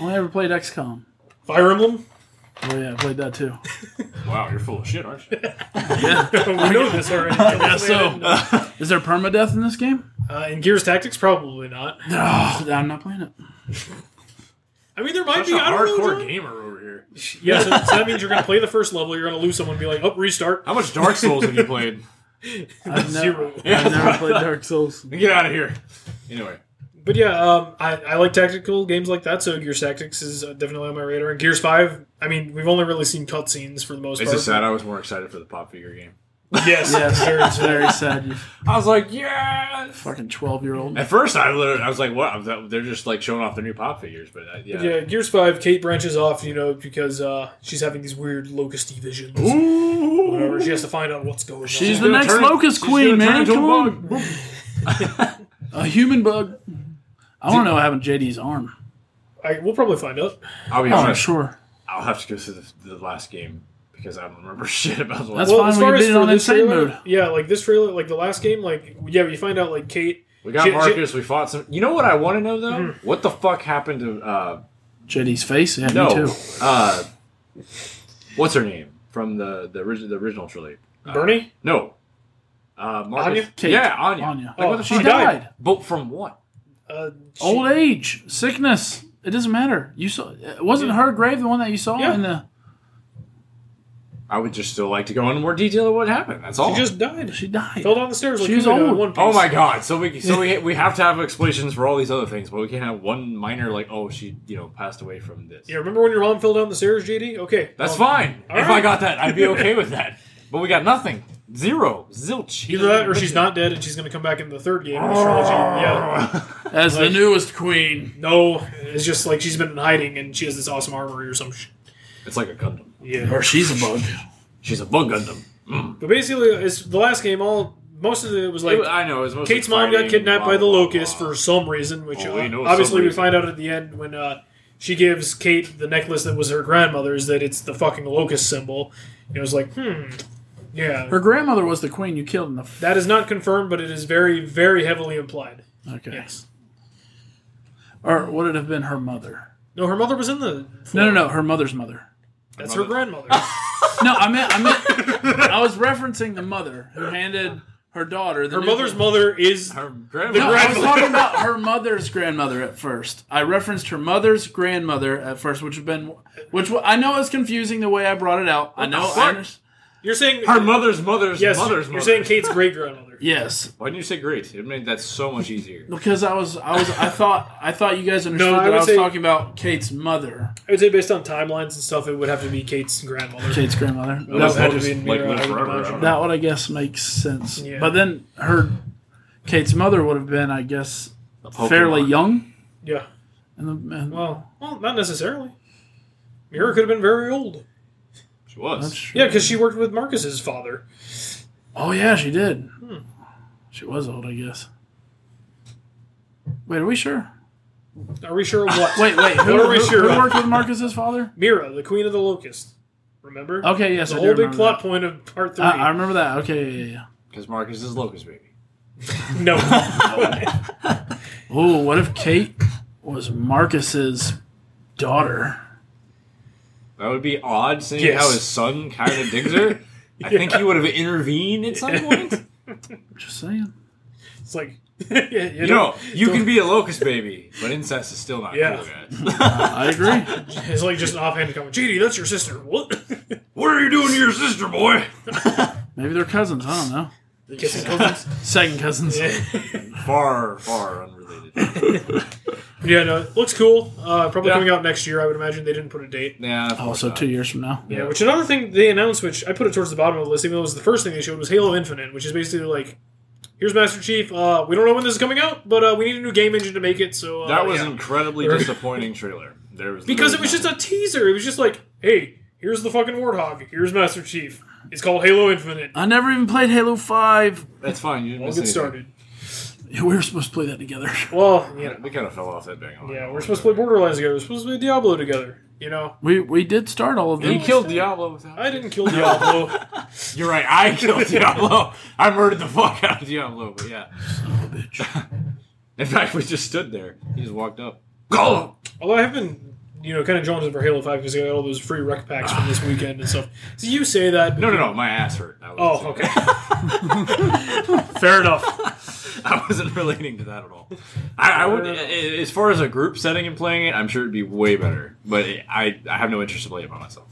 only ever played XCOM.
Fire Emblem.
Oh yeah, I played that too.
Wow, you're full of shit, aren't you?
we know this already. yeah,
so-
uh,
Is there permadeath in this game?
uh, in Gears Tactics, probably not.
No, I'm not playing it.
I mean, there might
Such
be.
a
I don't know.
hardcore
John.
gamer over here.
Yeah, so, so that means you're going to play the first level. You're going to lose someone. and Be like, oh, restart.
How much Dark Souls have you played?
I've never,
Zero.
I've never played Dark Souls.
Get out of here. Anyway,
But yeah, um, I, I like tactical games like that. So Gears Tactics is uh, definitely on my radar. And Gears Five, I mean, we've only really seen cutscenes for the most
is
part.
it sad? I was more excited for the pop figure game.
Yes,
Yes,
very
it's
sad.
very sad. You
I was like, yeah.
fucking twelve year old.
At first, I literally, I was like, what? They're just like showing off their new pop figures, but uh, yeah.
Yeah, Gears Five. Kate branches off, you know, because uh, she's having these weird locusty visions.
Ooh.
Whatever. She has to find out what's going
She's
on.
the
gonna
next
turn-
locust
she's
queen,
gonna turn
man.
into a
Come on,
bug.
a human bug. I want to know what happened to JD's arm.
I, we'll probably find out.
I'll be
Oh, I'm
honest.
sure.
I'll have to go through the, the last game because I don't remember shit about the last.
That's fine, we can beat it
for
on
this
insane
trailer,
mode.
yeah, like this trailer, like the last game, like yeah, we find out like Kate.
We got
Shit,
Marcus. we fought some. You know what I want to know though?
Mm-hmm.
What the fuck happened to? uh
JD's face. Yeah, me
No.
too.
Uh, what's her name from the the, orig- the original trilogy? Uh,
Bernie,
No. Uh, Marcus.
Anya?
Kate.
Yeah, Anya.
Anya.
Like, what
Oh,
the
She
fuck?
died.
died.
But from what?
uh, she-
Old age, sickness. It doesn't matter. You saw. Wasn't her grave the one that you saw
Yeah.
in the?
I would just still like to go into more detail of what happened. That's all.
She just died.
She died.
fell down the stairs like
She was
Kubo in
old.
One Piece.
Oh my god! So we so we, we have to have explanations for all these other things, but we can't have one minor like oh she you know passed away from this.
Yeah, remember when your mom fell down the stairs, JD? Okay, Um,
That's
well,
fine.
all
If I
right.
got that, I'd be okay with that. But we got nothing. Zero. Zilch.
Either that, or she's not dead, and she's going to come back in the third game. and Astrology.
Oh.
Yeah,
As the
Like-
newest queen.
no, it's just like she's been in hiding, and she has this awesome armor or some shit.
It's like a Gundam.
Yeah,
Or she's a bug.
She's a bug Gundam.
but basically, it's the last game. All most of it was like
It- I know. It was mostly
Kate's mom got
fighting,
kidnapped
blah,
by the
blah, blah,
locust
blah.
for some reason, which
Well, Oh, we
uh,
know some
obviously we
reason.
find out at the end when uh, she gives Kate the necklace that was her grandmother's that it's the fucking locust symbol. And it was like, hmm, yeah,
Her grandmother was the queen you killed in the. F-
that is not confirmed, but it is very, very heavily implied.
okay.
Yes.
Or would it have been her mother?
No, her mother was in the.
No, no, no. Her mother's mother.
That's
Her
her
mother.
grandmother.
No, I meant, I meant, I was referencing the mother who handed her daughter. The
Her
new-
mother's mother is.
Her grandma.
No, I was
grandmother.
talking about her mother's grandmother at first. I referenced her mother's grandmother at first, which has been, which wa- I know is confusing the way I brought it out. I
What the
know.
fuck?
I under-
You're saying
Her mother's mother's
Yes,
mother's
you're
mother.
saying Kate's great grandmother.
yes,
Why didn't you say great? It made that so much easier.
because I was, I was, I thought, I thought you guys understood
No, I
that I
would
was
say-
talking about Kate's mother,
I would say based on timelines and stuff, it would have to be Kate's grandmother.
Kate's grandmother.
Unless
That,
had to
they'll
be
just,
in
like,
Mira,
live
I would
forever, I
imagine.
don't know.
that would, I guess, makes sense.
Yeah.
But then her, Kate's mother would have been, I guess,
A Pokemon.
fairly young.
Yeah.
And the, and
Well, well, not necessarily. Mira could have been very old.
She was.
that's true.
Yeah, because she worked with Marcus's father.
Oh yeah, she did. She was old, I guess. Wait, are we sure?
Are we sure of what?
Wait, wait. Who,
What are we
who-
sure
who
of?
worked with Marcus's father?
Mira, the queen of the locust. Remember?
Okay, yes,
The
I do
whole big
remember
plot point of part three.
that. I, I remember that. Okay, yeah, yeah.
Because Marcus is Locust Baby.
no.
yeah. Ooh, what if Kate was Marcus's daughter?
That would be odd, seeing
Yes.
how his son kind of digs her. I think he would have intervened at some point.
Just saying.
it's like, yeah, you,
You
know,
know, you can be a locust baby, but incest is still not
Yeah.
cool, guys.
I agree.
it's like just an offhand comment. JD, that's your sister. What?
what are you doing to your sister, boy?
Maybe they're cousins. I don't know.
Kissing cousins.
Second cousins.
Far, far unrelated.
yeah, no, it looks cool. Uh, probably
Yeah.
coming out next year. I would imagine they didn't put a date.
Yeah. of
Oh,
course
so
not.
two years from now.
Yeah, which another thing they announced, which I put it towards the bottom of the list, even though it was the first thing they showed, was Halo Infinite, which is basically like, here's Master Chief. Uh, we don't know when this is coming out, but uh, we need a new game engine to make it. So uh,
That was
yeah.
an incredibly disappointing trailer. There was
because it
literally
was just a teaser. It was just like, hey, here's the fucking Warthog. Here's Master Chief. It's called Halo Infinite.
I never even played Halo Five.
nothing. That's fine. You didn't
We'll
miss
get
anything.
started.
Yeah, we were supposed to play that together.
Well, you know,
We kind of fell off that bang.
yeah, we're supposed to play Borderlands together. We're supposed to play Diablo together. You know,
We we did start all of
He
them.
killed Diablo without.
I didn't kill Diablo.
You're right. I killed Diablo. I murdered the fuck out of Diablo. But yeah. In fact, we just stood there. He just walked up. Go.
Although I have been, you know, kind of jaunted for Halo Five because I got all those free rec packs from this weekend and stuff. So you say that?
No, no, no. My ass hurt. That was-
Oh, okay. Fair enough.
I wasn't relating to that at all. I, I would, a- as far as a group setting and playing it, I'm sure it'd be way better. But it, I, I have no interest to play it by myself.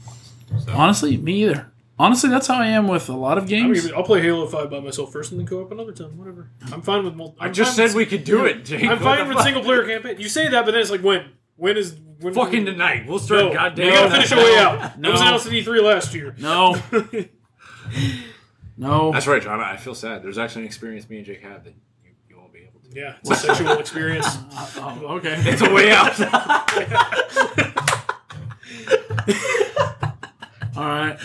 Honestly, me either. Honestly, that's how I am with a lot of
I
games.
will play Halo Five by myself first, and then go up another time. Whatever. I'm fine with. Multi-
I just said we could do it. Jake.
I'm
What the
fine with
fuck?
single player campaign. You say that, but then it's like when? When is when?
Fucking tonight. We'll start.
No,
goddamn.
we gotta finish our way out.
No.
It was announced at E3 last year.
No. no.
That's right, John. I feel sad. There's actually an experience me and Jake have that you, you won't be able to.
Yeah, it's a sexual experience.
Oh, okay.
It's a way out.
All right.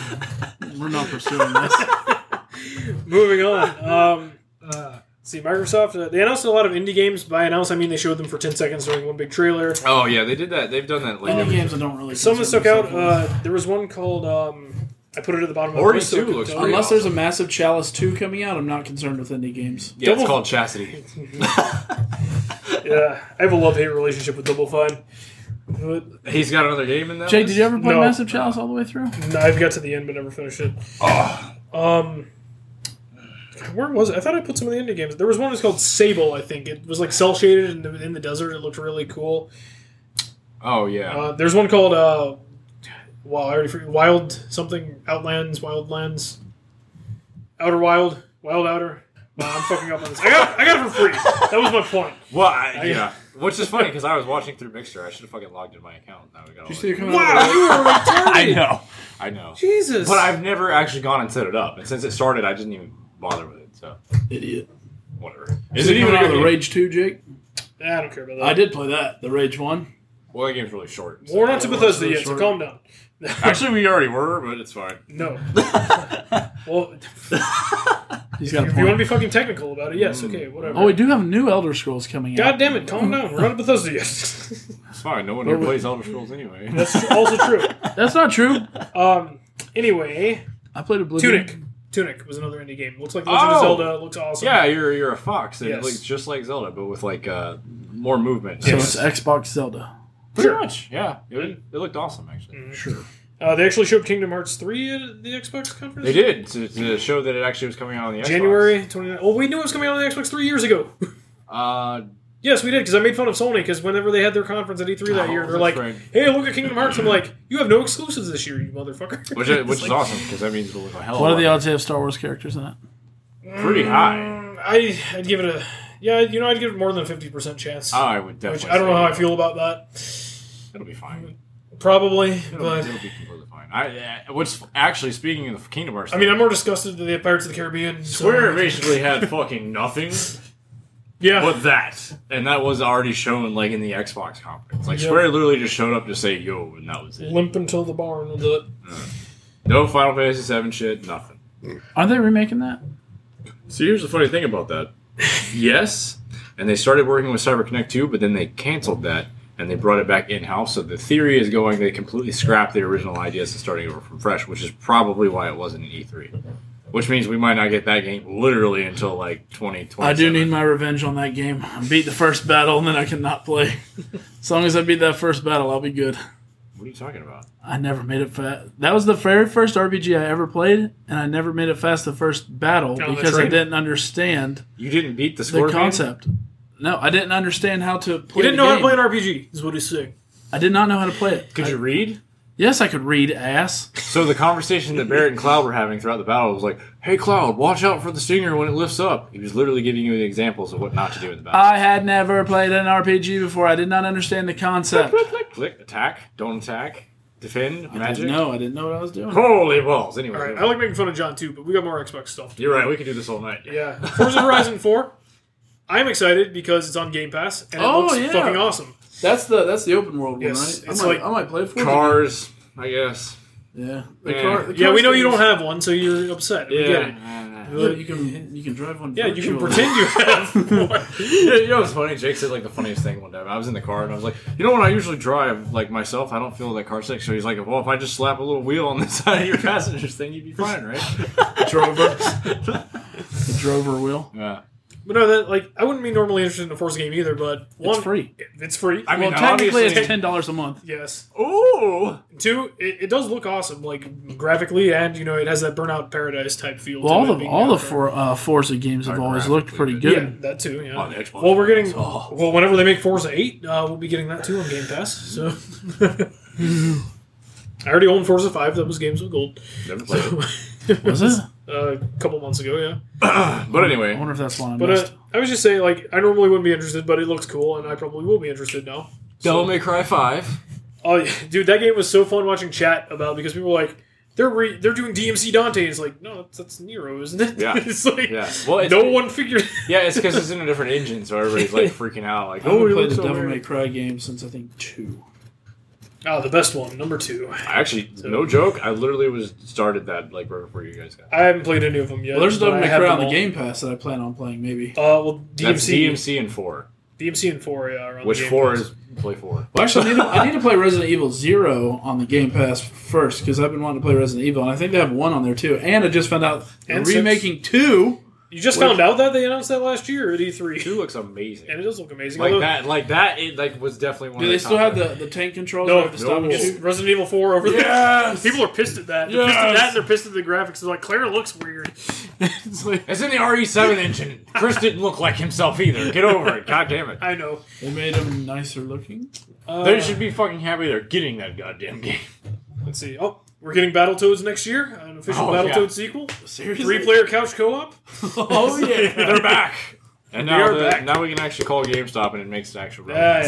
We're not pursuing this.
Moving on. Um, see, Microsoft, uh, they announced a lot of indie games. By announce, I mean they showed them for 10 seconds during one big trailer.
oh yeah, they did that. They've done that like
Any
every.
games I don't really.
Some that
concern
stuck out,
myself
uh, there was one called, um, I put it at the bottom of the
Ori
list. so I
2
could
looks
with.
tell you.
Unless there's a massive Chalice two coming out, I'm not concerned with indie games.
Yeah, it's
Double-
called Chastity.
Yeah, I have a love hate relationship with Double Fine. But,
He's got another game in that.
Jake, did you ever play
No.
Massive Chalice all the way through?
no, I've got to the end but never finished it. Um. Where was it? I thought I put some of the indie games. There was one that's called Sable, I think. It was like cell shaded in the, in the desert. It looked really cool.
Oh yeah.
Uh, there's one called uh, Well, I already forget. Wild something. Outlands. Wildlands. Outer Wild. Wild Outer. Wow, I'm fucking up on this. I got, I got it for free. That was my point.
Well, I, yeah. Which is funny because I was watching through Mixer. I should have fucking logged in my account. Now we got. all
You
this-
see it coming out
Wow,
of
you were retarded.
I know. I know.
Jesus.
But I've never actually gone and set it up, and since it started, I didn't even bother with it. So
the idiot.
whatever.
Is it even
a
out of
good
the
game?
Rage Two, Jake?
I don't care about that.
I did play that, the Rage One.
Well, that game's really short. so-
We're not to
Yeah,
Bethesda
we're
yet, so
short.
calm down.
Actually, we already were, but it's fine.
No. Well,
He's got a
if you want to
point.
be fucking technical about it,
Hmm.
yes, okay, whatever.
Oh, we do have new Elder Scrolls coming out.
God damn it, calm down. We're not at Bethesda yet.
It's fine. No one here
Well, we-
plays Elder Scrolls anyway.
That's tr- also true.
That's not true.
Um, anyway,
I played Oblivion.
Tunic. Tunic was another indie game. Looks like Legend
Oh!
of Zelda. Looks awesome.
yeah, you're you're a fox, and
Yes.
like just like Zelda, but with like uh, more movement.
So
Yes.
it's Xbox Zelda.
Pretty
Sure.
much, yeah. It, it looked awesome, actually.
Sure.
Uh, they actually showed Kingdom Hearts 3 at the Xbox conference.
They did to, to show that it actually was coming out on the Xbox.
January 29th. Oh, we knew it was coming out on the Xbox three years ago.
Uh,
yes, we did, because I made fun of Sony, because whenever they had their conference at E3 that
Oh,
year, they're
that's
like,
right.
hey, look at Kingdom Hearts. I'm like, you have no exclusives this year, you motherfucker.
which uh,
It's
which is
like,
awesome because that means it'll look a hell.
What
of
are
a
the
lot
odds they have Star Wars characters in it?
Pretty high.
Mm, I, I'd give it a. Yeah, you know, I'd give it more than a 50% chance.
Ah, I would
which
definitely.
I don't
say
know how I feel about that.
It'll be fine.
Probably,
It'll,
but.
it'll be completely fine. I, uh, what's actually speaking of the Kingdom Hearts,
I mean, I'm more disgusted than the Pirates of the Caribbean. so-
Square basically had fucking nothing
Yeah.
but that, and that was already shown like in the Xbox conference. Like
Yeah.
Square literally just showed up to say yo, and that was it.
Limp until the barn with it.
No Final Fantasy Seven shit, nothing.
Aren't they remaking that?
So here's the funny thing about that. yes, and they started working with CyberConnect 2, but then they canceled that and they brought it back in house. So the theory is going they completely scrapped the original ideas and starting over from fresh, which is probably why it wasn't in E3. Which means we might not get that game literally until like 2020.
I do need my revenge on that game. I beat the first battle and then I cannot play. as long as I beat that first battle, I'll be good.
What are you talking about?
I never made it fast. That was the very first RPG I ever played, and I never made it fast the first battle
Oh, that's
because I
right.
didn't understand
You didn't beat the
the
score
concept. No, I didn't understand how to play.
You didn't
the
know how
game.
to play an RPG, is what he's saying.
I did not know how to play it.
Could you read?
Yes, I could read ass.
So the conversation that Barrett and Cloud were having throughout the battle was like, "Hey Cloud, watch out for the stinger when it lifts up." He was literally giving you the examples of what not to do in the battle.
I had never played an RPG before. I did not understand the concept.
click, click, click, attack, don't attack, defend,
I
magic.
didn't know. I didn't know what I was doing.
Holy balls! Anyway,
Alright, I like making fun of John too, but we got more Xbox stuff.
you're right. We could do this all night.
Yeah. Forza Horizon 4, I'm excited because it's on Game Pass and it
Oh,
looks
yeah.
fucking awesome.
That's the that's the open world
Yes,
one, right?
it's
I might,
like-
I might play for
Cars, I guess.
Yeah, the
Yeah.
car. The
Yeah,
car
we know you
thing
don't
is-
have one, so you're upset. We get it.
Well, you can you can drive one.
Yeah, you
virtually.
can pretend you have one.
You know, you know what's funny? Jake said like the funniest thing one time. I was in the car and I was like, you know when I usually drive like myself, I don't feel that car sick. So he's like, well, if I just slap a little wheel on the side of your passenger's thing, you'd be fine, right?
drover. the drover wheel.
Yeah.
But no, that like I wouldn't be normally interested in a Forza game either. But one,
It's free.
It's free.
I mean,
Well, technically,
obviously-
it's ten dollars a month.
yes.
Ooh.
Two, it, it does look awesome, like graphically, and you know, it has that Burnout Paradise type feel.
Well,
to
all
it
the
being
all
out
the
there.
four, uh, Forza games have
Are
always looked
graphically
pretty
good.
good.
yeah, that too. Yeah.
On the Xbox.
well, we're getting
Oh.
well whenever they make Forza Eight, uh, we'll be getting that too on Game Pass. So. I already own Forza Five. That was Games of Gold
Never played it.
Was it?
uh, a couple months ago. Yeah.
But
I
anyway,
wonder if that's one I
But uh,
missed.
I was just saying, like, I normally wouldn't be interested, but it looks cool, and I probably will be interested now.
Devil May Cry Five.
Oh, yeah. dude, that game was so fun watching chat about because people were like, they're re- they're doing DMC Dante. It's like, no, that's, that's Nero, isn't it?
Yeah.
it's like,
Yeah. Well, it's,
no one figured.
Yeah, it's because it's in a different engine, so everybody's like freaking out. Like,
I haven't
oh, it
played
looks
the
so
Devil May
weird.
Cry game since I think two.
Ah, the best one, number two.
I actually, no joke. I literally was started that like right before you guys got.
I haven't played any of them yet.
Well, there's a
but
Devil
I
May
have
Cry
them
on the
all.
Game Pass that I plan on playing. Maybe.
Uh, well,
That's
DMC,
DMC and four,
DMC and four, yeah, are on
which
the Game
four
Pass.
is play four.
Well, actually, I need, to, I need to play Resident Evil Zero on the Game Pass first because I've been wanting to play Resident Evil, and I think they have one on there too. And I just found out they're
And six.
remaking two.
You just
Which-
found out that they announced that last year at E3,
Two looks amazing.
and it does look amazing.
Like
although-
that, like that, it like was definitely one.
Do
of
they
the
still
top
have the, the tank controls?
No,
where you have to stop and
no.
It's
shoot?
Resident Evil Four over
Yes!
there. People are pissed at that. They're pissed at
Yes!
that, and they're pissed at the graphics. They're like, Claire looks weird. it's like,
It's in the RE7 engine. Chris didn't look like himself either. Get over it. God damn it.
I know.
They made them nicer looking.
Uh,
They should be fucking happy they're getting that goddamn game.
Let's see. Oh, we're getting Battletoads next year. An official
Oh, yeah.
Battletoads sequel.
Seriously?
Three player couch co op.
Oh yeah.
They're back. And now,
are
the,
back.
now we can actually call GameStop and it makes an actual
Yeah,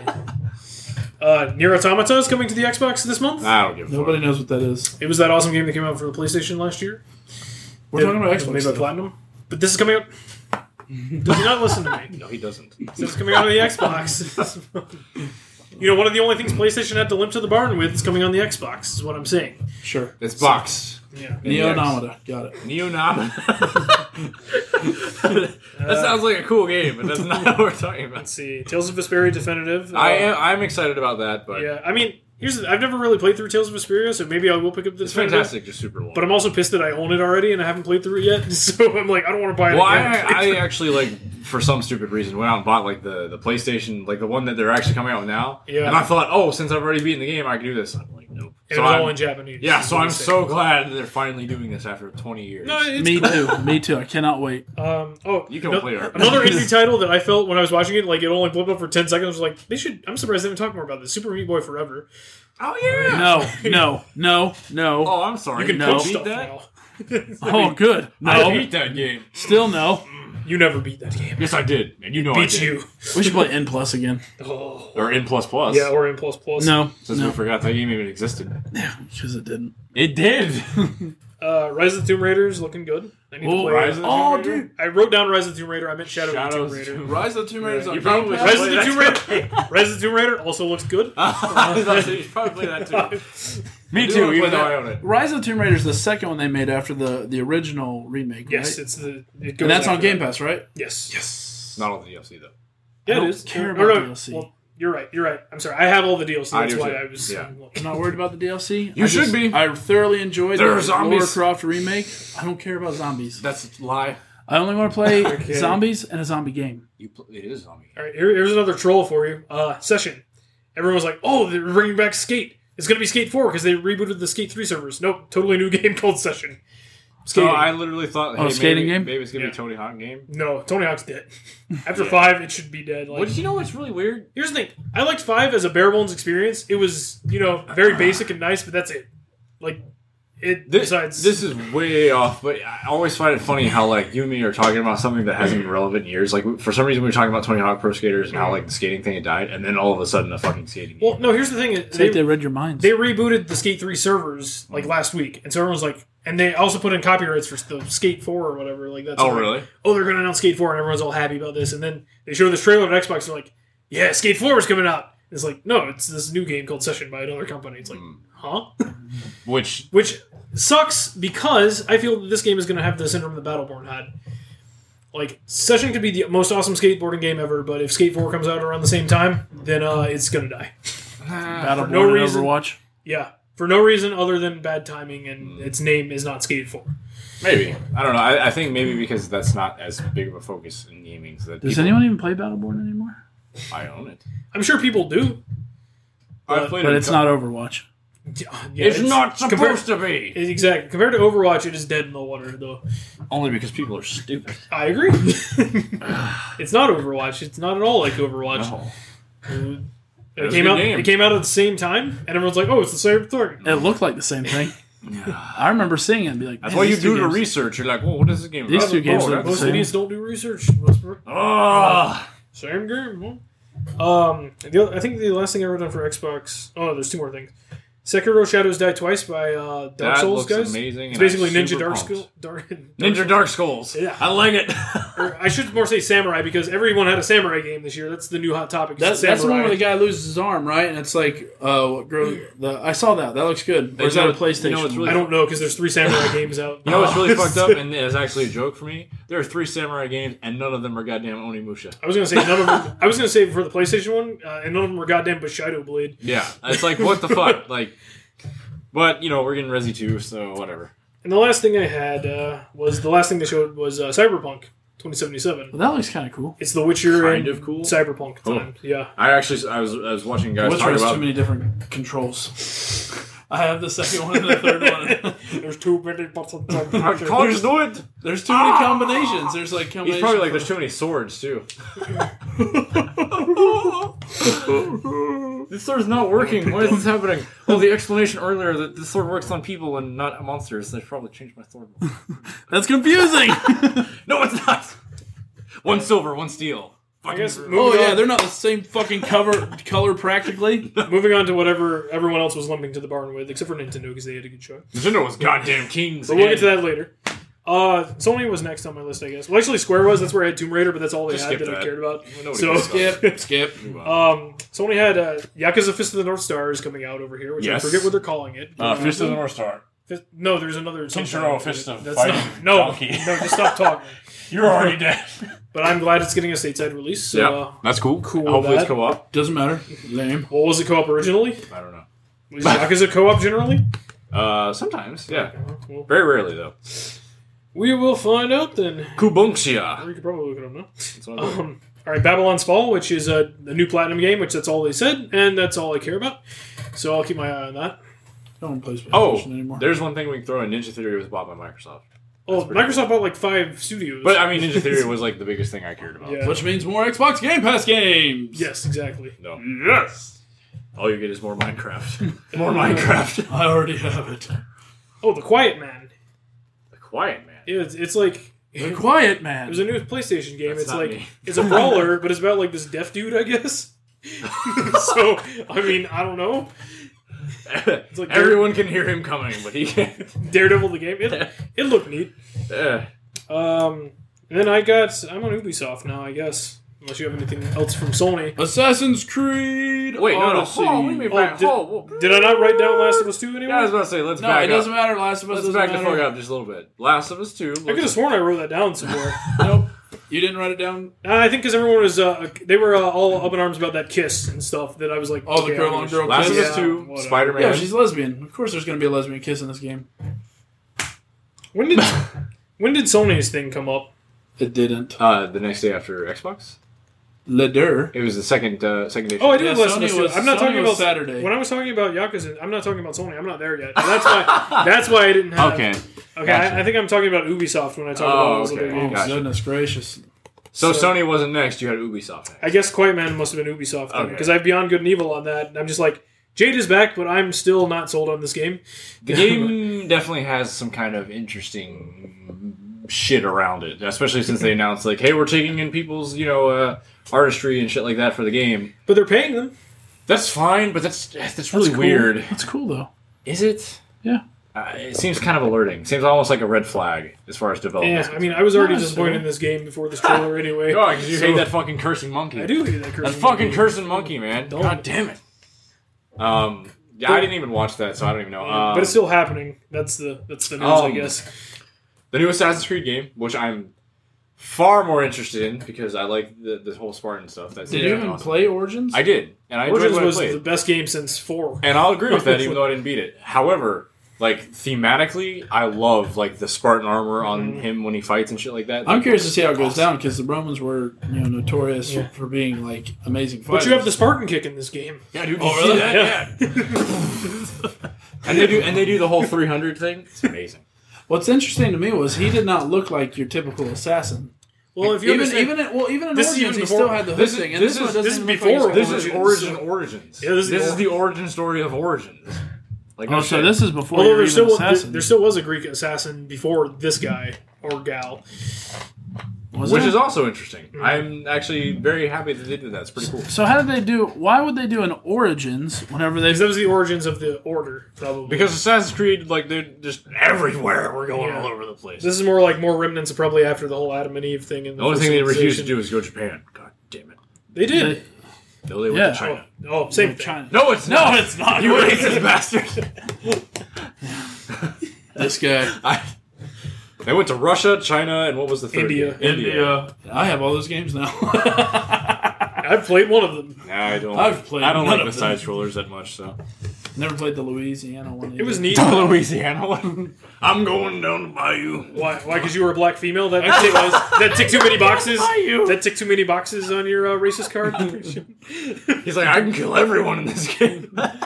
relevance.
yeah, yeah. uh, Nier Automata is coming to the Xbox this month.
I don't give a
Nobody
fuck.
knows what that is.
It was that awesome game that came out for the PlayStation last year.
We're
That-
talking about
that was
Xbox.
Made by
stuff.
Platinum. But this is coming out. Does he not listen to me?
No, he doesn't.
This is coming out on the Xbox. you know, one of the only things PlayStation had to limp to the barn with is coming on the Xbox, is what I'm saying.
Sure.
It's boxed.
Yeah.
Neo Nomada. Got it.
Neonama. that sounds like a cool game, but that's not what we're talking
Let's
about.
see. Tales of Vesperia Definitive. Uh,
I am, I'm excited about that, but
Yeah, I mean, here's the, I've never really played through Tales of Vesperia, so maybe I will pick up this.
it's fantastic, just super long.
But I'm also pissed that I own it already and I haven't played through it yet, so I'm like, I don't want to buy it.
well, I,
again.
I actually like for some stupid reason went out and bought like the, the PlayStation, like the one that they're actually coming out with now.
Yeah.
And I thought, oh, since I've already beaten the game, I can do this. I'm like, nope.
And
So
it was
I'm-
all in Japanese.
yeah,
is
so
what
I'm
saying.
so glad that they're finally doing this after 20 years.
No, it's
Me
cool.
too. Me too. I cannot wait.
Um, oh,
You can
ano-
play it.
another indie title that I felt when I was watching it, like it only blew up for ten seconds. I was like, they should. I'm surprised they didn't talk more about this. Super Meat Boy Forever.
oh yeah.
No. No. No. No.
Oh, I'm sorry.
You can
No.
punch
beat
stuff
that.
now.
Oh, good.
I
No.
beat that game.
Still no.
you never beat that game.
Yes, I did, and you know Oh, I
Beat
did.
you.
We should play N plus again.
Oh.
Or in plus plus.
Yeah, or in plus plus.
No.
Since we
No.
forgot that game even existed.
Because it didn't.
It did.
Uh, Rise of the Tomb Raider is looking good. I need
Oh,
to play
Rise
it.
of the
Oh,
Tomb Raider?
dude.
I wrote down Rise of the Tomb Raider. I meant Shadow of the Tomb
Shadows
Raider.
Tomb
Rise of the Tomb Raider.
on You probably- Game Pass.
Rise of the Tomb Raider. Rise of the Tomb Raider also looks good.
Raider. you should probably play that too. Me
do wanna
too,
play
even though
that.
I own it.
Rise of the Tomb Raider is the second one they made after the the original remake.
yes,
right?
it's the. It goes
and that's on
after
Game
that.
Pass, right?
Yes.
Yes.
Not on the DLC though.
Yeah,
I
it
don't
is.
care
Or-
about
or no,
DLC.
Well, you're right. You're right. I'm sorry. I have all the DLC.
I
That's
do
why
too.
I was.
Yeah.
I'm not worried about the DLC.
You
I
should be.
I thoroughly enjoyed
There are
the Laura
zombies.
Croft remake. I don't care about zombies.
That's a lie.
I only want to play
Okay.
zombies and a zombie game.
You pl- it is on me.
All right. Here, here's another troll for you. Uh, session. Everyone was like, "Oh, they're bringing back Skate. It's gonna be Skate 4 because they rebooted the Skate 3 servers." Nope. Totally new game called Session.
So
Skating.
Oh, I literally thought, hey,
skating
maybe,
game?
Maybe it's gonna
Yeah.
be Tony Hawk game.
No, Tony Hawk's dead. After
Yeah.
five, it should be dead. Like,
What did you know? What's really weird?
here's the thing: I liked five as a bare bones experience. It was, you know, very basic and nice, but that's it. Like, it
This,
besides
this is way off, but I always find it funny how like you and me are talking about something that hasn't been relevant in years. Like we- for some reason we were talking about Tony Hawk Pro Skaters and how like the skating thing had died, and then all of a sudden a fucking skating. game.
Well, no. Here's the thing:
I think they
they,
read your minds.
they rebooted the Skate Three servers like last week, and so everyone's like, and they also put in copyrights for the Skate Four or whatever. Like that's
Oh
like,
really?
Oh, they're gonna announce Skate Four, and everyone's all happy about this. And then they show this trailer at Xbox, and they're like, yeah, Skate Four is coming out. It's like, no, it's this new game called Session by another company. It's like,
Hmm.
huh?
Which
Which sucks because I feel that this game is going to have the syndrome the Battleborn had. Like, Session could be the most awesome skateboarding game ever, but if Skate 4 comes out around the same time, then uh, it's going to die.
Battleborn
no
and
reason.
Overwatch.
Yeah. For no reason other than bad timing and its name is not Skate 4.
Maybe I don't know. I, I think maybe because that's not as big of a focus in gaming. so that
Does
people-
anyone even play Battleborn anymore?
I own it.
I'm sure people do. But-
played
But it's not Overwatch.
Yeah,
It's, not
compared-
supposed to be.
Exactly. Compared to Overwatch, it is dead in the water, though.
Only because people are stupid.
I agree. it's not Overwatch. It's not at all like Overwatch. It
That was a
came
good
out.
game.
It came out at the same time, and everyone's like, "Oh, it's the same thing."
It looked like the same thing. I remember seeing it and be like,
That's
"Man,
why you
these two
do the
games-
research. You're like, well, what is this game?
These
about?"
two games
oh,
are the
Most
that's- Ah.
same.
idiots don't do research. Most-
Ugh.
Same game. huh? Um, the other, I think the last thing I wrote down for Xbox. Oh, no, there's two more things. Sekiro Shadows Die Twice by uh, Dark
that
Souls
looks
guys.
amazing.
It's
and I'm
basically Ninja
super
Dark
pumped.
School. Dark,
Ninja Dark Skulls.
Yeah.
I like it.
or I should more say Samurai because everyone had a Samurai game this year. That's the new hot topic. is
That's,
samurai.
that's the one where the guy loses his arm, right? And it's like, uh, what grow, the, I saw that. That looks good. Or is
You
that
know
a
what-
PlayStation?
you know what's really
I don't know because there's three Samurai games out.
you know what's really fucked up, and it's actually a joke for me. There are three samurai games, and none of them are goddamn Onimusha.
I was gonna say none of them. I was gonna say for the PlayStation one, uh, and none of them were goddamn but Shadow Blade.
Yeah, it's like what the fuck, like. But you know we're getting Resi two, so whatever.
And the last thing I had uh, was the last thing they showed was uh, Cyberpunk 2077.
Well, that looks kind of cool.
It's The Witcher
Kind
and
of cool. Oh.
Cyberpunk
Cool.
time. Yeah,
I actually I was I was watching guys
Which
talk
has
about
too many different controls? I have the second one and the third one.
there's too many buttons.
I
On
can't do it.
There's too many combinations. There's like
He's
combinations.
probably like there's too many swords too. this sword's not working. Why is this happening? Well, the explanation earlier that this sword works on people and not monsters. I should probably change my sword.
That's confusing.
no, it's not. One silver, one steel.
Uh, I guess moving,
oh yeah,
on,
they're not the same fucking cover color practically.
moving on to whatever everyone else was limping to the barn with, except for Nintendo because they had a good show.
Nintendo was goddamn kings.
But we'll get to that later. Uh, Sony was next on my list, I guess. Well, actually, Square was. That's where I had Tomb Raider, but that's all they
Just
had
skip
that, I
that.
cared about.
Nobody
So-
cares about it.
skip.
Um, Sony had uh, Yakuza Fist of the North Star is coming out over here, which
Yes.
I forget what they're calling it.
Uh, Fist of the North Star.
Fist- no, there's another.
Kenshiro Fist of
That's
Fighting
not, no,
Donkey.
no, just stop talking.
You're already dead.
But I'm glad it's getting a stateside release. So, uh,
Yeah, that's cool.
cool with
Hopefully, it's
that.
co-op.
Doesn't matter. Lame.
what was the co-op originally?
I don't know.
Was Yakuza co-op generally?
Uh, sometimes, yeah.
Well,
Very rarely though.
we will find out then.
Kubunxia.
We could probably look it up now.
That's what I'm doing.
Um, all right, Babylon's Fall, which is a, a new platinum game, which that's all they said, and that's all I care about. So I'll keep my eye on that.
No one plays PlayStation
Oh,
anymore.
there's one thing we can throw in. Ninja Theory was bought by Microsoft.
Oh,
pretty
Microsoft bought like five studios.
But I mean, Ninja Theory was like the biggest thing I cared about.
Yeah.
Which means more Xbox Game Pass games.
yes, exactly.
No.
Yes.
All you get is more Minecraft. more Minecraft.
I already have it.
Oh, The Quiet Man.
The Quiet Man.
It's it's like
The
it
Quiet Man.
was a new PlayStation game.
That's
it's
not
like
me.
it's a brawler, but it's about like this deaf dude, I guess. so I mean, I don't know. like-
Everyone can hear him coming, but he can't.
Daredevil the game. It it looked neat.
Eh.
Um, and then I got I'm on Ubisoft now, I guess. Unless you have anything else from Sony.
Assassin's Creed.
Wait, no, no.
Odyssey.
Hold on, wait a minute.
Oh,
Hold
did-
on, hold on.
Did I not write down Last of Us Two anywhere?
Yeah, I was about to say, let's
No,
back
it doesn't
up.
matter. Last of Us
Let's
doesn't
back the
matter.
fuck up just a little bit. Last of Us 2.
I could have sworn I wrote that down somewhere.
Nope. You didn't write it down.
Nah, I think because everyone was, uh, they were uh, all up in arms about that kiss and stuff. That I was like,
Oh, the
okay,
girl
I'm
on
gonna-
girl
Last of
kiss.
Us
Yeah,
2,
whatever.
Spider Man.
Yeah, she's lesbian. Of course, there's gonna be a lesbian kiss in this game.
When did when did Sony's thing come up?
It didn't.
uh, the next day after Xbox.
Lider.
It was the second uh, second day.
Oh, I
show.
did
Yeah,
have Last of
Sony
Us. too.
was-
I'm not
Sony
talking
was
about
Saturday.
When I was talking about Yakuza, I'm not talking about Sony. I'm not there yet. That's why. that's why I didn't have.
Okay.
Okay.
Gotcha.
I, I think I'm talking about Ubisoft when I talk
Oh,
about those
okay.
other
Oh
games.
Gotcha.
goodness gracious!
So,
So-
Sony wasn't next. You had Ubisoft.
I guess Quiet Man must have been Ubisoft
Okay.
because I have Beyond Good and Evil on that. And I'm just like Jade is back, but I'm still not sold on this game.
The game definitely has some kind of interesting shit around it, especially since they announced like, "Hey, we're taking in people's you know uh, artistry and shit like that for the game."
But they're paying them.
That's fine, but that's that's really
That's cool.
weird.
That's cool though.
Is it?
Yeah.
Uh, it seems kind of alerting. Seems almost like a red flag as far as development.
Yeah, I mean, I was already
Nice,
disappointed
dude.
in this game before this trailer anyway.
oh, because you hate
So-
that fucking cursing monkey.
I do hate that
That
cursing.
fucking
movie.
cursing monkey, man. God damn it. Um. Yeah, I didn't even watch that, so I don't even know. Um,
but it's still happening. That's the that's the news, I
um,
guess.
the new Assassin's Creed game, which I'm far more interested in because I like the, the whole Spartan stuff. That's
Did
yeah,
you even
awesome.
play Origins?
I did, and I enjoyed
Origins
what I
was
played,
the best game since four.
and I'll agree with that, even though I didn't beat it. However, like thematically, I love like the Spartan armor on
Mm-hmm.
him when he fights and shit like that.
I'm
Like,
curious to see how it goes down because the Romans were, you know, notorious for, for being like amazing fighters.
But you have the Spartan kick in this game.
Yeah, dude.
Oh,
you see
really?
that?
Yeah.
And they do, and they do the whole 300 thing. It's amazing.
What's interesting to me was he did not look like your typical assassin.
Well, if you
Even
understand,
even in, well even in
This is
Origins
even
he
before-
still had the hood
this is-
thing. And
this
this, one
is-
doesn't even
this is
look like he's
before
This
got
is
a hood.
origin origins.
Yeah,
this is, the origin story of origins. Like, no
Oh, so
shit.
this is before
although
you're
there
even
still there,
assassin.
there still was a Greek assassin before this guy or gal.
Was
which
there?
is also interesting. I'm actually very happy that they did that. It's pretty cool.
so how did they do? Why would they do an Origins whenever they?
Because that was the origins of the Order, probably.
Because Assassin's Creed, like, they're just everywhere. We're going
Yeah.
all over the place.
this is more like more remnants, of probably after the whole Adam and Eve thing. And
the only thing they refused to do is go to Japan. God damn it.
They did.
No, they went
Yeah.
to China.
Oh, oh, same thing.
China.
No, it's
No, it's not.
You racist bastard.
This guy.
I, they went to Russia, China, and what was the third?
India.
game? India.
I have all those games now.
I've played one of them.
Nah, I don't.
I've played
I don't
none
like the
of
side scrollers that much. So
Never played the Louisiana one.
It was neat.
Louisiana one. I'm going down to Bayou.
Why? Why? Because you were a black female. That actually was. That ticked too many boxes.
you.
That ticked too many boxes on your uh, racist card.
He's like, I can kill everyone in this game.
Uh,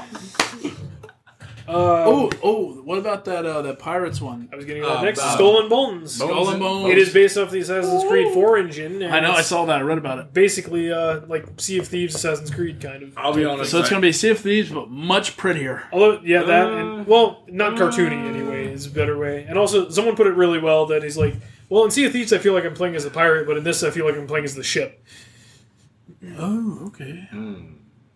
Oh, oh, what about that uh, that Pirates one?
I was getting to that
Uh,
next.
uh,
Skull and Bones.
Bones.
Skull and Bones.
It is based off the Assassin's Creed 4 engine. And
I know, I
it's
saw that. I read about it.
Basically, uh, like Sea of Thieves, Assassin's Creed kind of.
I'll be honest.
So it's going to be Sea of Thieves, but much prettier.
Although, yeah, that
Uh,
and well, not cartoony anyway is a better way. And also, someone put it really well that he's like, well, in Sea of Thieves, I feel like I'm playing as the pirate, but in this, I feel like I'm playing as the ship.
Oh, okay.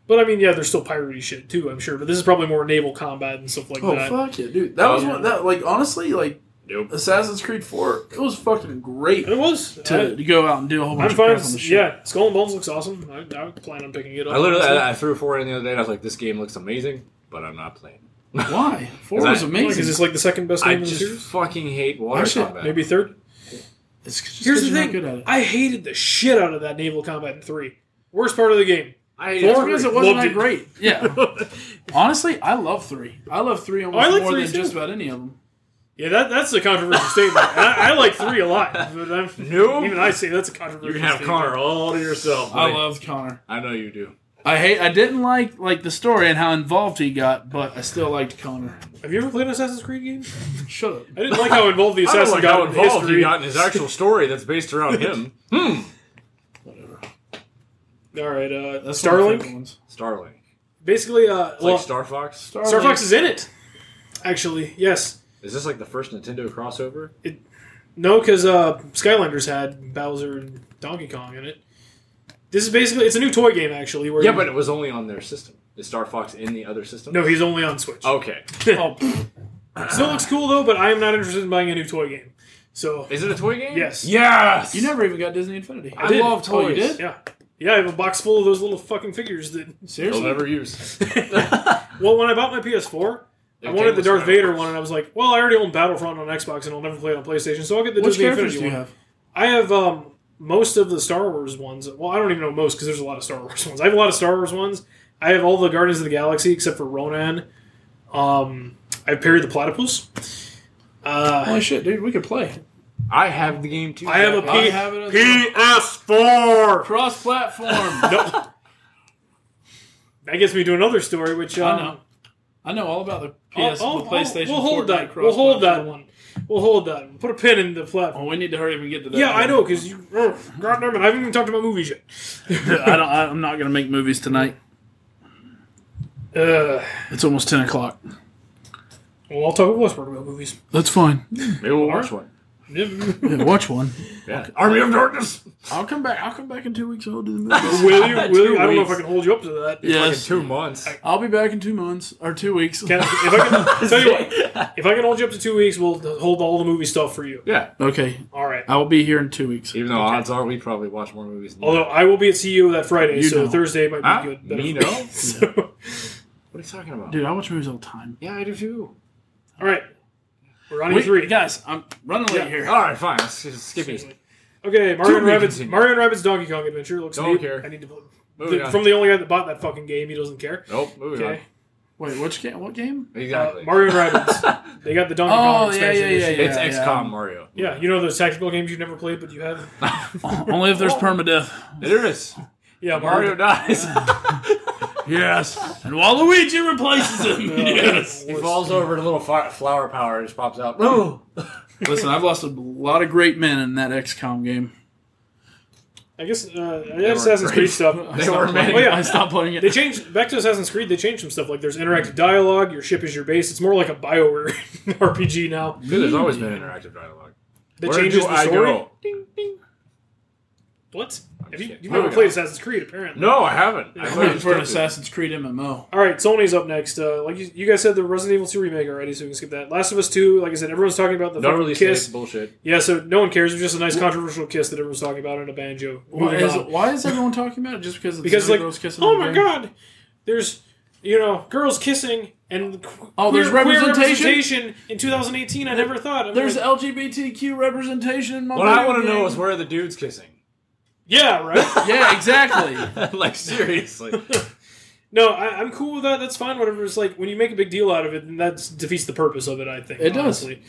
But I mean, yeah, there's still piratey shit too, I'm sure. But this is probably more naval combat and stuff like
Oh
that. Oh,
fuck yeah, dude! That was
Yeah.
one that like honestly like
Nope.
Assassin's Creed Four. It was fucking great
And it was.
to, to go out and do a whole
I,
bunch of
am Oh, fine.
crap on
with-
the ship.
Yeah, Skull and Bones looks awesome. I, I plan on picking it up.
I literally
honestly.
I, I threw four in the other day and I was like, this game looks amazing, but I'm not playing.
Why? Four
Is
was
that-
Like,
amazing.
is this like the second best
I
game in the
just
series?
fucking hate water
Actually,
combat.
Maybe third.
It's just 'cause
Here's the
you're not
thing.
Good at it.
I hated the shit out of that naval combat in three. Worst part of the game.
I
It's
hate
Four?
because it
Loved
wasn't that
it.
great. Yeah. Honestly, I love three. I love three almost
Oh, I like
more
three,
than
too.
just about any of them.
Yeah, that, that's a controversial statement. And I, I like three a lot, but I'm,
No.
even I say that's a
You
controversial.
can have
statement.
Connor all to yourself.
I
buddy.
love Connor.
I know you do.
I hate. I didn't like like the story and how involved he got, but I still liked Connor.
Have you ever played an Assassin's Creed game?
Shut up.
I didn't like how involved the
I don't
assassin
like
got
how
in
involved
history.
he got in his actual story that's based around him.
All right, uh,
That's one of my favorite
Starlink.
ones.
Starlink.
Basically, uh,
It's
well,
like Star Fox.
Star Fox is in it. Actually, yes.
Is this like the first Nintendo crossover?
No, because uh, Skylanders had Bowser and Donkey Kong in it. This is basically it's a new toy game actually. Where
Yeah,
you-
but it was only on their system. Is Star Fox in the other system?
no, he's only on Switch.
Okay.
Oh, pfft.
Still looks cool though, but I am not interested in buying a new toy game. So
Is it a toy game?
Yes.
Yes.
you never even got Disney Infinity.
I,
did.
love
Oh,
toys.
you did?
yeah, yeah, I have a box full of those little fucking figures that
Seriously?
They'll never use.
Well, when I bought my PS4, I wanted the Darth Vader one, and I was like, "Well, I already own Battlefront on Xbox, and I'll never play it on PlayStation, so I'll get the
Which
Disney
characters
Infinity
do you
one."
have?
I have um, most of the Star Wars ones. Well, I don't even know most because there's a lot of Star Wars ones. I have a lot of Star Wars ones. I have all the Guardians of the Galaxy except for Ronan. Um, I have Perry the Platypus. Uh,
Holy shit, dude, we could play.
I have the game
Oh,
too.
I have a
I
P-
have it as well.
PS4.
cross-platform.
no, that gets me to another story, which um,
I know. I know all about the PS,
I'll- I'll-
the PlayStation.
Oh, We'll
4
hold that. We'll hold that
cross-platform.
one. We'll hold that. one. Put a pin in the platform.
Oh, we need to hurry up and get to that.
Yeah, I know, because you. Oh, God damn it, I haven't even talked about movies yet.
I don't. I, I'm not gonna make movies tonight.
Uh,
It's almost ten o'clock.
well, I'll talk with Westworld about movies.
That's fine.
Maybe we'll watch one.
Will
Yeah, watch one.
Yeah. Army of Darkness.
I'll come back. I'll come back in two weeks. I'll do the movies.
you? Will you? I don't know if
weeks.
I can hold you up to that.
Yes.
yes,
two months.
I'll be back in two months or two weeks.
Can- if I can, tell you what, if I can hold you up to two weeks, we'll hold all the movie stuff for you.
yeah.
Okay,
All right.
I'll be here in two weeks.
Even though odds are we probably watch more movies. Than
Although I will be at CU that Friday,
You
so
know.
Thursday might be
Huh?
good.
Ah, Me
better.
know?
So,
What are you talking about?
Dude, I watch movies all the time.
Yeah, I do too.
all right. We're on
Wait,
E3.
guys, I'm running late
Yeah.
here.
All right, fine. Let's just skip it.
Okay, Mario and
be
Rabbit's
continued.
Mario and Rabbit's Donkey Kong Adventure looks
Don't
neat.
care.
I need to put-
Moving
the-
on.
from the only guy that bought that fucking game. He doesn't care.
nope. Moving
Okay.
Wait, which game? What game?
on.
Uh,
Exactly.
Mario and Rabbits. they got the Donkey Kong
Oh, yeah,
expansion.
yeah, yeah,
edition.
it's
yeah,
XCOM Mario.
Yeah, you know those tactical games you've never played, but you have.
Only if there's permadeath.
There it is.
Yeah, Mario.
Mario dies.
Yes, and Waluigi replaces him. yes.
he falls over to little fi- flower power just pops out.
Listen, I've lost a lot of great men in that XCOM game.
I guess uh, I
were
guess Assassin's
great.
Creed stuff.
I
They
stopped
were
playing-
many. Oh, yeah.
I stopped playing it.
They changed back to Assassin's Creed. They changed some stuff. Like there's interactive dialogue. Your ship is your base. It's more like a Bioware RPG now.
Dude, there's always been interactive dialogue.
That changes the story. What? Have you
kidding.
you've never
Moving
played
on.
Assassin's Creed? Apparently.
Oh, No, I haven't.
Yeah.
I thought it
Waiting
was
for an
different.
Assassin's Creed MMO.
All right, Sony's up next. Uh, like you, you guys said, the Resident Evil 2 remake already, so we can skip that. Last of Us 2, like I said, everyone's talking about the
No
fucking
release date.
kiss.
Bullshit.
Yeah, so no one cares. It was just a nice controversial kiss that everyone's talking about in a banjo.
Why
Moving
is,
on.
why is everyone talking about it? Just Oh because it's
because
no
like,
girls kissing
oh
on the
my
game?
god, there's you know girls kissing and qu-
Oh, there's
queer, queer
representation?
representation in 2018. I never thought. I'm
There's
like,
LGBTQ representation in my.
What I want
want
to know is where are the dudes kissing?
yeah, right.
Yeah, exactly.
like seriously.
no, I, I'm cool with that. That's fine. Whatever. It's like when you make a big deal out of it, then that defeats the purpose of it. I think
It does.
honestly.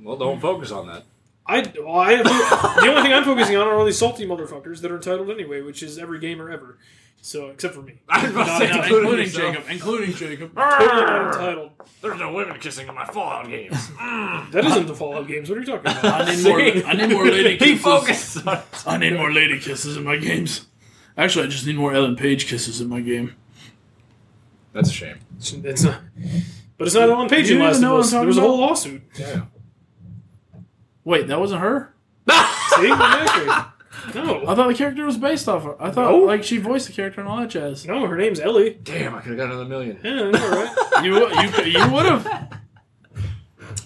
well, don't focus on that.
I, well, I have, the only thing I'm focusing on are all these salty motherfuckers that are entitled anyway, which is every gamer ever. So except for me,
I was about to
Not
say,
enough.
including
including
yourself.
Jacob, including Jacob.
Totally untitled.
There's no women kissing in my Fallout games.
That isn't the Fallout games. What are you talking about?
I need more. I need more lady
He
kisses.
focused on it.
I need more lady kisses in my games. Actually, I just need more Ellen Page kisses in my game.
That's a shame.
It's not. But it's not Ellen Page
You
in
didn't
Last of
know what I'm
Us. There
talking
was a whole
about?
lawsuit.
Yeah.
Wait, that wasn't her.
See? Exactly.
I
No.
thought the character was based off her. I thought
No.
like she voiced the character and all that jazz.
No, her name's Ellie.
Damn, I could have got another million.
Yeah, I know, right?
You you you would have.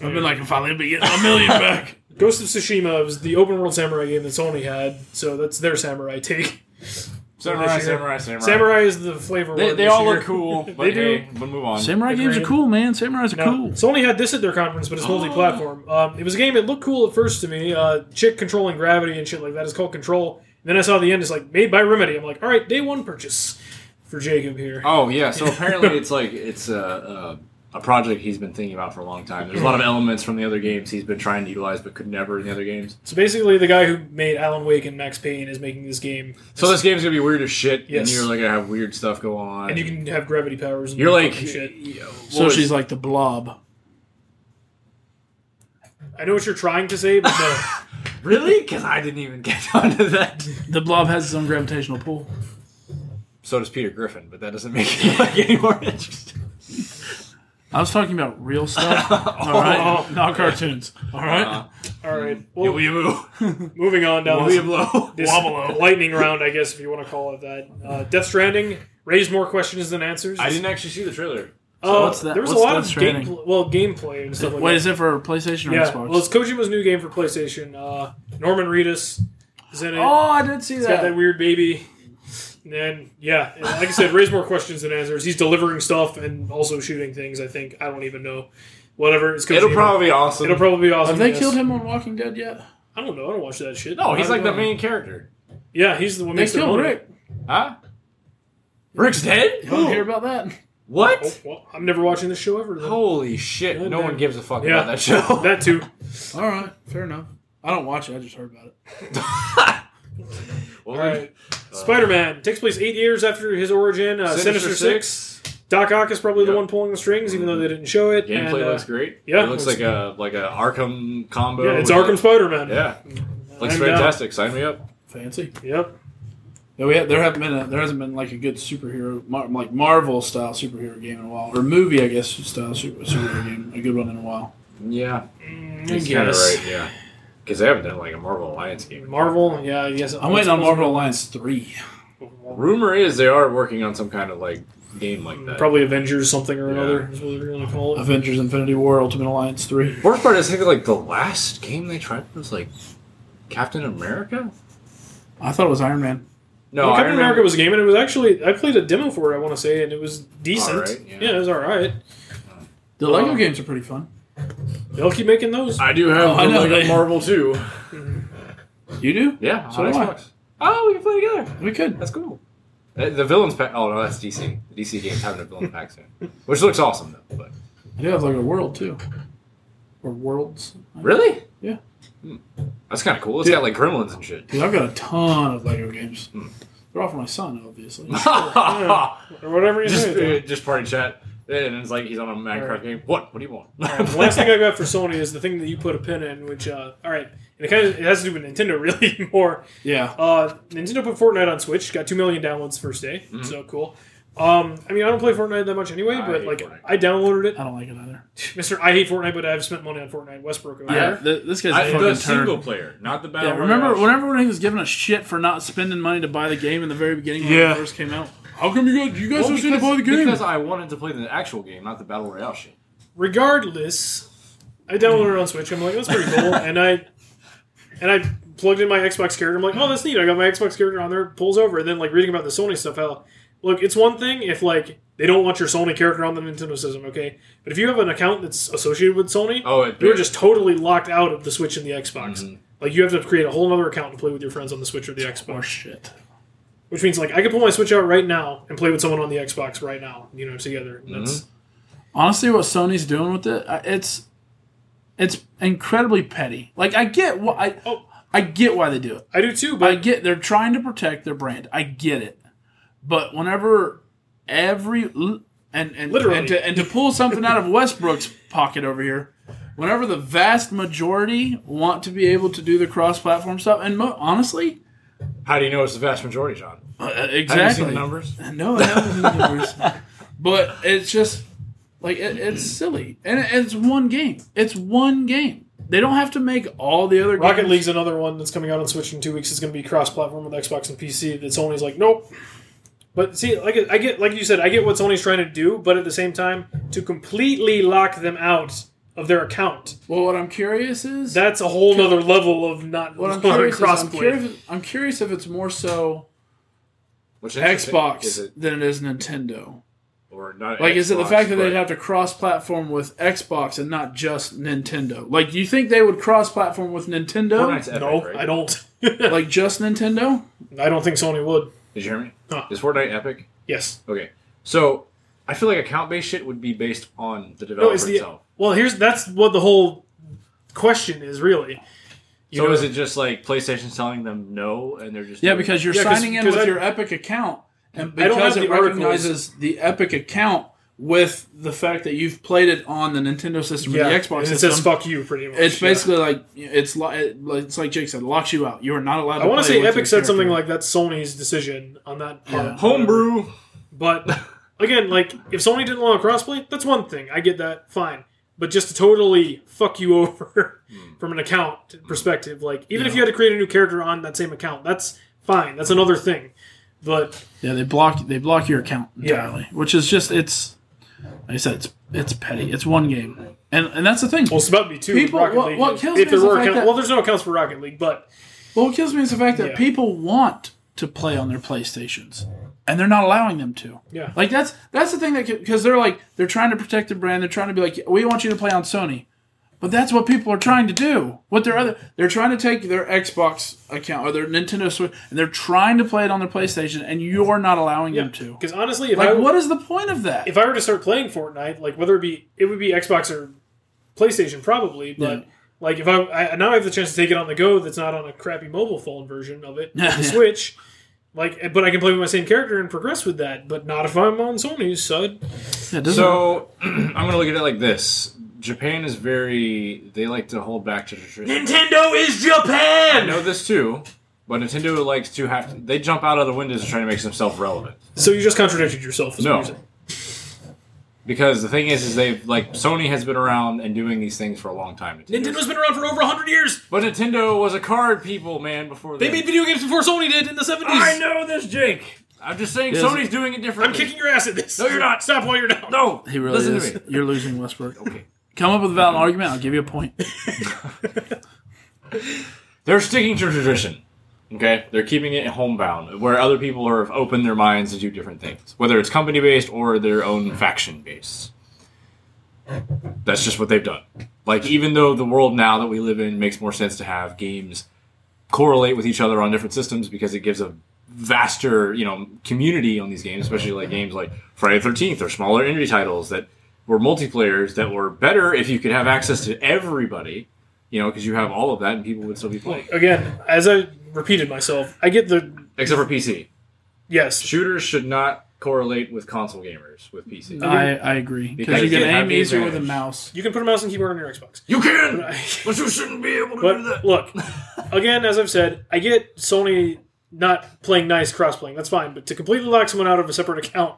I've been like, finally, be getting a million back.
Ghost of Tsushima was the open world samurai game that Sony had, so that's their samurai take.
Samurai, samurai, samurai.
Samurai is the flavor
They,
word
they
this
all
year.
look cool. But
They do.
hey,
We'll move on.
Samurai games are
Agreed.
cool, man. Samurais are
No,
cool.
Sony had this at their conference, but it's
Oh.
multi-platform. Um, it was a game. It looked cool at first to me. Uh, chick controlling gravity and shit like that is called Control. And then I saw the end. It's like made by Remedy. I'm like, all right, day one purchase for Jacob here.
Uh,
Oh yeah, so apparently it's like it's a, a a project he's been thinking about for a long time. There's a lot of elements from the other games he's been trying to utilize but could never in the other games.
So basically, the guy who made Alan Wake and Max Payne is making this game,
So this game's gonna be weird as shit, and
Yes.
you're like gonna have weird stuff go on.
and you can have gravity powers. And
you're like,
fucking shit.
So she's like the blob.
I know what you're trying to say, but no.
really? Because I didn't even get onto that.
The blob has his own gravitational pull.
So does Peter Griffin, but that doesn't make it like any more interesting.
I was talking about real stuff. All
Uh,
right, not cartoons. All right.
all right. Well,
Weeaboo,
moving on down this,
Weeablo.
this lightning round, I guess if you want to call it that. Uh, Death Stranding raised more questions than answers.
I didn't actually see the trailer.
Uh,
what's that-
There was
what's
a lot
Death
of
Stranding?
gameplay, well gameplay and stuff like
Wait,
that.
is it for PlayStation or
yeah,
Xbox?
well, it's Kojima's new game for PlayStation. Uh, Norman Reedus is in it.
oh, I did see
He's got
that.
that weird baby. And then, yeah, and like I said, raise more questions than answers. He's delivering stuff and also shooting things, I think. I don't even know. Whatever. It's Kojima.
It'll probably be awesome.
It'll probably be awesome.
Have they
yes.
killed him on Walking Dead yet?
I don't know. I don't watch that shit.
no, he's like the main character.
Yeah, he's the one
They
makes the
killed
money.
Rick.
Huh? Rick's dead.
You want to hear about that?
Oh,
What?
well, I'm never watching this show ever. Then.
Holy shit! No
damn.
one gives a fuck
Yeah.
about that show.
That too.
Uh,
All right, fair enough. I don't watch it. I just heard about it.
All
Well,
right. Spider-Man takes place eight years after his origin. Uh, Sinister, Six. Doc Ock is probably
Yep.
the one pulling the strings, even though they didn't show it.
Gameplay
and, uh,
looks great.
yeah,
it looks like
looks-
a like a Arkham combo.
Yeah, it's
with
Arkham
it.
Spider-Man.
Yeah, looks
I'm down.
fantastic. Sign me up.
Fancy.
Yep.
Yeah, we have, there haven't been a, there hasn't been like a good superhero mar, like Marvel style superhero game in a while, or movie I guess style super, superhero game a good one in a while.
Yeah,
Mm, I
he's kind of
guess.
right. Yeah, because they haven't done like a Marvel Alliance game.
Marvel. Yeah, I guess.
I'm waiting on Marvel Alliance three.
Rumor is they are working on some kind of like game like that.
Probably Avengers something or
Yeah.
another is what they're going to call it.
Avengers Infinity War Ultimate Alliance 3.
Worst part is I think like the last game they tried was like Captain America.
I thought it was Iron Man.
No,
Well,
I
Captain
remember-
America was a game, and it was actually I played a demo for it. I want to say, and it was decent.
Alright, yeah.
yeah. it was all right.
The Lego
Um,
games are pretty fun.
They'll keep making those.
I do have
Oh, I
the
know.
Lego Marvel too.
You do?
Yeah,
So
on
do I.
Xbox. Oh, we can play together.
We could.
That's cool. The, the villains pack. Oh no, that's DC. The DC game's having a villain pack soon, which looks awesome though. But
I do have Lego World too. Or Worlds.
really,
Yeah.
Hmm. that's kind of cool. It's got like gremlins and shit.
Dude, I've got a ton of Lego games. They're all for my son, obviously.
or whatever you
just,
say.
uh, just party chat, and it's like he's on a Minecraft
Alright.
game. What? What do you want?
the last thing I got for Sony is the thing that you put a pin in, which uh, all right, and it kind of it has to do with Nintendo really more.
yeah.
Uh, Nintendo put Fortnite on Switch, got two million downloads first day, so cool. Um, I mean, I don't play Fortnite that much anyway,
Mm-hmm. I
but
hate
like
Fortnite.
I downloaded it.
I don't like it either.
Mister, I hate Fortnite, but I've spent money on Fortnite. Westbrook over
Yeah,
there.
th- this guy's a
I,
fucking
the
turd.
single player, not the battle.
Yeah, remember
royale.
whenever he was giving us shit for not spending money to buy the game in the very beginning when
Yeah.
it first came out? How come you guys you guys
Well,
don't seem to
because,
buy the game?
because I wanted to play the actual game, not the battle royale shit.
regardless, I downloaded it on Switch. I'm like, that's pretty cool. and I and I plugged in my Xbox character. I'm like, oh, that's neat. I got my Xbox character on there. Pulls over, and then like reading about the Sony stuff. How look, it's one thing if like they don't want your Sony character on the Nintendo system, okay? But if you have an account that's associated with Sony,
Oh, it
you're just totally locked out of the Switch and the Xbox. Like you have to create a whole other account to play with your friends on the Switch or the
or
Xbox,
Oh, shit.
which means like I could pull my Switch out right now and play with someone on the Xbox right now, you know, together. And That's
honestly what sony's doing with it I- it's it's incredibly petty like i get why I,
Oh.
I get why they do it
I do too,
i
but
get they're trying to protect their brand i get it But whenever every and and
Literally.
and to, and to pull something out of Westbrook's pocket over here, whenever the vast majority want to be able to do the cross-platform stuff, and mo- honestly,
How do you know it's the vast majority, John?
uh,
Have you seen
exactly.
the numbers?
No, I haven't seen the numbers. But it's just like it, it's silly, and it- it's one game. It's one game. They don't have to make all the other
Rocket
games.
League's another one that's coming out on Switch in two weeks. It's going to be cross-platform with Xbox and PC. That Sony's like, nope. But see, like I get, like you said, I get what Sony's trying to do, but at the same time, to completely lock them out of their account,
Well, what I'm curious is
that's a whole nother level of not
what I'm
not
curious is I'm
cross-play.
curious, I'm curious if it's more so
Which
Xbox
Is it,
than it is Nintendo.
or not
Like, is it the
Xbox,
fact that they'd
but-
have to cross-platform with Xbox and not just Nintendo? Like, do you think they would cross-platform with
Fortnite's
Nintendo?
Epic,
No,
right?
I don't.
Like just Nintendo?
I don't think Sony would.
Did you hear me?
Huh.
Is Fortnite Epic?
Yes.
Okay, so I feel like account based shit would be based on the developer
No, it's the
itself.
well. Here's that's what the whole question is really. You
So
know,
is it just like PlayStation's telling them no, and they're just
Yeah,
doing-
because you're
Yeah, 'cause-
signing in
'cause
with
I-
your Epic account, and
I don't
because
have
it
the articles.
recognizes the Epic account with the fact that you've played it on the Nintendo system
yeah,
or the Xbox
and it
system,
says "fuck you" pretty much.
it's
yeah.
basically like it's lo- it- it's like Jake said, it locks you out. You are not allowed.
I
to
want to
play
say
with
Epic
your
said something
character.
like that's Sony's decision on that part.
Yeah.
homebrew.
But again, like if Sony didn't allow crossplay, that's one thing. I get that, fine. But just to totally fuck you over
Hmm.
from an account perspective, like even if you had to create a new character on that same account, that's fine. That's another thing. But
Yeah, they block they block your account entirely, which is just it's. Like I said, it's it's petty. It's one game, and and that's the thing.
well, it's about to be two.
People-
Rocket
what-
League,
what
is-
kills
if
me
there
is the
were
fact
account,
that-
well, there's no accounts for Rocket League, but
Well, what kills me is the fact that
Yeah.
people want to play on their PlayStations, and they're not allowing them to.
Yeah.
like that's that's the thing that because they're like they're trying to protect the brand. They're trying to be like, we want you to play on Sony, but that's what people are trying to do. What their other they're trying to take their Xbox account or their Nintendo Switch, and they're trying to play it on their PlayStation, and you're not allowing them to.
because honestly, if I
Like,
were-
what is the point of that?
if I were to start playing Fortnite, like whether it be it would be Xbox or PlayStation probably, but
Yeah.
like if I, I now I have the chance to take it on the go that's not on a crappy mobile phone version of it,
Yeah.
the Switch. Like, but I can play with my same character and progress with that, but not if I'm on Sony's side.
Yeah, it doesn't-
So I'm gonna look at it like this: Japan is very they like to hold back to tradition.
Nintendo is
I
Japan.
know this too, but Nintendo likes to have they jump out of the windows and try to make themselves relevant.
So you just contradicted yourself. is what
No.
you're saying.
Because the thing is, is they've like Sony has been around and doing these things for a long time.
Nintendo's been around for over hundred years.
but Nintendo was a card people, man. Before
They
then.
made video games before Sony did in the seventies.
I know this, Jake. I'm just saying
Yes.
Sony's doing it
I'm
differently.
kicking your ass at this.
No, you're not.
Stop while you're down.
No,
he really
listen
is.
to me.
You're losing Westbrook.
Okay.
Come up with a valid argument. I'll give you a point.
They're sticking to tradition. Okay, they're keeping it homebound, where other people are- have opened their minds to do different things, whether it's company based or their own faction based. That's just what they've done. Like, even though the world now that we live in makes more sense to have games correlate with each other on different systems because it gives a vaster, you know, community on these games, especially like games like Friday the 13th or smaller indie titles that were multiplayers that were better if you could have access to everybody, you know, because you have all of that and people would still be playing.
Again, as I repeated myself, I get the
Except for PC.
yes.
Shooters should not correlate with console gamers with PC.
Uh,
I, I agree because
Because
you can
you have
aim
the
easier with a
advantage.
mouse.
You can put a mouse and keyboard on your Xbox.
you can, but you shouldn't be able to do
But
that.
look, again, as I've said, I get Sony not playing nice cross-playing. That's fine, but to completely lock someone out of a separate account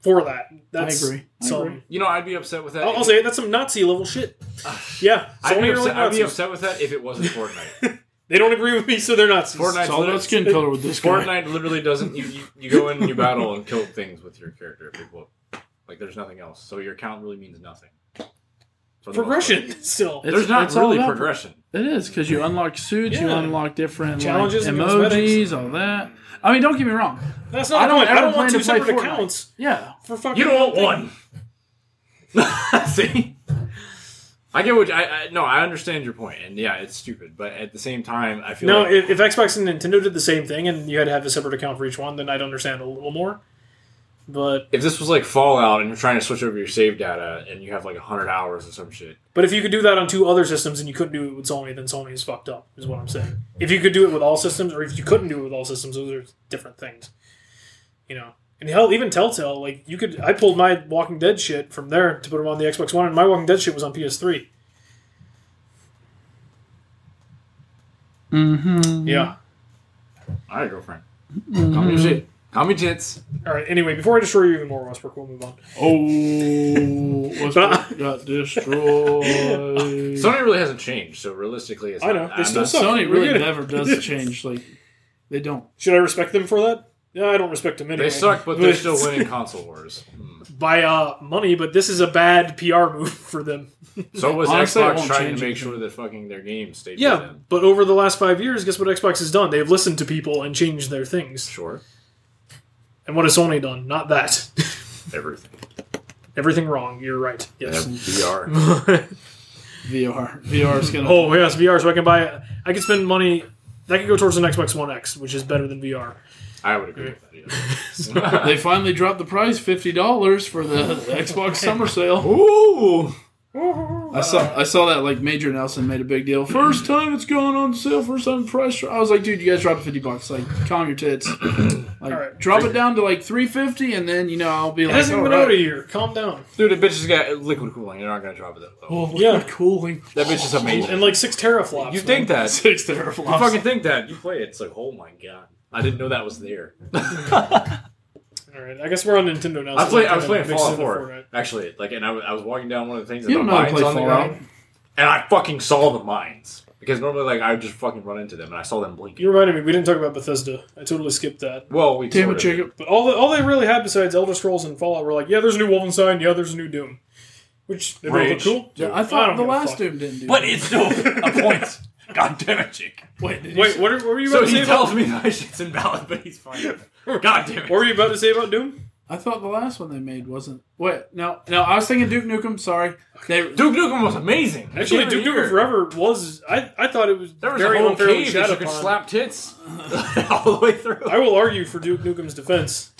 for that, that's
agree. I
some-
agree.
You know, I'd be upset with that.
I'll, I'll say it, that's some Nazi level shit. Yeah,
I'd,
Sony
be
are
upset,
like
I'd be
Nazis.
upset with that if it wasn't Fortnite.
They don't agree with me, so they're Nazis.
Fortnite's
It's all
literally-
about skin color with this guy.
Fortnite literally doesn't. You, you, you go in and you battle and kill things with your character. People, like, there's nothing else. So your account really means nothing. For the most part.
Progression still.
It's-
There's not
it's all
really
about-
progression.
It is because you unlock suits, you
Yeah.
unlock different
Challenges
like,
and
emojis, all that. I mean, don't get me wrong.
That's
I
not the
don't
point. I
ever
don't want
plan
two
to play
separate
Fortnite.
accounts
Yeah,
for fucking.
You don't want one. See, I get what I, I no. I understand your point, and yeah, it's stupid. But at the same time, I feel
No,
like,
if, if Xbox and Nintendo did the same thing and you had to have a separate account for each one, then I'd understand a little more. But
if this was like Fallout and you're trying to switch over your save data and you have like 100 hours or some shit.
But if you could do that on two other systems and you couldn't do it with Sony, then Sony is fucked up, is what I'm saying. If you could do it with all systems, or if you couldn't do it with all systems, those are different things. you know. And hell, even Telltale, like you could, I pulled my Walking Dead shit from there to put them on the Xbox One, and my Walking Dead shit was on PS3.
Mm-hmm.
Yeah.
All right, girlfriend. Call me your shit. Call me tits.
All right. Anyway, before I destroy you even more, Westbrook, we'll move on.
Oh, what's that? got destroyed.
Sony really hasn't changed, so realistically, it's
I know,
Not,
they
I'm
still
not-
suck.
Sony
We're
really
gonna-
never does change. Like they don't.
Should I respect them for that? Yeah, I don't respect them anyway.
They suck, but they're still winning console wars. Hmm.
by uh, money. But this is a bad PR move for them.
So was
Honestly, I
Xbox
won't
trying
change
to make
anything.
sure that fucking their game stayed with
Yeah,
them.
but over the last five years, guess what Xbox has done? They've listened to people and changed their things.
Sure.
And what has Sony done? Not that.
Everything.
Everything wrong. You're right. Yes.
VR.
oh
VR. VR is gonna.
yes, VR. So I can buy. I can spend money. That could go towards an Xbox One X, which is better than VR.
I would agree with that.
They finally dropped the price fifty dollars for the Xbox summer
Yeah.
sale.
Ooh.
I saw I saw that like Major Nelson made a big deal. First time it's going on sale. First time price. dro- I was like, dude, you guys dropped fifty bucks. Like, calm your tits. Like,
right.
drop it down to like three fifty, and then you know I'll be
It
like,
hasn't
all
even been
right.
out a year. Calm down.
Dude, the bitch has got liquid cooling. They're not gonna drop it that low.
Oh,
Yeah.
yeah, cooling.
That bitch is amazing.
And like six teraflops.
You think that? You
Six teraflops.
fucking think that? You play it. It's like, oh my god, I didn't know that was there.
All right. I guess we're on Nintendo now.
I
so
play.
we're
I was
kinda
playing
mixed
Fallout
in the
4
Fortnite.
actually. Like, and I, was- I was walking down one of the things.
You
and
don't know how
the
to
mines
play
on the
Fallout.
ground, and I fucking saw the mines because normally, like, I would just fucking run into them, and I saw them blinking.
You reminded me. We didn't talk about Bethesda. I totally skipped that.
Well, we
Damn
sort
it,
of-
Jacob.
But all the, all they really had besides Elder Scrolls and Fallout were like, yeah, there's a new Wolfenstein, yeah, there's a new Doom, which they both look
Rage.
cool.
Yeah, I
I
thought
don't
the
give a
last
fuck.
Doom didn't do.
But
that.
it's still a point. God damn it, Jake.
wait, did you
Wait, what, are, what were you about
So
to say?
he
About,
tells me that my shit's invalid, but he's fine. God damn it.
what were you about to say about Doom?
I thought the last one they made wasn't. Wait, no, no. I was thinking Duke Nukem. Sorry, they
Duke Nukem was amazing.
Actually, Doom Nukem Forever was I, I thought it was
There was
very
a whole
unfairly
cave that
shat
you could
upon.
slap tits all the way through.
I will argue for Duke Nukem's defense.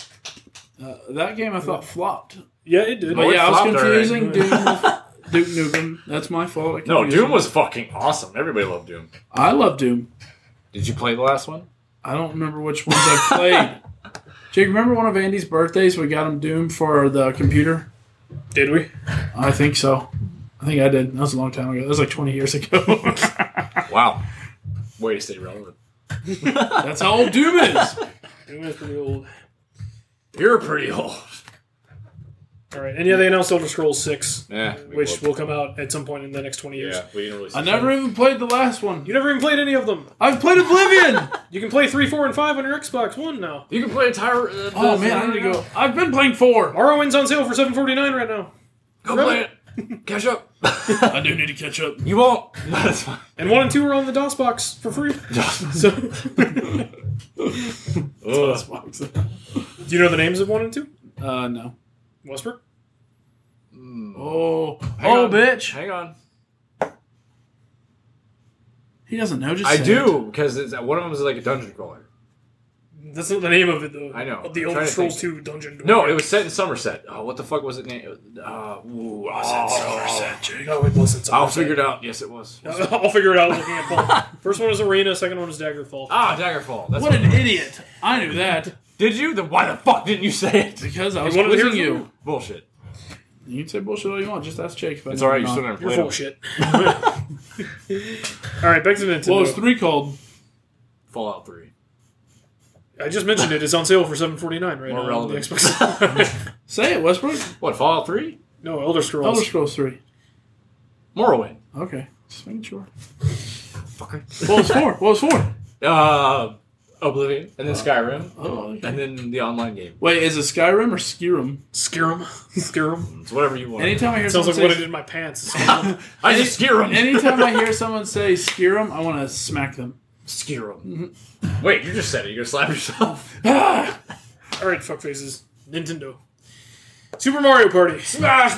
uh, that game I thought flopped.
Yeah, it did.
But yeah, I was
flopped already.
confusing Doom with Duke Nukem. That's my fault. I
No,
confused
Doom
them.
was fucking awesome. Everybody loved Doom.
I love Doom.
Did you play the last one?
I don't remember which ones I played. Jake, remember one of Andy's birthdays? We got him Doom for the computer.
Did we?
I think so. I think I did. That was a long time ago. That was like 20 years ago.
Wow. Way to stay relevant.
That's how old Doom is.
Doom is pretty old.
You're pretty old.
All right, and yeah, they announced Elder Scrolls Six,
Yeah.
which will come out at some point in the next twenty years.
Yeah, we didn't really see
I never even played the last one.
You never even played any of them.
I've played Oblivion.
You can play three, four, and five on your Xbox One now.
You can play entire. Uh,
Oh man, I need to go. I've been playing four.
Morrowind's on sale for seven forty nine right now.
Go
Really?
play it. Catch up.
I do need to catch up.
you won't. That's fine.
And one and two are on the DOS box for free. So, do
Ugh.
you know the names of one and two?
Uh, no.
Westbrook?
Oh,
Hang
oh,
on.
bitch.
Hang on.
He doesn't know. Just
I
say it.
do because it's, one of them is like a dungeon crawler.
That's not the name of it, though.
I know.
The
I'm
Elder
trying to
Scrolls 2 Dungeon Dweller.
No, it was set in Somerset. Oh, what the fuck was it named? Uh, ooh, oh,
No, it wasn't.
I'll figure it out. Yes, it was.
I'll figure it out looking at Paul. First one is Arena, second one is Daggerfall.
Ah, Daggerfall. That's
What an idiot! I knew that
Did you? Then why the fuck didn't you say it?
because I was
wanted to hear
quizzing
from
you.
Bullshit.
You can say bullshit all you want. Just ask Jake.
It's alright, you still never
You're
played
full of
it.
shit. Alright, back to Nintendo.
Well, it's three called.
Fallout 3.
I just mentioned it. It's on sale for seven forty nine right
More
now on
relevant.
the Xbox.
Say it, Westbrook.
What, Fallout 3?
no, Elder Scrolls.
Elder Scrolls Three.
Morrowind.
Okay, just making sure.
Fucker.
Well, it's four. Well, it's four.
Uh, Oblivion. And then Skyrim.
Oh, okay.
And then the online game.
Wait, is it Skyrim or Skyrim?
Skyrim. Skyrim.
It's whatever you want.
Anytime I hear
Sounds like
someone
what I
say,
did in my pants.
I just Skyrim.
anytime I hear someone say Skyrim, I want to smack them.
Skyrim.
Mm-hmm.
Wait, you just said it. You're going to slap yourself.
All right, fuck faces. Nintendo. Super Mario Party.
Smash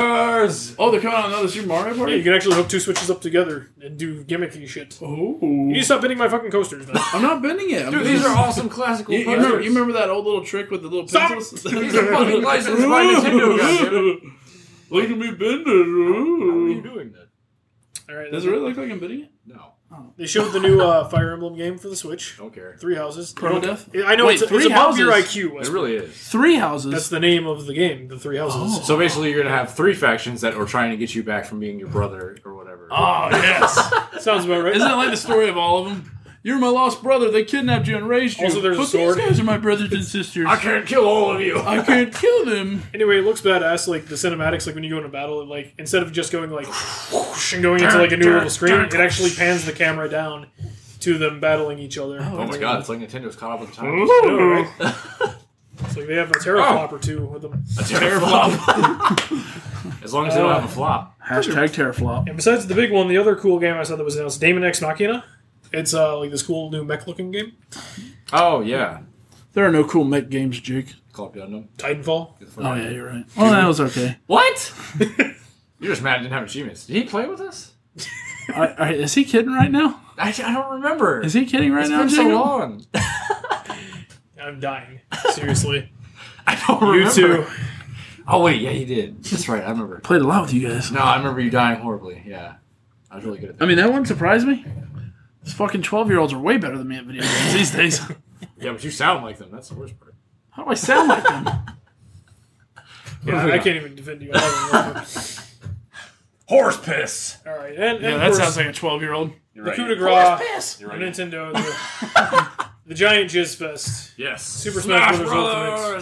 Brothers!
Oh, they're coming out with another Super Mario
Yeah, you
Party.
can actually hook two switches up together and do gimmicky shit.
Oh,
You need to stop hitting my fucking coasters, man.
I'm not bending it. I'm
Dude,
just-
these are awesome classical
You, you
posters.
remember, you remember that old little trick with the little
Stop!
pencils?
These are fucking licensed by Nintendo, goddammit.
Look at me bending.
What are
Ooh.
you doing then?
All right.
Does it really look like I'm booting it?
No,
They showed the new uh, Fire Emblem game for the Switch.
don't care.
Three houses.
Chrono Death?
I know
Wait,
it's,
Three
it's above your
Houses?
IQ.
It
Wes.
really is.
Three houses.
That's the name of the game, the Three Houses.
So basically, you're gonna have three factions that are trying to get you back from being your brother or whatever.
oh yes.
Sounds about right.
Isn't that like the story of all of them? You're my lost brother. They kidnapped you and raised you.
Also, there's a
but
sword.
These guys are my brothers and sisters.
I can't kill all of you.
I can't kill them.
Anyway, it looks badass. Like the cinematics, like when you go into battle, it, like instead of just going like whoosh and going into like a new little screen, it actually pans the camera down to them battling each other.
Oh,
Oh my
that's
god, it's like Nintendo's caught up with the times.
I know, right? it's like they have a
Oh.
teraflop or two with them.
A teraflop. as long as they don't have a flop.
Hashtag teraflop.
And besides the big one, the other cool game I saw that was announced, Damon X Machina. It's uh, like this cool new mech-looking game,
Oh yeah,
There are no cool mech games, Jake.
Call of Gundam.
Titanfall.
Get the fuck
Oh
out of
yeah,
here.
you're right. Well, that was okay.
What? you're just mad I didn't have achievements. Did he play with us?
I, I, is he kidding right now?
I, I don't remember.
Is he kidding right
it's
now?
been so
Jacob?
long.
I'm dying. Seriously,
I don't
you
remember.
too.
Oh wait, yeah, you did. That's right. I remember.
Played a lot with you guys.
No, I remember you dying horribly. Yeah, I was really good at that.
I mean, that wouldn't surprise me. These fucking twelve-year-olds are way better than me at video games these days.
Yeah, but you sound like them. That's the worst part.
How do I sound like them?
Yeah, I can't even defend you. on that one.
Horse piss.
All right, and, and
Yeah,
of
that
course,
sounds like a twelve-year-old.
You're
the
right.
coup de grace.
Piss.
You're
The
right.
Nintendo, the, the giant jizz fest.
Yes.
Super Smash Brothers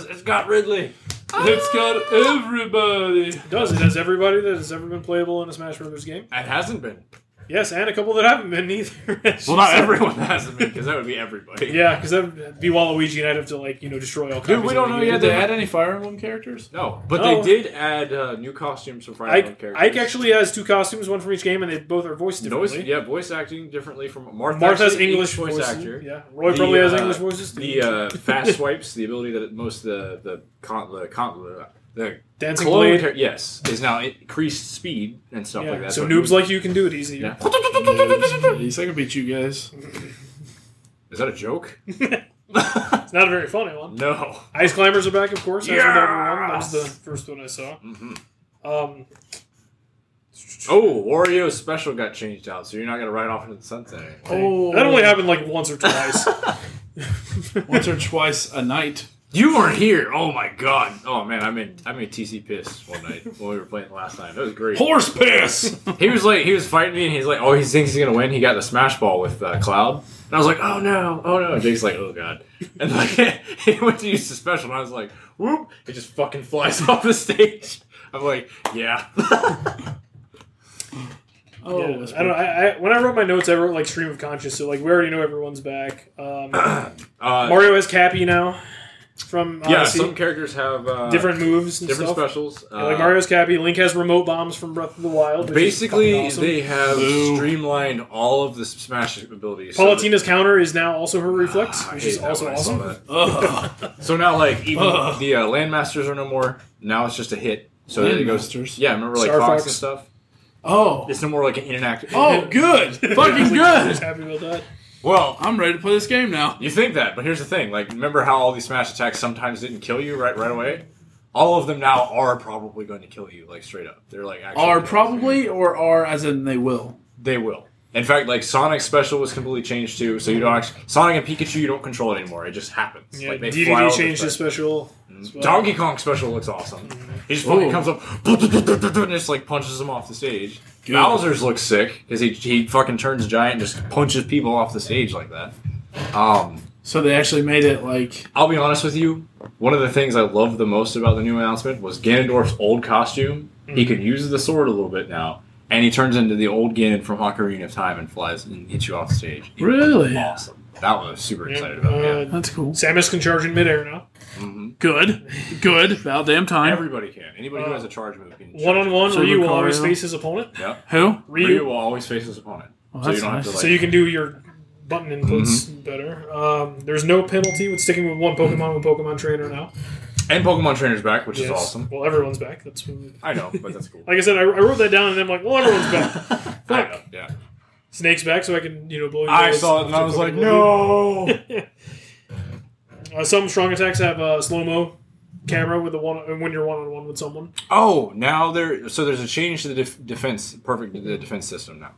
Ultimate.
It's got Ridley.
It's got everybody.
It does. It has everybody that has ever been playable in a Smash Brothers game.
It hasn't been.
Yes, and a couple that haven't been either.
Well, not everyone hasn't been, because that would be everybody.
Yeah, because that'd be Waluigi, and I'd have to like you know destroy all.
Dude,
copies
we
of
don't
the
know
game.
yet. They add
any Fire Emblem characters?
No, but
No.
they did add uh, new costumes for Fire Emblem
Ike,
characters.
Ike actually has two costumes, one from each game, and they both are voiced
Voice,
differently.
yeah, voice acting differently from Martha.
Martha's
actually,
English
voice
voices.
actor.
Yeah, Roy probably has
uh,
English voices.
The uh, fast swipes, the ability that most the the con, the con, the
Dancing
clone,
Blade.
char- yes, is now increased speed and stuff
yeah.
like that.
so noobs like you can do it easy.
Yeah.
He's I can beat you guys.
Is that a joke?
It's not a very funny one.
No.
Ice climbers are back, of course. As with
Yes!
everyone. That was the first one I saw.
Mhm.
Um,
Oh, Wario's special got changed out, so you're not gonna ride off into the sunset anymore.
Oh,
that only happened like once or twice.
once or twice a night.
You weren't here. Oh my god. Oh man, I made I made TC piss one night when we were playing last time. That was great.
Horse piss.
He was like, he was fighting me, and he's like, oh, he thinks he's gonna win. He got the smash ball with uh, Cloud, and I was like, oh no, oh no. Jake's like, oh god, and like he went to use the special, and I was like, whoop, it just fucking flies off the stage. I'm like, yeah, Uh,
Oh,
Yeah,
that's
I don't. know. I, I when I wrote my notes, I wrote like stream of conscious. So like we already know everyone's back. Um,
uh,
Mario has Cappy now from
yeah.
Odyssey.
Some characters have uh,
different moves and
different Uh,
stuff.
specials.
Yeah, like Mario's Cappy. Link has remote bombs from Breath of the Wild. Which
Basically,
is fucking awesome.
they have
Boo.
streamlined all of the Smash abilities. so that-
Palatina's counter is now also her reflex,
Ah, I
which
hate
is
that
also
when I saw
awesome.
that.
Ugh.
So now, like, even
Ugh.
the uh, Landmasters are no more. Now it's just a hit. So then it goes.
Landmasters?
Yeah, remember, like,
Mm. Star
Fox, and
Fox.
stuff?
Oh.
It's no more like an inactive.
Oh, good. Fucking
I was
good.
happy about that.
Well,
I'm ready to play this game now.
you think that, but here's the thing. Like, remember how all these Smash attacks sometimes didn't kill you right right away? All of them now are probably going to kill you, like, straight up. They're, like, actually.
Are probably or are as in they will.
They will. In fact, like Sonic's special was completely changed too, so you don't actually, Sonic and Pikachu you don't control it anymore. It just happens.
Yeah,
like they fly
DDD
all over
changed
the
his
place.
special. as well.
Donkey Kong special looks awesome. He just
Ooh.
fucking comes up and just like punches him off the stage. Bowser's looks sick because he, he fucking turns giant and just punches people off the stage like that. Um,
So they actually made it like
I'll be honest with you. One of the things I loved the most about the new announcement was Ganondorf's old costume.
Hmm.
He can use the sword a little bit now, and he turns into the old Ganon from Ocarina of Time and flies and hits you off the stage. It was
Really?
awesome. That one I was super
Yeah,
excited about. Yeah. Mm-hmm.
uh,
that's cool.
Samus can charge in midair now.
Good. Good. About damn time.
Everybody can. Anybody who
Uh,
has a charge move can.
One on one,
So
Ryu will always
Lucario.
face his opponent.
Yeah.
Who?
Ryu,
Ryu will always face his opponent.
Well,
so
that's
you don't have
nice.
to like.
Oh, so you can do your button inputs
Mm-hmm.
better. Um, there's no penalty with sticking with one Pokemon with Pokemon Trainer now.
And Pokemon Trainer's back, which is
Yes.
awesome.
Well, everyone's back. That's what we-
I know, but that's cool.
like I said. I, I wrote that down, and I'm like, well, everyone's back.
I know, yeah.
Snake's back, so I can you know blow. you
I
guys
saw it and I
to
was
fucking
like,
blow
no.
you. Uh, some strong attacks have uh, slow mo camera with the one when you're one on one with someone.
Oh, now there. So there's a change to the def- defense, perfect the defense system now.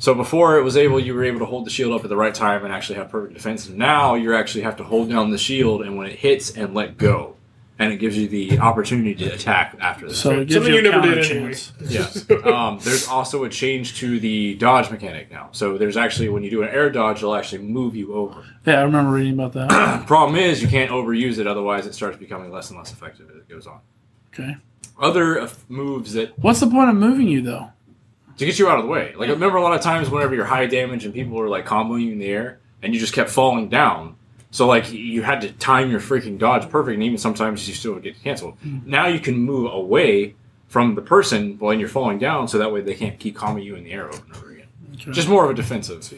So before it was able, you were able to hold the shield up at the right time and actually have perfect defense. Now you actually have to hold down the shield and when it hits and let go, and it gives you the opportunity to attack after that.
So it gives
Something
you, a
you never
counter
did anyway.
chance.
yeah. Um, there's also a change to the dodge mechanic now. So there's actually when you do an air dodge, it'll actually move you over.
Yeah, I remember reading about that.
The problem is you can't overuse it, otherwise it starts becoming less and less effective as it goes on.
Okay.
Other uh, moves that
What's the point of moving you though?
to get you out of the way. Like I remember a lot of times whenever you're high damage and people were like comboing you in the air and you just kept falling down. So like you had to time your freaking dodge perfect, and even sometimes you still would get canceled.
Hmm.
Now you can move away from the person when you're falling down, so that way they can't keep comboing you in the air over and over again.
Okay.
Just more of a defensive.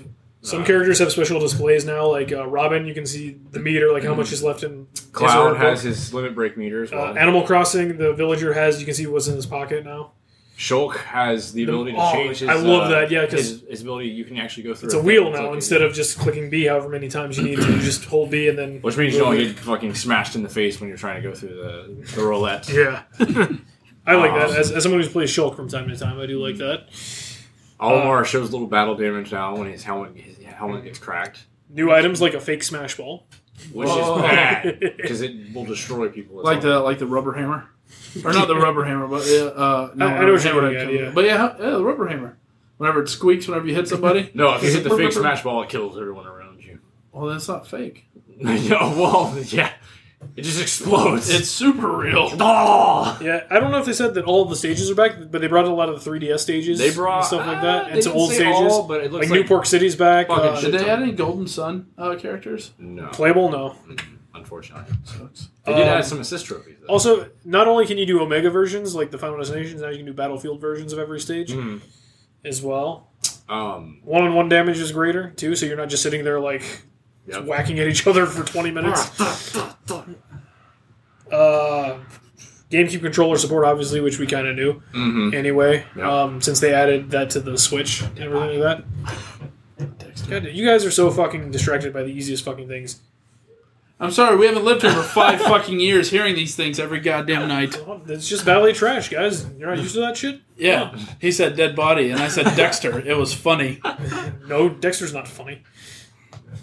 Some characters have special displays now, like uh, Robin. You can see the meter,
Hmm.
like how much is left in. his
Cloud
order.
has his limit break meter as
Uh,
well.
Animal Crossing, the villager has. You can see what's in his pocket now.
Shulk has the ability to
oh,
change. His,
I love
uh,
that, yeah, 'cause
his, his ability you can actually go through.
It's a wheel now instead of just clicking B however many times you need to. You just hold B and then.
Which means you don't get fucking smashed in the face when you're trying to go through the, the roulette.
Yeah. I like that.
Um,
As, as someone who plays Shulk from time to time, I do like that.
Olimar shows little battle damage now when his helmet his helmet gets cracked,
New items like a fake smash ball.
which
Whoa.
is bad because it will destroy people. as
Like
well.
the like the rubber hammer, or not the rubber hammer, but yeah, uh, no,
I- I
rubber
know what you're
hammer
getting
don't
at,
kill
yeah.
me. But yeah, how- yeah, the rubber hammer. Whenever it squeaks, whenever you hit somebody,
no, if you hit the fake smash ball, it kills everyone around you.
well, that's not fake.
no, well, yeah, it just explodes.
It's super real.
oh,
Yeah, I don't know if they said that all of the stages are back, but they brought a lot of the 3DS stages.
they brought
and stuff like
ah,
that.
they
And some
didn't
old
say
stages.
all, but it looks
like,
like,
New Pork City's back.
Fucking
Uh,
Did they add any Golden Sun uh, characters?
No, mm,
playable, no.
unfortunately,
Sucks.
they did
Um,
add some assist trophies. Though.
Also, not only can you do Omega versions like the Final Destinations, now you can do Battlefield versions of every stage
Mhm.
as well.
um,
One on one damage is greater too, so you're not just sitting there like
yep.
whacking at each other for 20 minutes.
Ah.
uh, GameCube controller support, obviously, which we kind of knew
Mhm.
anyway,
Yeah.
um, since they added that to the Switch and everything like that.
Dexter.
God, you guys are so fucking distracted by the easiest fucking things.
I'm sorry, we haven't lived here for five fucking years hearing these things every goddamn night.
Oh, It's just ballet trash, guys. You're
Hmm.
not used to that shit.
Yeah, he said dead body, and I said Dexter. It was funny.
No, Dexter's not funny.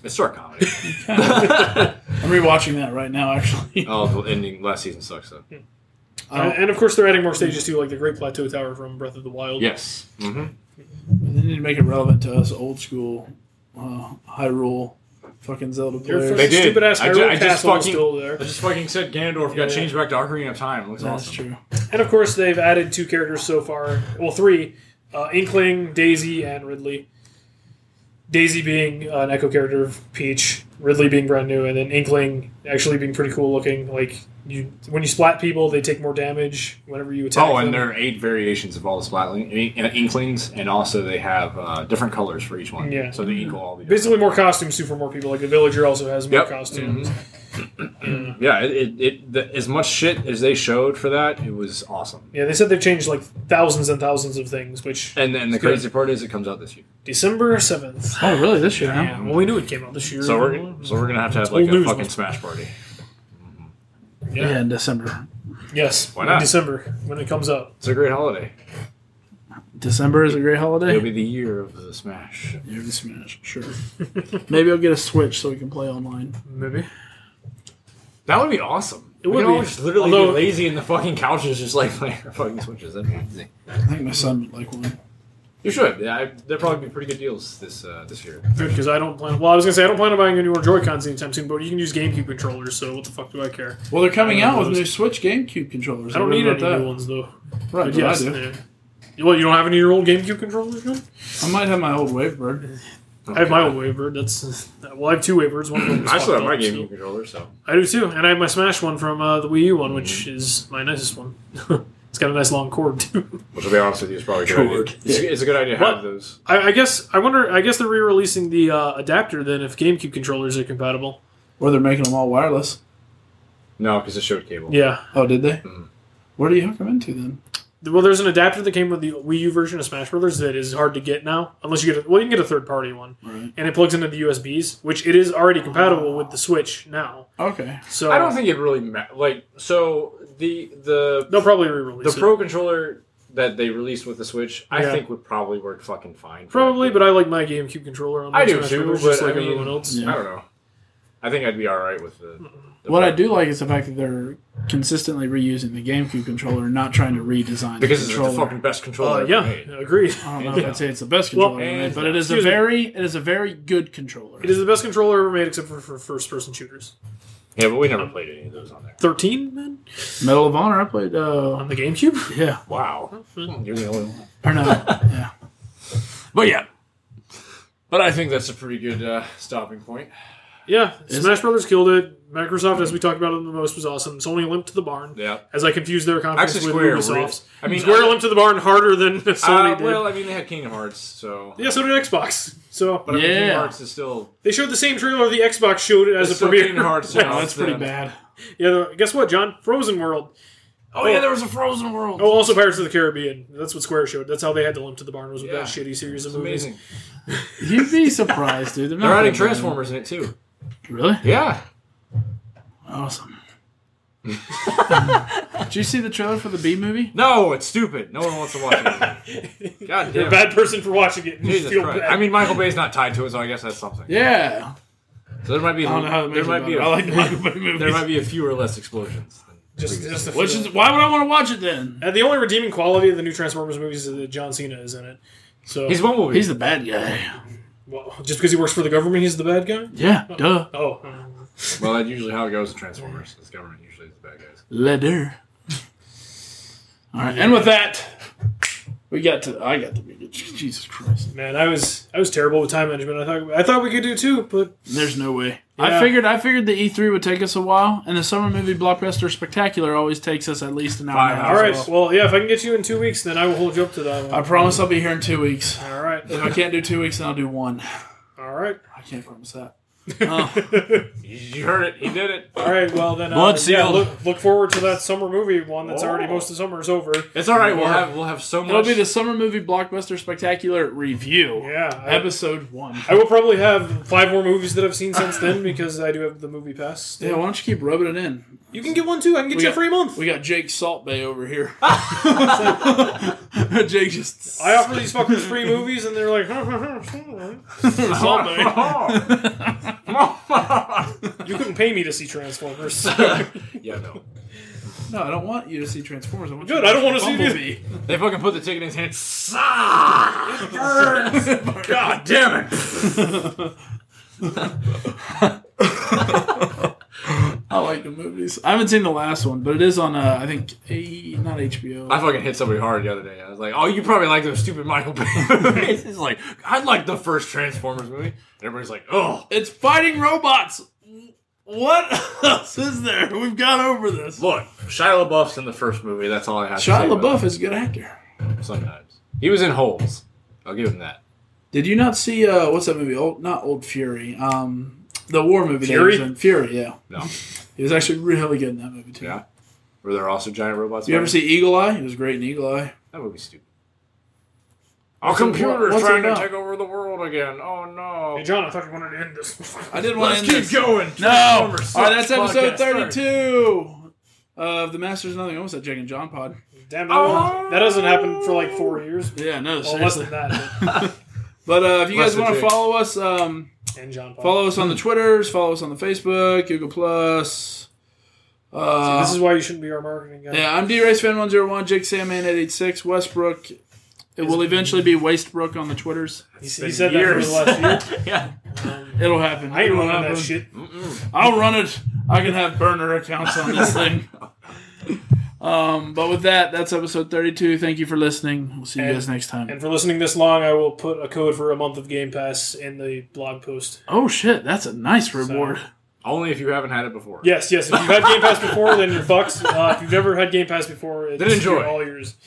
It's dark comedy.
I'm rewatching that right now, actually.
oh, the ending last season sucks though.
I
And,
don't,
and of course, they're adding more stages too, like the Great Plateau Tower from Breath of the Wild.
Yes. hmm
they need to make it relevant to us old school uh, Hyrule fucking Zelda
Your
players.
They
fucking
did.
stupid ass
I ju-
Hyrule
I just
Castle is
fucking-
still there.
I just fucking said Ganondorf
Yeah.
got changed back to Ocarina of Time. Looks
That's
awesome.
true.
And of course, they've added two characters so far. Well, three: uh, Inkling, Daisy, and Ridley. Daisy being uh, an echo character of Peach, Ridley being brand new, and then Inkling actually being pretty cool looking. Like you, when you splat people, they take more damage whenever you attack.
Oh, and
them.
there are eight variations of all the splatling in- uh, inklings, and also they have uh, different colors for each one.
Yeah.
So they equal all the.
basically more costumes too for more people. Like the villager also has more
Yep. Mm-hmm.
costumes.
Yeah, it, it, it the, as much shit as they showed for that, it was awesome.
Yeah, they said they've changed like thousands and thousands of things. Which
And then the
It's good.
crazy part is it comes out this year.
December seventh.
Oh, really? This year?
Yeah, well, we knew it came out this year.
So we're so we're gonna have to have
It's
like
old
a
news.
fucking smash party.
Yeah. in December.
yes,
Why not?
December when it comes out.
It's a great holiday.
December is a great holiday.
It'll be the year of the smash.
Yeah, we Smash, sure. Maybe I'll get a Switch so we can play online.
Maybe.
That would be awesome. It
would
would
be.
always literally
Although-
be lazy in the fucking couches, just like playing our fucking switches. That'd be amazing.
I think my son would like one.
You should. Yeah, I, there'd probably be pretty good deals this uh, this year.
Good, because I don't plan. Well, I was gonna say I don't plan on buying any more Joy Cons anytime soon, but you can use GameCube controllers, so what the fuck do I care?
Well, they're coming
I don't
out with
know.
new Switch GameCube controllers.
I don't
read
need any
about
new ones though.
Right,
But
but
yes,
I do.
yeah. You- Well, you don't have any of your old GameCube controllers, John?
I might have my old Wavebird.
I have my old Waybird. That's well, I have two Wavebirds. One of them. was
I still have
fucked
my
up,
GameCube
so-
controller, so
I do too, and I have my Smash one from uh, the Wii U one, which
Mm.
is my nicest one. it's got a nice long cord too.
which to be honest with you, is probably a good.
Cord.
Idea. It's, it's a good idea to
What?
have those.
I, I guess I wonder. I guess they're re-releasing the uh, adapter then, if GameCube controllers are compatible.
Or they're making them all wireless.
No, because it showed cable.
Yeah,
Oh, did they?
Hmm.
Mhm.
Where do you hook them into then?
Well, there's an adapter that came with the Wii U version of Smash Brothers that is hard to get now, unless you get a, well, you can get a third party one,
Right.
and it plugs into the USBs, which it is already compatible with the Switch now.
Okay.
So
I don't think it really ma- like so the the
they'll probably re-release
the
it.
pro controller that they released with the Switch, I
Yeah.
think would probably work fucking fine. for
probably,
that
but I like my GameCube controller on my
I do
Smash
too,
Brothers,
but
just
I
like
mean-
everyone else.
Yeah.
I don't know. I think I'd be all right with the. the
What I do like is the fact that they're consistently reusing the GameCube controller, and not trying to redesign
because
the
it's
controller.
the fucking best controller.
Uh,
ever
yeah,
made.
agreed.
I don't know if
Yeah.
I'd say it's the best
Well,
controller, ever made,
and-
but it is a
excuse me.
very it is a very good controller.
It is the best controller ever made, except for, for first person shooters.
yeah, but we never played any of those on there.
Thirteen, man,
Medal of Honor. I played. Uh,
on the GameCube.
yeah,
Wow,
Mm-hmm.
you're the only one.
or no? yeah.
But yeah, but I think that's a pretty good uh, stopping point.
Yeah,
Is
Smash Brothers killed it. Microsoft, as we talked about it the most, was awesome. Sony limped to the barn.
Yeah.
As I confused their conference
Actually,
with
Square.
Ubisoft's.
re- I mean,
Square
uh,
limped to the barn harder than Sony
uh,
did.
well, I mean, they had Kingdom Hearts, so
yeah, so did Xbox. So
But I mean, Kingdom
Yeah.
Hearts is still
they showed the same trailer the Xbox showed it as
it's
a
still
premiere.
Kingdom Hearts. you know,
No, that's
it's
pretty
the-
bad.
yeah, the- guess what, John? Frozen World.
Oh yeah, there was a Frozen World.
Oh, also Pirates of the Caribbean. That's what Square showed. That's how they had to limp to the barn was with
Yeah.
that shitty series of
it's
movies.
amazing.
You'd be surprised, dude.
They're
not
adding
that bad.
Transformers in it too.
Really?
Yeah.
Awesome. Did you see the trailer for the B movie?
No, it's stupid. No one wants to watch it. God
You're
damn.
a bad person for watching it. You
Jesus
feel
Christ.
bad.
I mean, Michael Bay's not tied to it, so I guess that's something.
Yeah.
So there might be
I don't know how to make
there
it
might be
better.
a,
I like the Michael Bay movies.
there might be a few or less explosions.
just, just a
Which
feeling.
is why would I want to watch it then?
And the only redeeming quality of the new Transformers movies is that John Cena is in it. So
He's Bumblebee.
He's the bad guy.
well, just because he works for the government, he's the bad guy.
Yeah. Duh.
Oh,
well, that's usually how it goes in Transformers. This government usually is the bad guys.
Leather. All right. And with that, we got to. I got to be good. Jesus Christ.
man, I was I was terrible with time management. I thought I thought we could do two, but
There's no way. I
Yeah.
figured. I figured the E3 would take us a while, and the summer movie blockbuster spectacular always takes us at least an hour.
Five
and a half.
all
As
right. Well, yeah, if I can get you in two weeks, then I will hold you up to that
I
one.
promise I'll be here in two weeks.
All right,
If I can't do two weeks, then I'll do one.
all right,
I can't promise that.
You heard it. He did it.
all right. Well, then, uh,
Blood
yeah,
sealed.
look look forward to that summer movie one that's
Oh.
already most of summer's over.
It's all right. We'll have we'll have so much.
It'll be the summer movie blockbuster spectacular review.
Yeah, I,
Episode one.
I will probably have five more movies that I've seen since then because I do have the movie pass.
Yeah, why don't you keep rubbing it in?
You can get one too. I can get
We
you a
got-
free month.
We got Jake Salt Bay over here. Jake just
I offer these fuckers free movies, and they're like, huh, huh, huh, huh.
Salt Bay.
you couldn't pay me to see Transformers.
yeah, no.
No, I don't want you to see Transformers. I want
Good,
you
I don't want to see it
Bumblebee.
They fucking put the ticket in his hand. Sigh! It burns. God damn it!
I like the movies. I haven't seen the last one, but it is on. Uh, I think a, not HBO.
I fucking hit somebody hard the other day. I was like, "Oh, you probably like those stupid Michael Bay movies." It's like, I like the first Transformers movie. And everybody's like, "Oh,
it's fighting robots. What else is there? We've got over this.
look, Shia LaBeouf's in the first movie. That's all I have."
Shia
to say uh, about
LaBeouf is a good actor.
him Sometimes he was in Holes. I'll give him that.
Did you not see uh, what's that movie? Old, not Old Fury. Um, the war movie. that he
Fury?
was in. Fury. Yeah,
No,
he was actually really good in that movie too.
yeah. Were there also giant robots?
You ever see Eagle Eye? He was great in Eagle Eye.
that movie's stupid? Our
What's it-
computer's
what's it
trying to
about?
take over the world again. Oh no!
hey, John, I thought you wanted to end this.
I did want
Let's
to
keep going.
No. All right, that's episode
Podcast started.
thirty-two of the Masters of Nothing. I Almost that Jake and John pod.
Damn, that, that hasn't happened for like four years.
Yeah, no,
Well, less
seriously.
than that. but-
But uh, if you
Less
guys
than
want to
Jake.
follow us, um,
And John Paul.
follow us on the Twitters, follow us on the Facebook, Google Plus. Uh,
this is why you shouldn't be our marketing guy.
yeah, I'm DRaceFan101, Jake Sandman at 86, Westbrook. It will eventually be Wastebrook on the Twitters.
He, he
been
said
years.
that for the last year.
yeah.
It'll happen.
I ain't
It'll
running
happen.
that shit.
I'll run it. I can have burner accounts on this thing. Um, but with that, that's episode 32. Thank you for listening. We'll see you
And-
guys next time.
And for listening this long, I will put a code for a month of Game Pass in the blog post.
Oh shit, that's a nice reward.
Only if you haven't had it before.
Yes, yes. If you've had Game Pass before, then you're fucked. Uh, if you've never had Game Pass before, it's
Then enjoy.
all yours.